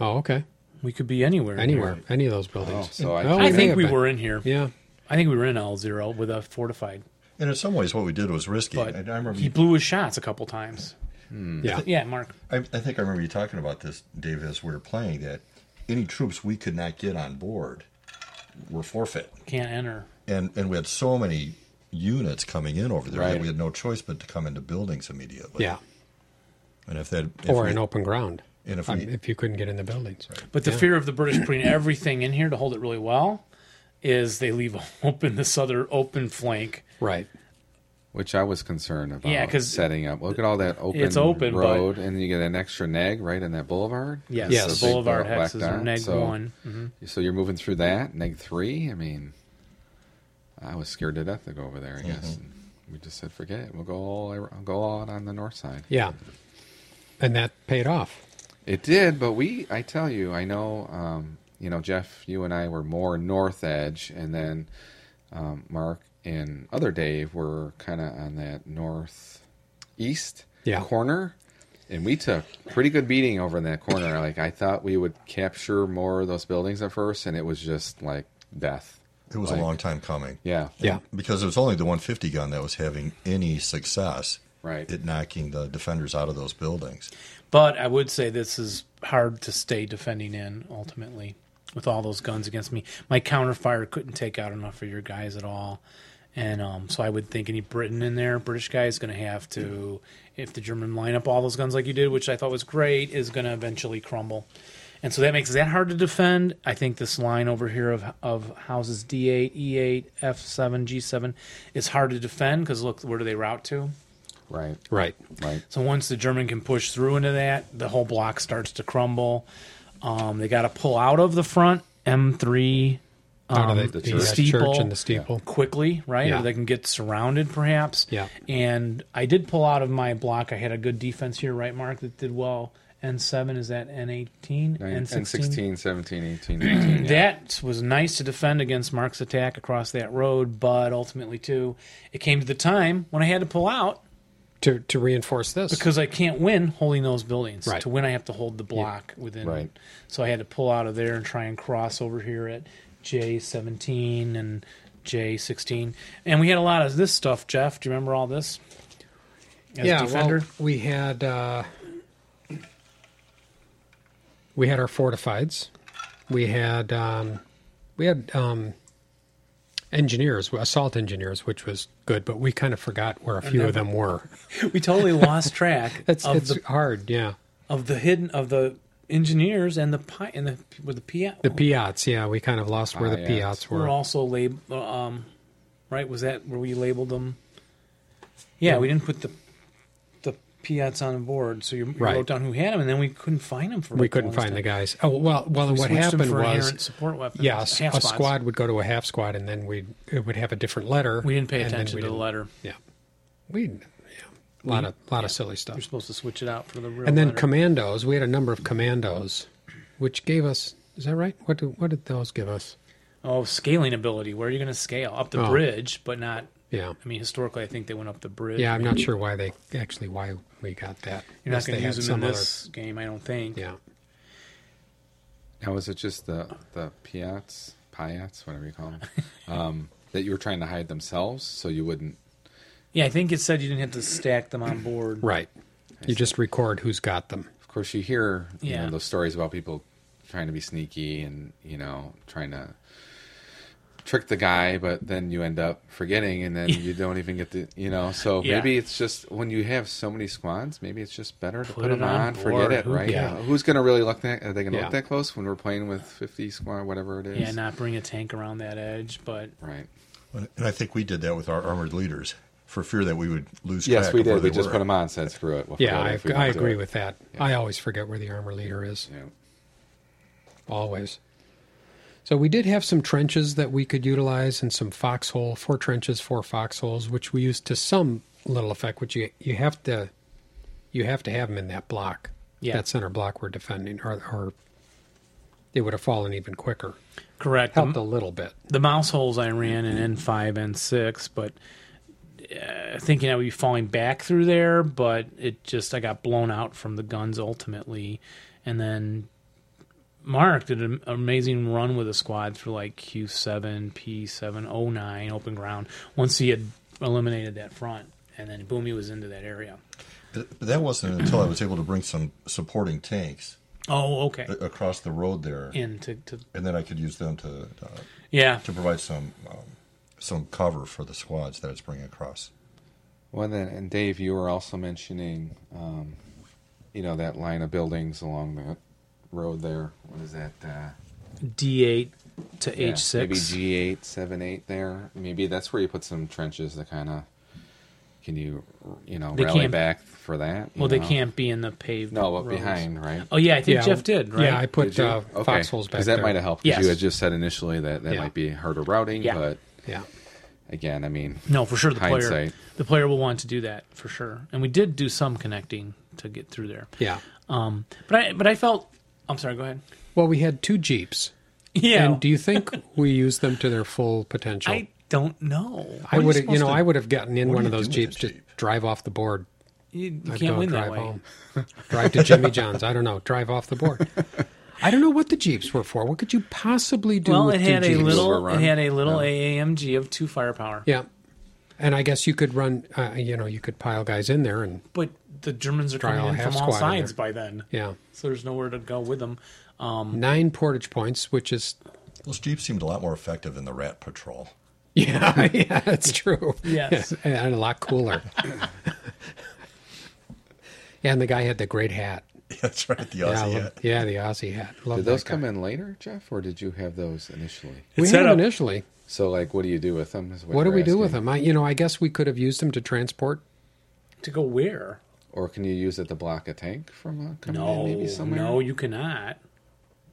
[SPEAKER 1] oh, okay.
[SPEAKER 2] We could be anywhere. in
[SPEAKER 1] Anywhere,
[SPEAKER 2] here.
[SPEAKER 1] any of those buildings.
[SPEAKER 4] Oh, so I
[SPEAKER 1] Oh,
[SPEAKER 4] We
[SPEAKER 2] I
[SPEAKER 1] may
[SPEAKER 2] think
[SPEAKER 1] have
[SPEAKER 2] we
[SPEAKER 1] been.
[SPEAKER 2] were in here.
[SPEAKER 1] Oh. Yeah.
[SPEAKER 2] I think we were in L zero with a fortified.
[SPEAKER 3] And in some ways, what we did was risky.
[SPEAKER 2] But
[SPEAKER 3] I, I remember.
[SPEAKER 2] he
[SPEAKER 3] You,
[SPEAKER 2] blew his shots a couple times.
[SPEAKER 1] Yeah.
[SPEAKER 2] Yeah, Mark.
[SPEAKER 3] I, I think I remember you talking about this, Dave, as we were playing. That any troops we could not get on board were forfeit,
[SPEAKER 2] Can't enter.
[SPEAKER 3] and and we had so many units coming in over there that
[SPEAKER 4] Right.
[SPEAKER 3] we had no choice but to come into buildings immediately.
[SPEAKER 1] Yeah.
[SPEAKER 3] And if that if
[SPEAKER 1] Or
[SPEAKER 3] we,
[SPEAKER 1] in open ground.
[SPEAKER 3] and if
[SPEAKER 1] um,
[SPEAKER 3] we,
[SPEAKER 1] if you couldn't get in the buildings.
[SPEAKER 2] But the
[SPEAKER 1] Yeah.
[SPEAKER 2] fear of the British putting everything in here to hold it really well is they leave open this other open flank.
[SPEAKER 1] Right.
[SPEAKER 4] Which I was concerned about.
[SPEAKER 2] Yeah, 'cause
[SPEAKER 4] setting up. Look at all that open.
[SPEAKER 2] It's open, but-
[SPEAKER 4] road, and you get an extra neg right in that boulevard.
[SPEAKER 2] Yes,
[SPEAKER 1] Yes.
[SPEAKER 4] It's a
[SPEAKER 2] the
[SPEAKER 4] big
[SPEAKER 2] Boulevard
[SPEAKER 4] black
[SPEAKER 2] hexes are
[SPEAKER 4] dot,
[SPEAKER 2] neg
[SPEAKER 4] so-
[SPEAKER 2] one. Mhm.
[SPEAKER 4] So you're moving through that neg three. I mean, I was scared to death to go over there. I
[SPEAKER 2] Mm-hmm.
[SPEAKER 4] guess and we just said, forget it. We'll go all I'll go out on the north side.
[SPEAKER 1] Yeah. And that paid off.
[SPEAKER 4] It did, but we, I tell you, I know, um, you know, Jeff, you and I were more north edge, and then um, Mark and other Dave were kind of on that north east
[SPEAKER 1] Yeah.
[SPEAKER 4] corner, and we took pretty good beating over in that corner. Like I thought we would capture more of those buildings at first, and it was just like death.
[SPEAKER 3] it was
[SPEAKER 4] Like,
[SPEAKER 3] a long time coming.
[SPEAKER 4] Yeah,
[SPEAKER 1] Yeah.
[SPEAKER 3] Because it was only the 150 gun that was having any success
[SPEAKER 4] Right.
[SPEAKER 3] at knocking the defenders out of those buildings.
[SPEAKER 2] But I would say this is hard to stay defending in ultimately with all those guns against me. My counterfire couldn't take out enough of your guys at all. And um, so I would think any Briton in there, British guy, is going to have to, if the German line up all those guns like you did, which I thought was great, is going to eventually crumble. And so that makes that hard to defend. I think this line over here of, of houses E D8, E8, F7, G7 is hard to defend because look, where do they route to?
[SPEAKER 4] right,
[SPEAKER 1] Right.
[SPEAKER 4] right.
[SPEAKER 2] So once the German can push through into that, the whole block starts to crumble. Um, they got to pull out of the front M3
[SPEAKER 1] Out
[SPEAKER 2] um,
[SPEAKER 1] of the, the, uh,
[SPEAKER 2] steeple.
[SPEAKER 1] church and the steeple.
[SPEAKER 2] quickly, right?
[SPEAKER 1] Yeah.
[SPEAKER 2] Or they can get surrounded, perhaps.
[SPEAKER 1] Yeah.
[SPEAKER 2] And I did pull out of my block. I had a good defense here, right, Mark? That did well. N7 is that N18,
[SPEAKER 4] And
[SPEAKER 2] N16.
[SPEAKER 4] 16, 17, 18, 19. yeah.
[SPEAKER 2] That was nice to defend against Mark's attack across that road, but ultimately, too, it came to the time when I had to pull out
[SPEAKER 1] To, to reinforce this.
[SPEAKER 2] because I can't win holding those buildings.
[SPEAKER 1] Right.
[SPEAKER 2] To win, I have to hold the block within.
[SPEAKER 4] Right.
[SPEAKER 2] So I had to pull out of there and try and cross over here at J17 and J16. And we had a lot of this stuff, Jeff. Do you remember all this? As
[SPEAKER 1] yeah,
[SPEAKER 2] defender?
[SPEAKER 1] well, we had uh, we had our fortifieds. We had um, we had um, engineers, assault engineers, which was good, but we kind of forgot where a few of them were.
[SPEAKER 2] we totally lost track
[SPEAKER 1] It's
[SPEAKER 2] of
[SPEAKER 1] it's
[SPEAKER 2] the
[SPEAKER 1] hard, yeah.
[SPEAKER 2] of the hidden of the engineers and the pi and the with the PI.
[SPEAKER 1] The Piats, yeah, we kind of lost where the
[SPEAKER 4] Ah, yeah.
[SPEAKER 1] Piats
[SPEAKER 2] were
[SPEAKER 1] were.
[SPEAKER 2] also labeled. Um, right? Was that where we labeled them? Yeah, we didn't put the the Piats on the board, so you, you
[SPEAKER 1] Right.
[SPEAKER 2] wrote down who had them, and then we couldn't find them for.
[SPEAKER 1] We couldn't find the guys. Oh well, well, and what happened was,
[SPEAKER 2] support weapons.
[SPEAKER 1] yeah, a,
[SPEAKER 2] half
[SPEAKER 1] a
[SPEAKER 2] spots.
[SPEAKER 1] squad would go to a half squad, and then we it would have a different letter.
[SPEAKER 2] We didn't pay
[SPEAKER 1] and then
[SPEAKER 2] attention
[SPEAKER 1] we
[SPEAKER 2] to the
[SPEAKER 1] didn't-
[SPEAKER 2] letter.
[SPEAKER 1] Yeah, we, yeah, a lot of lot of silly
[SPEAKER 2] You're
[SPEAKER 1] stuff.
[SPEAKER 2] supposed to switch it out for the real.
[SPEAKER 1] And then
[SPEAKER 2] letter.
[SPEAKER 1] commandos, we had a number of commandos, which gave us. Is that right? What do, what did those give us?
[SPEAKER 2] oh, scaling ability. Where are you going to scale up the
[SPEAKER 1] Oh.
[SPEAKER 2] bridge, but not
[SPEAKER 1] Yeah.
[SPEAKER 2] I mean, historically, I think they went up the bridge.
[SPEAKER 1] Yeah, I'm not
[SPEAKER 2] maybe.
[SPEAKER 1] sure why they actually why we got that.
[SPEAKER 2] You're
[SPEAKER 1] Unless
[SPEAKER 2] not going
[SPEAKER 1] they
[SPEAKER 2] to
[SPEAKER 1] had
[SPEAKER 2] use them
[SPEAKER 1] some
[SPEAKER 2] in
[SPEAKER 1] other-
[SPEAKER 2] this game, I don't think.
[SPEAKER 1] Yeah.
[SPEAKER 4] Now, is it just the the piats, piats, whatever you call them, um, that you were trying to hide themselves so you wouldn't?
[SPEAKER 2] Yeah, I think it said you didn't have to stack them on board.
[SPEAKER 1] Right. You just record who's got them.
[SPEAKER 4] Of course, you hear you
[SPEAKER 2] Yeah.
[SPEAKER 4] know, those stories about people trying to be sneaky and you know trying to trick the guy, but then you end up forgetting, and then you don't even get the you know. So
[SPEAKER 2] Yeah.
[SPEAKER 4] maybe it's just when you have so many squads, maybe it's just better to put,
[SPEAKER 2] it
[SPEAKER 4] them
[SPEAKER 2] on
[SPEAKER 4] on,
[SPEAKER 2] board.
[SPEAKER 4] forget it,
[SPEAKER 2] Who
[SPEAKER 4] right?
[SPEAKER 1] cares?
[SPEAKER 4] Who's going to really look that? Are they going to
[SPEAKER 1] Yeah.
[SPEAKER 4] look that close when we're playing with fifty squad, whatever it is?
[SPEAKER 2] Yeah, not bring a tank around that edge, but
[SPEAKER 4] right.
[SPEAKER 3] And and I think we did that with our armored leaders for fear that we would lose.
[SPEAKER 4] Yes,
[SPEAKER 3] track
[SPEAKER 4] we
[SPEAKER 3] of where
[SPEAKER 4] did. We
[SPEAKER 3] they
[SPEAKER 4] just
[SPEAKER 3] were.
[SPEAKER 4] put them on. Said screw it. We'll
[SPEAKER 1] Yeah,
[SPEAKER 4] forget it
[SPEAKER 1] I,
[SPEAKER 4] if we
[SPEAKER 1] I
[SPEAKER 4] don't do
[SPEAKER 1] agree
[SPEAKER 4] it."
[SPEAKER 1] with that. I always forget where the armor leader is.
[SPEAKER 4] Yeah.
[SPEAKER 1] Always. So we did have some trenches that we could utilize and some foxhole, four trenches, four foxholes, which we used to some little effect, which you you have to you have to have them in that block.
[SPEAKER 2] Yeah.
[SPEAKER 1] That center block we're defending or or they would have fallen even quicker.
[SPEAKER 2] correct.
[SPEAKER 1] Helped
[SPEAKER 2] The,
[SPEAKER 1] a little bit.
[SPEAKER 2] the mouse holes I ran in N5, N6, but uh, thinking I would be falling back through there, but it just, I got blown out from the guns ultimately. And then Mark did an amazing run with a squad through like Q7, P7, 09, open ground once he had eliminated that front. And then boom, he was into that area.
[SPEAKER 3] But that wasn't until I was able to bring some supporting tanks
[SPEAKER 2] Oh, okay.
[SPEAKER 3] a-
[SPEAKER 4] Uh,
[SPEAKER 3] across the road there,
[SPEAKER 2] In to, to
[SPEAKER 3] and then I could use them to uh,
[SPEAKER 2] yeah,
[SPEAKER 3] to provide some um, some cover for the squads that it's bringing across.
[SPEAKER 4] Well, then, and Dave, you were also mentioning, um, you know, that line of buildings along the road there. What is that? Uh,
[SPEAKER 2] D8 to
[SPEAKER 4] yeah,
[SPEAKER 2] H6.
[SPEAKER 4] Maybe G eight, seven eight there. Maybe that's where you put some trenches that kind of can you, you know,
[SPEAKER 2] They
[SPEAKER 4] rally
[SPEAKER 2] can't-
[SPEAKER 4] back for that. you
[SPEAKER 2] well, they
[SPEAKER 4] know?
[SPEAKER 2] can't be in the paved.
[SPEAKER 4] No, but
[SPEAKER 2] roads.
[SPEAKER 4] behind, right?
[SPEAKER 2] Oh yeah, I think
[SPEAKER 1] Yeah,
[SPEAKER 2] Jeff did. Right?
[SPEAKER 1] Yeah, I put
[SPEAKER 4] Did you?
[SPEAKER 1] uh, foxholes back
[SPEAKER 4] Because that
[SPEAKER 1] there.
[SPEAKER 4] might have helped. 'cause
[SPEAKER 2] Yes.
[SPEAKER 4] You had just said initially that that
[SPEAKER 1] Yeah.
[SPEAKER 4] might be harder routing,
[SPEAKER 2] Yeah.
[SPEAKER 4] but
[SPEAKER 1] Yeah.
[SPEAKER 4] again, I mean,
[SPEAKER 2] no, for sure the player
[SPEAKER 4] Hindsight.
[SPEAKER 2] the player will want to do that for sure. And we did do some connecting to get through there.
[SPEAKER 1] Yeah.
[SPEAKER 2] Um, but I but I felt. I'm sorry. Go ahead.
[SPEAKER 1] Well, we had two jeeps.
[SPEAKER 2] Yeah.
[SPEAKER 1] And do you think we used them to their full potential?
[SPEAKER 2] I don't know.
[SPEAKER 1] I
[SPEAKER 3] What are you
[SPEAKER 1] would, you,
[SPEAKER 3] supposed
[SPEAKER 1] know,
[SPEAKER 3] to-
[SPEAKER 1] I would have gotten in
[SPEAKER 3] what do
[SPEAKER 1] one
[SPEAKER 3] you
[SPEAKER 1] of those
[SPEAKER 3] do with a
[SPEAKER 1] jeeps, just
[SPEAKER 3] Jeep?
[SPEAKER 1] drive off the board.
[SPEAKER 2] You, you
[SPEAKER 1] I'd
[SPEAKER 2] can't
[SPEAKER 1] go
[SPEAKER 2] win that
[SPEAKER 1] drive
[SPEAKER 2] way.
[SPEAKER 1] home, drive to Jimmy John's. I don't know, drive off the board. I don't know what the jeeps were for. What could you possibly do?
[SPEAKER 2] Well,
[SPEAKER 1] with
[SPEAKER 2] it
[SPEAKER 1] two
[SPEAKER 2] had a
[SPEAKER 1] jeeps?
[SPEAKER 2] little. It
[SPEAKER 4] Overrun.
[SPEAKER 2] had a little AAMG of two firepower.
[SPEAKER 1] yeah. And I guess you could run. Uh, you know, you could pile guys in there, and
[SPEAKER 2] But the Germans are
[SPEAKER 1] Trial
[SPEAKER 2] coming in
[SPEAKER 1] half
[SPEAKER 2] from all
[SPEAKER 1] squad in
[SPEAKER 2] sides
[SPEAKER 1] there.
[SPEAKER 2] by then.
[SPEAKER 1] yeah,
[SPEAKER 2] So there's nowhere to go with them. Um,
[SPEAKER 1] nine portage points, which is
[SPEAKER 3] Those jeeps seemed a lot more effective than the Rat Patrol.
[SPEAKER 1] yeah, yeah, that's true.
[SPEAKER 2] Yes.
[SPEAKER 1] and a lot cooler. yeah, and the guy had the great hat.
[SPEAKER 3] That's right, the
[SPEAKER 1] Yeah, I
[SPEAKER 3] Aussie
[SPEAKER 1] love-
[SPEAKER 3] hat.
[SPEAKER 1] yeah, the Aussie hat. Love
[SPEAKER 4] did those
[SPEAKER 1] that guy.
[SPEAKER 4] come in later, Jeff, or did you have those initially?
[SPEAKER 1] We
[SPEAKER 2] It's
[SPEAKER 1] had
[SPEAKER 2] set
[SPEAKER 1] them
[SPEAKER 2] up-
[SPEAKER 1] initially.
[SPEAKER 4] So, like, what do you do with them? is
[SPEAKER 1] What do
[SPEAKER 4] you're
[SPEAKER 1] we do
[SPEAKER 4] asking.
[SPEAKER 1] with them? I, you know, I guess we could have used them to transport.
[SPEAKER 2] to go where?
[SPEAKER 4] Or can you use it to block a tank from uh, coming
[SPEAKER 2] No,
[SPEAKER 4] in maybe somewhere?
[SPEAKER 2] no, you cannot.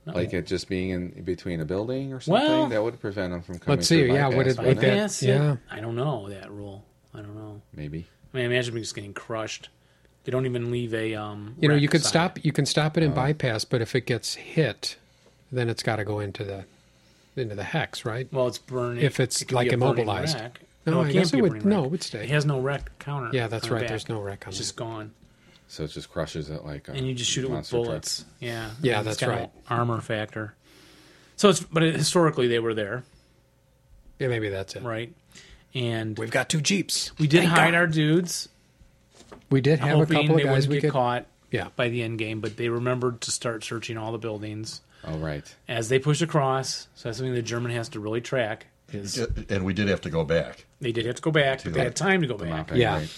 [SPEAKER 4] Like it just being in between a building or something?
[SPEAKER 2] Well-
[SPEAKER 4] that would prevent them from coming
[SPEAKER 1] Let's
[SPEAKER 4] through
[SPEAKER 1] see, yeah, what
[SPEAKER 4] bypass,
[SPEAKER 1] did-
[SPEAKER 4] wouldn't
[SPEAKER 1] that-
[SPEAKER 4] it?
[SPEAKER 2] Bypass it?
[SPEAKER 1] yeah.
[SPEAKER 2] I don't know that rule. I don't know.
[SPEAKER 4] Maybe.
[SPEAKER 2] I mean, imagine just getting crushed. They don't even leave a. Um,
[SPEAKER 1] You know, you
[SPEAKER 2] wreck
[SPEAKER 1] could
[SPEAKER 2] side.
[SPEAKER 1] stop. You can stop
[SPEAKER 2] Oh.
[SPEAKER 1] it and bypass, but if it gets hit, then it's got to go into the into the hex, right?
[SPEAKER 2] Well, it's burning.
[SPEAKER 1] If it's,
[SPEAKER 2] it could be
[SPEAKER 1] like,
[SPEAKER 2] a burning
[SPEAKER 1] immobilized.
[SPEAKER 2] wreck.
[SPEAKER 1] No, I
[SPEAKER 2] can't
[SPEAKER 1] guess
[SPEAKER 2] be
[SPEAKER 1] it
[SPEAKER 2] a
[SPEAKER 1] would-
[SPEAKER 2] burning wreck.
[SPEAKER 1] no, it would stay.
[SPEAKER 2] It has no wreck counter.
[SPEAKER 1] Yeah, that's
[SPEAKER 2] on the
[SPEAKER 1] right.
[SPEAKER 2] back.
[SPEAKER 1] There's no wreck on
[SPEAKER 2] It's
[SPEAKER 1] the
[SPEAKER 2] just gone,
[SPEAKER 4] So it just crushes it like a
[SPEAKER 2] and you just shoot it with
[SPEAKER 4] monster truck.
[SPEAKER 2] bullets. Yeah,
[SPEAKER 1] Yeah,
[SPEAKER 2] and
[SPEAKER 1] that's
[SPEAKER 2] it's got no
[SPEAKER 1] right.
[SPEAKER 2] Armor factor. So it's but it, historically they were there,
[SPEAKER 1] Yeah, maybe that's it.
[SPEAKER 2] right? And
[SPEAKER 1] We've got two jeeps.
[SPEAKER 2] we did hide our dudes,
[SPEAKER 1] We did have a
[SPEAKER 2] hoping
[SPEAKER 1] couple of
[SPEAKER 2] they
[SPEAKER 1] guys
[SPEAKER 2] wouldn't
[SPEAKER 1] we
[SPEAKER 2] get
[SPEAKER 1] could.
[SPEAKER 2] caught
[SPEAKER 1] Yeah,
[SPEAKER 2] by the end game, but they remembered to start searching all the buildings.
[SPEAKER 4] Oh, right.
[SPEAKER 2] as they push across. So that's something the German has to really track. Is
[SPEAKER 3] And we did have to go back.
[SPEAKER 2] they did have to go back, but they had time to go
[SPEAKER 4] The
[SPEAKER 2] back.
[SPEAKER 4] mopping,
[SPEAKER 1] Yeah.
[SPEAKER 4] right.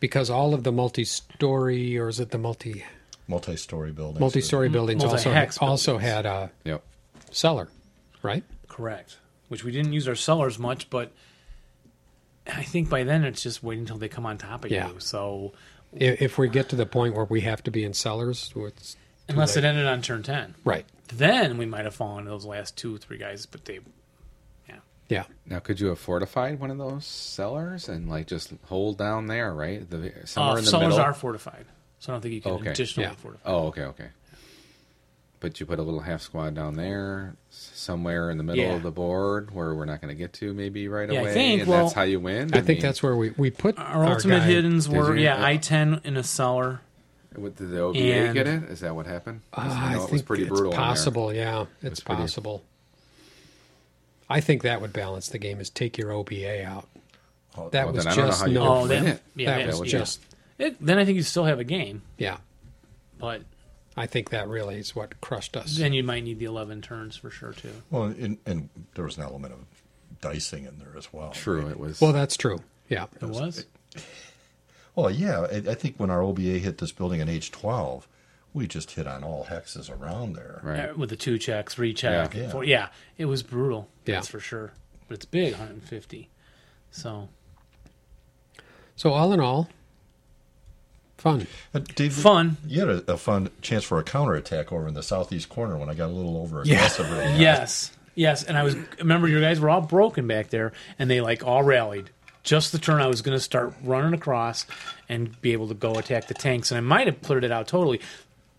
[SPEAKER 1] because all of the multi-story or is it the multi
[SPEAKER 3] Multi-story buildings.
[SPEAKER 1] multi-story buildings also
[SPEAKER 2] Hmm? multi-hex
[SPEAKER 1] also
[SPEAKER 2] buildings.
[SPEAKER 1] had a
[SPEAKER 4] Yep.
[SPEAKER 1] cellar, right?
[SPEAKER 2] Correct. Which we didn't use our sellers much, but I think by then it's just waiting until they come on top of
[SPEAKER 1] Yeah.
[SPEAKER 2] you. So
[SPEAKER 1] If, if we get to the point where we have to be in cellars, it's
[SPEAKER 2] unless it ended on turn ten,
[SPEAKER 1] right.
[SPEAKER 2] then we might have fallen to those last two, three guys. But they, yeah,
[SPEAKER 1] Yeah,
[SPEAKER 4] Now, could you have fortified one of those cellars and like just hold down there, right? The, somewhere
[SPEAKER 2] uh,
[SPEAKER 4] in the
[SPEAKER 2] cellars
[SPEAKER 4] middle.
[SPEAKER 2] are fortified, so I don't think you can
[SPEAKER 4] Oh, Okay.
[SPEAKER 2] additionally
[SPEAKER 1] Yeah.
[SPEAKER 2] fortify.
[SPEAKER 4] Oh, okay, okay. but you put a little half squad down there, s- somewhere in the middle
[SPEAKER 2] Yeah.
[SPEAKER 4] of the board where we're not going to get to maybe right
[SPEAKER 2] Yeah, I
[SPEAKER 4] away,
[SPEAKER 2] think,
[SPEAKER 4] and
[SPEAKER 2] well,
[SPEAKER 4] that's how you win.
[SPEAKER 1] I, think
[SPEAKER 4] mean,
[SPEAKER 1] that's where we, we put
[SPEAKER 2] Our, ultimate
[SPEAKER 1] guy.
[SPEAKER 2] hiddens
[SPEAKER 4] Did
[SPEAKER 2] were
[SPEAKER 4] you-
[SPEAKER 2] yeah,
[SPEAKER 4] yeah.
[SPEAKER 2] I ten in a cellar.
[SPEAKER 4] what, did the OVA
[SPEAKER 2] and-
[SPEAKER 4] get it? Is that what happened? 'Cause
[SPEAKER 1] Ah,
[SPEAKER 4] I
[SPEAKER 1] I
[SPEAKER 4] know
[SPEAKER 1] think
[SPEAKER 4] it was pretty
[SPEAKER 1] it's
[SPEAKER 4] brutal. in there.
[SPEAKER 1] possible. Yeah, it's
[SPEAKER 4] pretty-
[SPEAKER 1] possible. I think that would balance the game is take your OBA out.
[SPEAKER 3] Oh,
[SPEAKER 1] That
[SPEAKER 4] well,
[SPEAKER 1] was
[SPEAKER 4] then I don't know
[SPEAKER 1] just
[SPEAKER 4] how you
[SPEAKER 1] no.
[SPEAKER 4] would
[SPEAKER 2] Oh,
[SPEAKER 4] win
[SPEAKER 2] that,
[SPEAKER 4] it.
[SPEAKER 2] yeah,
[SPEAKER 1] that
[SPEAKER 2] that
[SPEAKER 1] was
[SPEAKER 2] yeah.
[SPEAKER 1] just
[SPEAKER 2] It, then I think you still have a game,
[SPEAKER 1] yeah.
[SPEAKER 2] but
[SPEAKER 1] I think that really is what crushed us.
[SPEAKER 2] then you might need the eleven turns for sure too.
[SPEAKER 3] Well, and, and there was an element of dicing in there as well.
[SPEAKER 4] True, it was.
[SPEAKER 1] well, that's true. Yeah,
[SPEAKER 2] It was.
[SPEAKER 3] Well, yeah, I, I think when our OBA hit this building in H12, we just hit on all hexes around there.
[SPEAKER 4] right.
[SPEAKER 2] Uh, with the two check, three check,
[SPEAKER 3] Yeah.
[SPEAKER 2] yeah, four, yeah it was brutal.
[SPEAKER 1] Yeah.
[SPEAKER 2] that's for sure. But it's big, 150. So
[SPEAKER 1] So all in all, fun.
[SPEAKER 3] Uh, Dave,
[SPEAKER 2] fun.
[SPEAKER 3] You had a, a fun chance for a counterattack over in the southeast corner when I got a little over
[SPEAKER 1] Yeah.
[SPEAKER 3] aggressive. really.
[SPEAKER 2] Yes, yes. And I was remember your guys were all broken back there, and they like all rallied. Just the turn I was going to start running across and be able to go attack the tanks, and I might have put it out totally.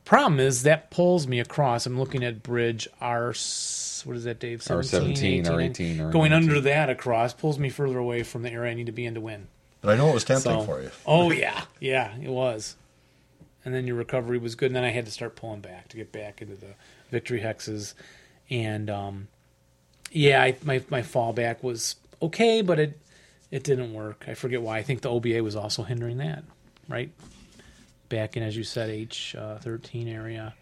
[SPEAKER 2] Problem is that pulls me across. I'm looking at bridge R. s- What is that, Dave?
[SPEAKER 4] R17, R18, or
[SPEAKER 2] Going
[SPEAKER 4] 19.
[SPEAKER 2] under that across pulls me further away from the area I need to be in to win.
[SPEAKER 3] But I know it was tempting
[SPEAKER 2] So,
[SPEAKER 3] for you.
[SPEAKER 2] oh yeah, yeah, it was. And then your recovery was good. And then I had to start pulling back to get back into the victory hexes, and um, yeah, I, my my fallback was okay, but it it didn't work. I forget why. I think the OBA was also hindering that, right? Back in, as you said, H uh, thirteen area,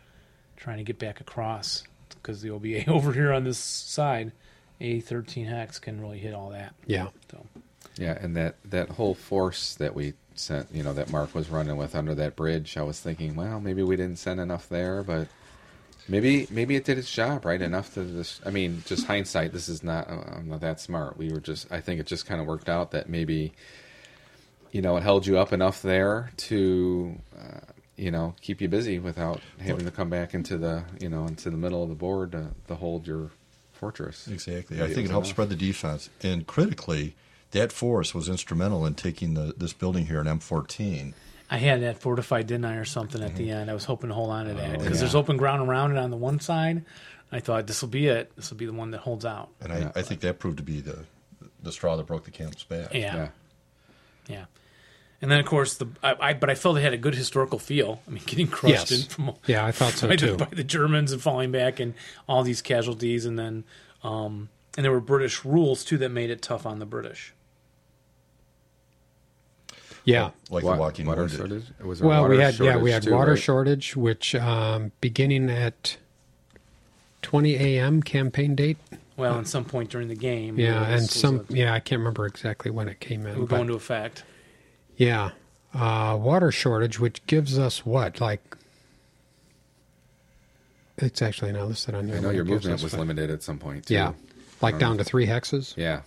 [SPEAKER 2] trying to get back across because the OBA over here on this side, A thirteen hex can really hit all that.
[SPEAKER 1] Yeah,
[SPEAKER 2] So
[SPEAKER 4] Yeah, and that that whole force that we sent, you know, that Mark was running with under that bridge, I was thinking, well, maybe we didn't send enough there, but maybe maybe it did its job, right? Enough to just, I mean, just hindsight. This is not, I'm not that smart. We were just, I think it just kind of worked out that maybe, you know, it held you up enough there to, uh, you know, keep you busy without having to come back into the, you know, into the middle of the board to, to hold your fortress.
[SPEAKER 3] Exactly. I
[SPEAKER 4] Maybe it
[SPEAKER 3] think
[SPEAKER 4] was
[SPEAKER 3] it helped
[SPEAKER 4] enough.
[SPEAKER 3] spread the defense. And critically, that force was instrumental in taking the, this building here in M14.
[SPEAKER 2] I had that fortified, didn't I, or something at
[SPEAKER 1] Mm-hmm.
[SPEAKER 2] the end. I was hoping to hold on to that
[SPEAKER 1] Oh,
[SPEAKER 2] because
[SPEAKER 4] yeah.
[SPEAKER 2] there's open ground around it on the one side. I thought this will be it. This will be the one that holds out.
[SPEAKER 3] And I,
[SPEAKER 4] Yeah.
[SPEAKER 3] I think that proved to be the the straw that broke the camel's back.
[SPEAKER 2] Yeah, yeah.
[SPEAKER 4] yeah.
[SPEAKER 2] And then of course the I, I but I felt it had a good historical feel. I mean, getting
[SPEAKER 1] Yes.
[SPEAKER 2] crushed in from
[SPEAKER 1] yeah, I thought so
[SPEAKER 2] by, the,
[SPEAKER 1] too.
[SPEAKER 2] by the Germans and falling back and all these casualties, and then um, and there were British rules too that made it tough on the British.
[SPEAKER 1] Yeah.
[SPEAKER 3] Like
[SPEAKER 4] Wa-
[SPEAKER 3] the walking
[SPEAKER 4] water
[SPEAKER 3] wounded.
[SPEAKER 4] shortage? Was there
[SPEAKER 1] Well,
[SPEAKER 4] water
[SPEAKER 1] we had yeah, we
[SPEAKER 4] shortage
[SPEAKER 1] had
[SPEAKER 4] too,
[SPEAKER 1] water
[SPEAKER 4] right?
[SPEAKER 1] shortage, which um, beginning at 20 a.m. campaign date.
[SPEAKER 2] Well, at some point during the game,
[SPEAKER 1] Yeah,
[SPEAKER 2] rules
[SPEAKER 1] and
[SPEAKER 2] was
[SPEAKER 1] some
[SPEAKER 2] a-
[SPEAKER 1] yeah, I can't remember exactly when it came in.
[SPEAKER 2] were
[SPEAKER 1] But,
[SPEAKER 2] going to effect.
[SPEAKER 1] yeah, uh, water shortage, which gives us what like. It's actually not listed on your.
[SPEAKER 4] I know
[SPEAKER 1] what
[SPEAKER 4] your
[SPEAKER 1] it gives
[SPEAKER 4] movement
[SPEAKER 1] us,
[SPEAKER 4] was
[SPEAKER 1] but-
[SPEAKER 4] limited at some point. Too. Uh-huh.
[SPEAKER 1] Yeah, like down to three hexes.
[SPEAKER 4] yeah.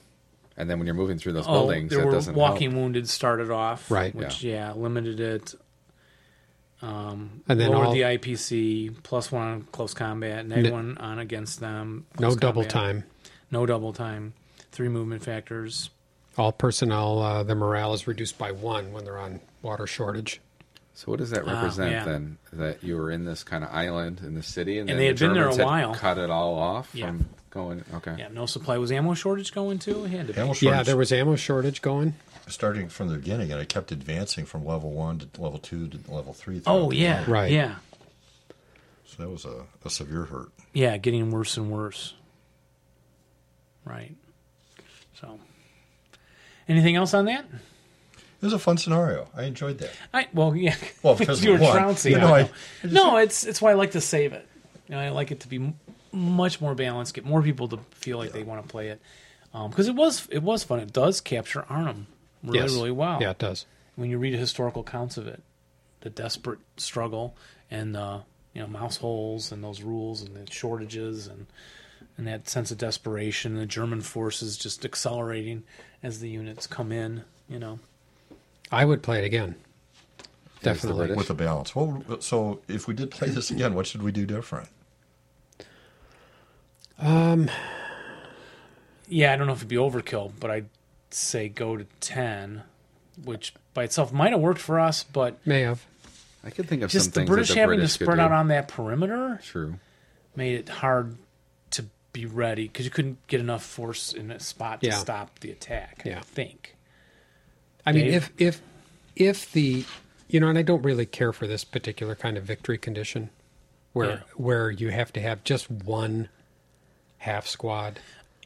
[SPEAKER 4] And then when you're moving through those
[SPEAKER 2] Oh,
[SPEAKER 4] buildings,
[SPEAKER 2] there
[SPEAKER 4] that
[SPEAKER 2] were
[SPEAKER 4] doesn't
[SPEAKER 2] walking
[SPEAKER 4] help.
[SPEAKER 2] wounded started off,
[SPEAKER 1] Right.
[SPEAKER 2] Which yeah, limited it. Um,
[SPEAKER 1] And then
[SPEAKER 2] lowered
[SPEAKER 1] all-
[SPEAKER 2] the IPC plus one on close combat, neg one on against them.
[SPEAKER 1] No
[SPEAKER 2] close
[SPEAKER 1] double
[SPEAKER 2] combat,
[SPEAKER 1] time.
[SPEAKER 2] No double time. Three movement factors.
[SPEAKER 1] All personnel, uh, their morale is reduced by one when they're on water shortage.
[SPEAKER 4] So what does that
[SPEAKER 2] Ah,
[SPEAKER 4] represent
[SPEAKER 2] yeah.
[SPEAKER 4] then? That you were in this kind of island in the city,
[SPEAKER 2] And
[SPEAKER 4] and, then
[SPEAKER 2] they
[SPEAKER 4] the
[SPEAKER 2] had been there
[SPEAKER 4] Germans
[SPEAKER 2] a while.
[SPEAKER 4] Cut it all off
[SPEAKER 2] Yeah.
[SPEAKER 4] from going. Okay.
[SPEAKER 2] Yeah, no supply. Was ammo shortage going too? It had to be.
[SPEAKER 3] Camel
[SPEAKER 1] Yeah,
[SPEAKER 3] shortage
[SPEAKER 1] there was ammo shortage going.
[SPEAKER 3] starting from the beginning, and I kept advancing from level one to level two to level three. throughout
[SPEAKER 2] Oh
[SPEAKER 3] the
[SPEAKER 2] yeah,
[SPEAKER 3] game.
[SPEAKER 1] Right.
[SPEAKER 2] Yeah,
[SPEAKER 3] So that was a, a severe hurt.
[SPEAKER 2] yeah, getting worse and worse. Right. So, anything else on that?
[SPEAKER 3] It was a fun scenario. I enjoyed that.
[SPEAKER 2] I well, yeah.
[SPEAKER 3] Well, because
[SPEAKER 2] you
[SPEAKER 3] we
[SPEAKER 2] were
[SPEAKER 3] won.
[SPEAKER 2] trouncing.
[SPEAKER 3] You know,
[SPEAKER 2] I
[SPEAKER 3] I-
[SPEAKER 2] know. no, it's it's why I like to save it. You know, I like it to be m- much more balanced. Get more people to feel like they want to play it because it was it was fun. It does capture Arnhem really
[SPEAKER 1] Yes.
[SPEAKER 2] really well.
[SPEAKER 1] Yeah, it does.
[SPEAKER 2] When you read historical accounts of it, the desperate struggle and uh, you know mouse holes and those rules and the shortages and and that sense of desperation, the German forces just accelerating as the units come in. You know.
[SPEAKER 1] I would play it again.
[SPEAKER 4] There's the
[SPEAKER 1] Definitely.
[SPEAKER 4] British.
[SPEAKER 3] with the balance. Well, so if we did play this again, what should we do different?
[SPEAKER 2] Yeah, I don't know if it'd be overkill, but I'd say go to 10, which by itself might have worked for us, but
[SPEAKER 1] May have.
[SPEAKER 4] I could think of
[SPEAKER 2] just
[SPEAKER 4] some things
[SPEAKER 2] the British
[SPEAKER 4] that the
[SPEAKER 2] having
[SPEAKER 4] British
[SPEAKER 2] to
[SPEAKER 4] could
[SPEAKER 2] spread
[SPEAKER 4] do.
[SPEAKER 2] out on that perimeter
[SPEAKER 4] True.
[SPEAKER 2] made it hard to be ready because you couldn't get enough force in a spot to
[SPEAKER 1] Yeah.
[SPEAKER 2] stop the attack. I
[SPEAKER 1] Yeah.
[SPEAKER 2] think.
[SPEAKER 1] I mean,
[SPEAKER 2] Dave?
[SPEAKER 1] if if if the you know, and I don't really care for this particular kind of victory condition, where
[SPEAKER 2] Yeah.
[SPEAKER 1] where you have to have just one half squad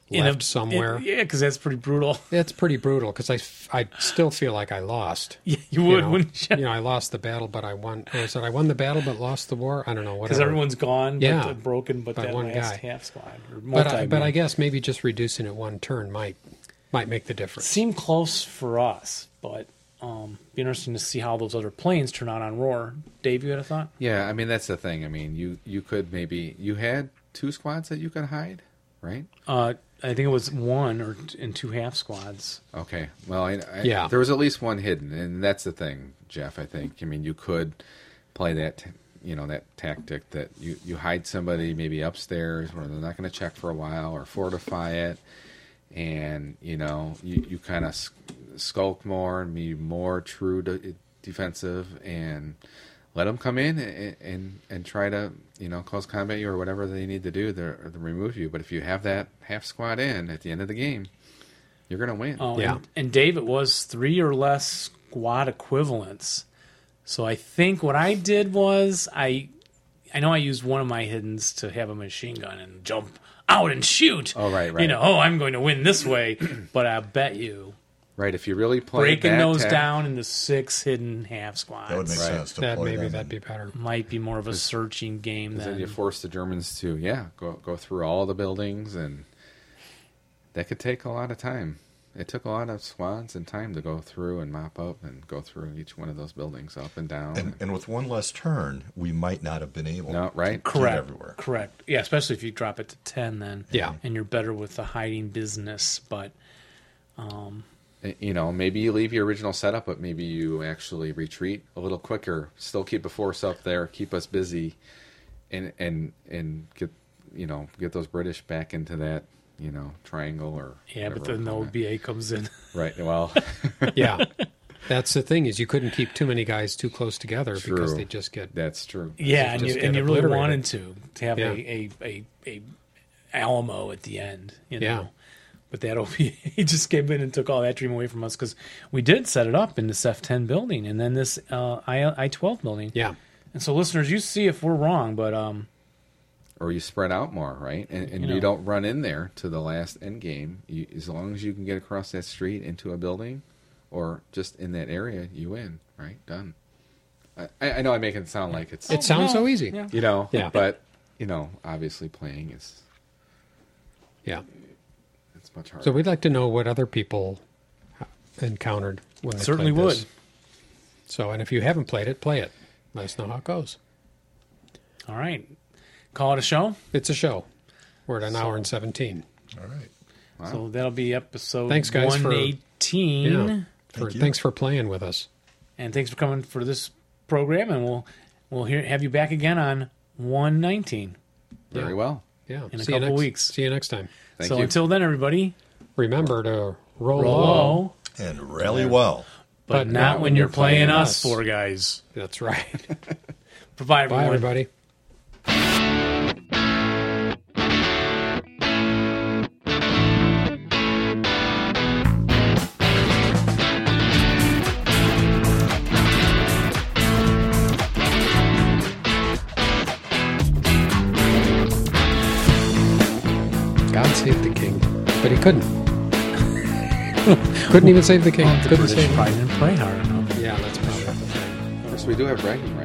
[SPEAKER 2] In a-
[SPEAKER 1] left somewhere.
[SPEAKER 2] in- yeah, because that's pretty brutal.
[SPEAKER 1] That's pretty brutal because I, f- I still feel like I lost.
[SPEAKER 2] Yeah, you would,
[SPEAKER 1] know,
[SPEAKER 2] wouldn't you?
[SPEAKER 1] you know, I lost the battle, but I won. Or is it I won the battle but lost the war? I don't know.
[SPEAKER 2] Because
[SPEAKER 1] Whatever.
[SPEAKER 2] everyone's gone,
[SPEAKER 1] Yeah.
[SPEAKER 2] but the broken, but
[SPEAKER 1] By
[SPEAKER 2] that
[SPEAKER 1] one
[SPEAKER 2] last
[SPEAKER 1] guy.
[SPEAKER 2] half squad. Or
[SPEAKER 1] but I, but I
[SPEAKER 2] multi-man.
[SPEAKER 1] guess maybe just reducing it one turn might might make the difference.
[SPEAKER 2] seemed close for us, but um, be interesting to see how those other planes turn out on Roar. Dave, you had a thought?
[SPEAKER 4] Yeah, I mean that's the thing. I mean, you you could maybe you had two squads that you could hide, right?
[SPEAKER 2] Uh, I think it was one or t- in two half squads.
[SPEAKER 4] Okay. Well, I, I,
[SPEAKER 1] Yeah.
[SPEAKER 4] there was at least one hidden, and that's the thing, Jeff. I think. I mean, you could play that, you know, that tactic that you you hide somebody maybe upstairs where they're not going to check for a while, or fortify it, and you know, you you kind of skulk more and be more true to, eh, defensive and. Let them come in and, and and try to you know close combat you or whatever they need to do to, to remove you. But if you have that half squad in at the end of the game, you're gonna win.
[SPEAKER 2] Oh,
[SPEAKER 1] Yeah.
[SPEAKER 2] And, and Dave, it was three or less squad equivalents. So I think what I did was I, I know I used one of my hiddens to have a machine gun and jump out and shoot.
[SPEAKER 4] Oh, right,
[SPEAKER 2] You
[SPEAKER 4] right.
[SPEAKER 2] know, oh, I'm going to win this way. but I bet you
[SPEAKER 4] Right, if you really play
[SPEAKER 2] breaking
[SPEAKER 4] that
[SPEAKER 2] those
[SPEAKER 4] tac-
[SPEAKER 2] down into six hidden half squads
[SPEAKER 3] That would make
[SPEAKER 4] Right.
[SPEAKER 3] sense to
[SPEAKER 1] That
[SPEAKER 3] play
[SPEAKER 1] maybe
[SPEAKER 3] them
[SPEAKER 1] that'd be
[SPEAKER 3] in.
[SPEAKER 1] better.
[SPEAKER 2] might be more of a searching game
[SPEAKER 4] then you
[SPEAKER 2] than
[SPEAKER 4] force the Germans to yeah go go through all the buildings, and that could take a lot of time. It took a lot of squads and time to go through and mop up and go through each one of those buildings up and down.
[SPEAKER 3] And, and with one less turn, we might not have been able.
[SPEAKER 4] no, right?
[SPEAKER 2] correct
[SPEAKER 3] everywhere.
[SPEAKER 2] correct yeah especially if you drop it to 10 then
[SPEAKER 1] Yeah.
[SPEAKER 2] and you're better with the hiding business but
[SPEAKER 4] eh, You know, maybe you leave your original setup, but maybe you actually retreat a little quicker. Still keep a force up there, keep us busy, and and and get you know get those British back into that you know triangle or
[SPEAKER 2] yeah but
[SPEAKER 4] whatever
[SPEAKER 2] then the
[SPEAKER 4] we're calling
[SPEAKER 2] oba comes in
[SPEAKER 4] it. right. Well.
[SPEAKER 1] Yeah, that's the thing is you couldn't keep too many guys too close together because
[SPEAKER 4] True.
[SPEAKER 1] they just get
[SPEAKER 4] That's true.
[SPEAKER 2] yeah and you,
[SPEAKER 1] just
[SPEAKER 2] and
[SPEAKER 1] get
[SPEAKER 2] you really
[SPEAKER 1] obliterated.
[SPEAKER 2] wanted to to have
[SPEAKER 1] Yeah.
[SPEAKER 2] a, a, a a alamo at the end you know
[SPEAKER 1] Yeah.
[SPEAKER 2] but that oba just came in and took all that dream away from us because we did set it up in this f10 building and then this uh, I, i12 building
[SPEAKER 1] yeah
[SPEAKER 2] and so listeners you see if we're wrong but um
[SPEAKER 4] Or you spread out more, right? And, and
[SPEAKER 2] You
[SPEAKER 4] you,
[SPEAKER 2] know.
[SPEAKER 4] don't run in there to the last end game. You, as long as you can get across that street into a building, or just in that area, you win. Right? Done. I, I I know I make it sound like it's
[SPEAKER 1] It sounds
[SPEAKER 2] no.
[SPEAKER 1] so easy.
[SPEAKER 2] Yeah.
[SPEAKER 4] you know,
[SPEAKER 1] Yeah.
[SPEAKER 4] but you know, obviously playing is
[SPEAKER 1] Yeah.
[SPEAKER 4] it's much harder.
[SPEAKER 1] So we'd like to know what other people encountered when they
[SPEAKER 2] certainly
[SPEAKER 1] played
[SPEAKER 2] would
[SPEAKER 1] this. So, and if you haven't played it, play it. Let us know how it goes.
[SPEAKER 2] all right call it a show
[SPEAKER 1] It's a show. We're at an hour and seventeen.
[SPEAKER 3] All right.
[SPEAKER 2] So that'll be episode
[SPEAKER 1] Thanks, guys, for-
[SPEAKER 2] 118.
[SPEAKER 1] Yeah. For,
[SPEAKER 3] Thank you.
[SPEAKER 1] thanks for playing with us.
[SPEAKER 2] And thanks for coming for this program and we'll we'll hear, have you back again on 119.
[SPEAKER 4] Very
[SPEAKER 1] yeah.
[SPEAKER 4] well.
[SPEAKER 1] Yeah.
[SPEAKER 2] In a
[SPEAKER 1] See you
[SPEAKER 2] couple
[SPEAKER 1] next-
[SPEAKER 2] weeks.
[SPEAKER 1] See you next time.
[SPEAKER 4] Thank
[SPEAKER 2] so
[SPEAKER 4] you.
[SPEAKER 2] until then everybody,
[SPEAKER 1] Remember to roll,
[SPEAKER 2] roll
[SPEAKER 1] low.
[SPEAKER 2] low,
[SPEAKER 3] And rally well.
[SPEAKER 2] but, not when you're playing, us four guys.
[SPEAKER 1] That's right.
[SPEAKER 2] Bye everyone.
[SPEAKER 1] Bye, everybody. God saved the king, but he couldn't. couldn't even save the king.
[SPEAKER 2] The
[SPEAKER 1] couldn't
[SPEAKER 2] British
[SPEAKER 1] save.
[SPEAKER 2] probably didn't play hard enough.
[SPEAKER 1] Yeah, that's probably the thing.
[SPEAKER 4] Of course, we do have bragging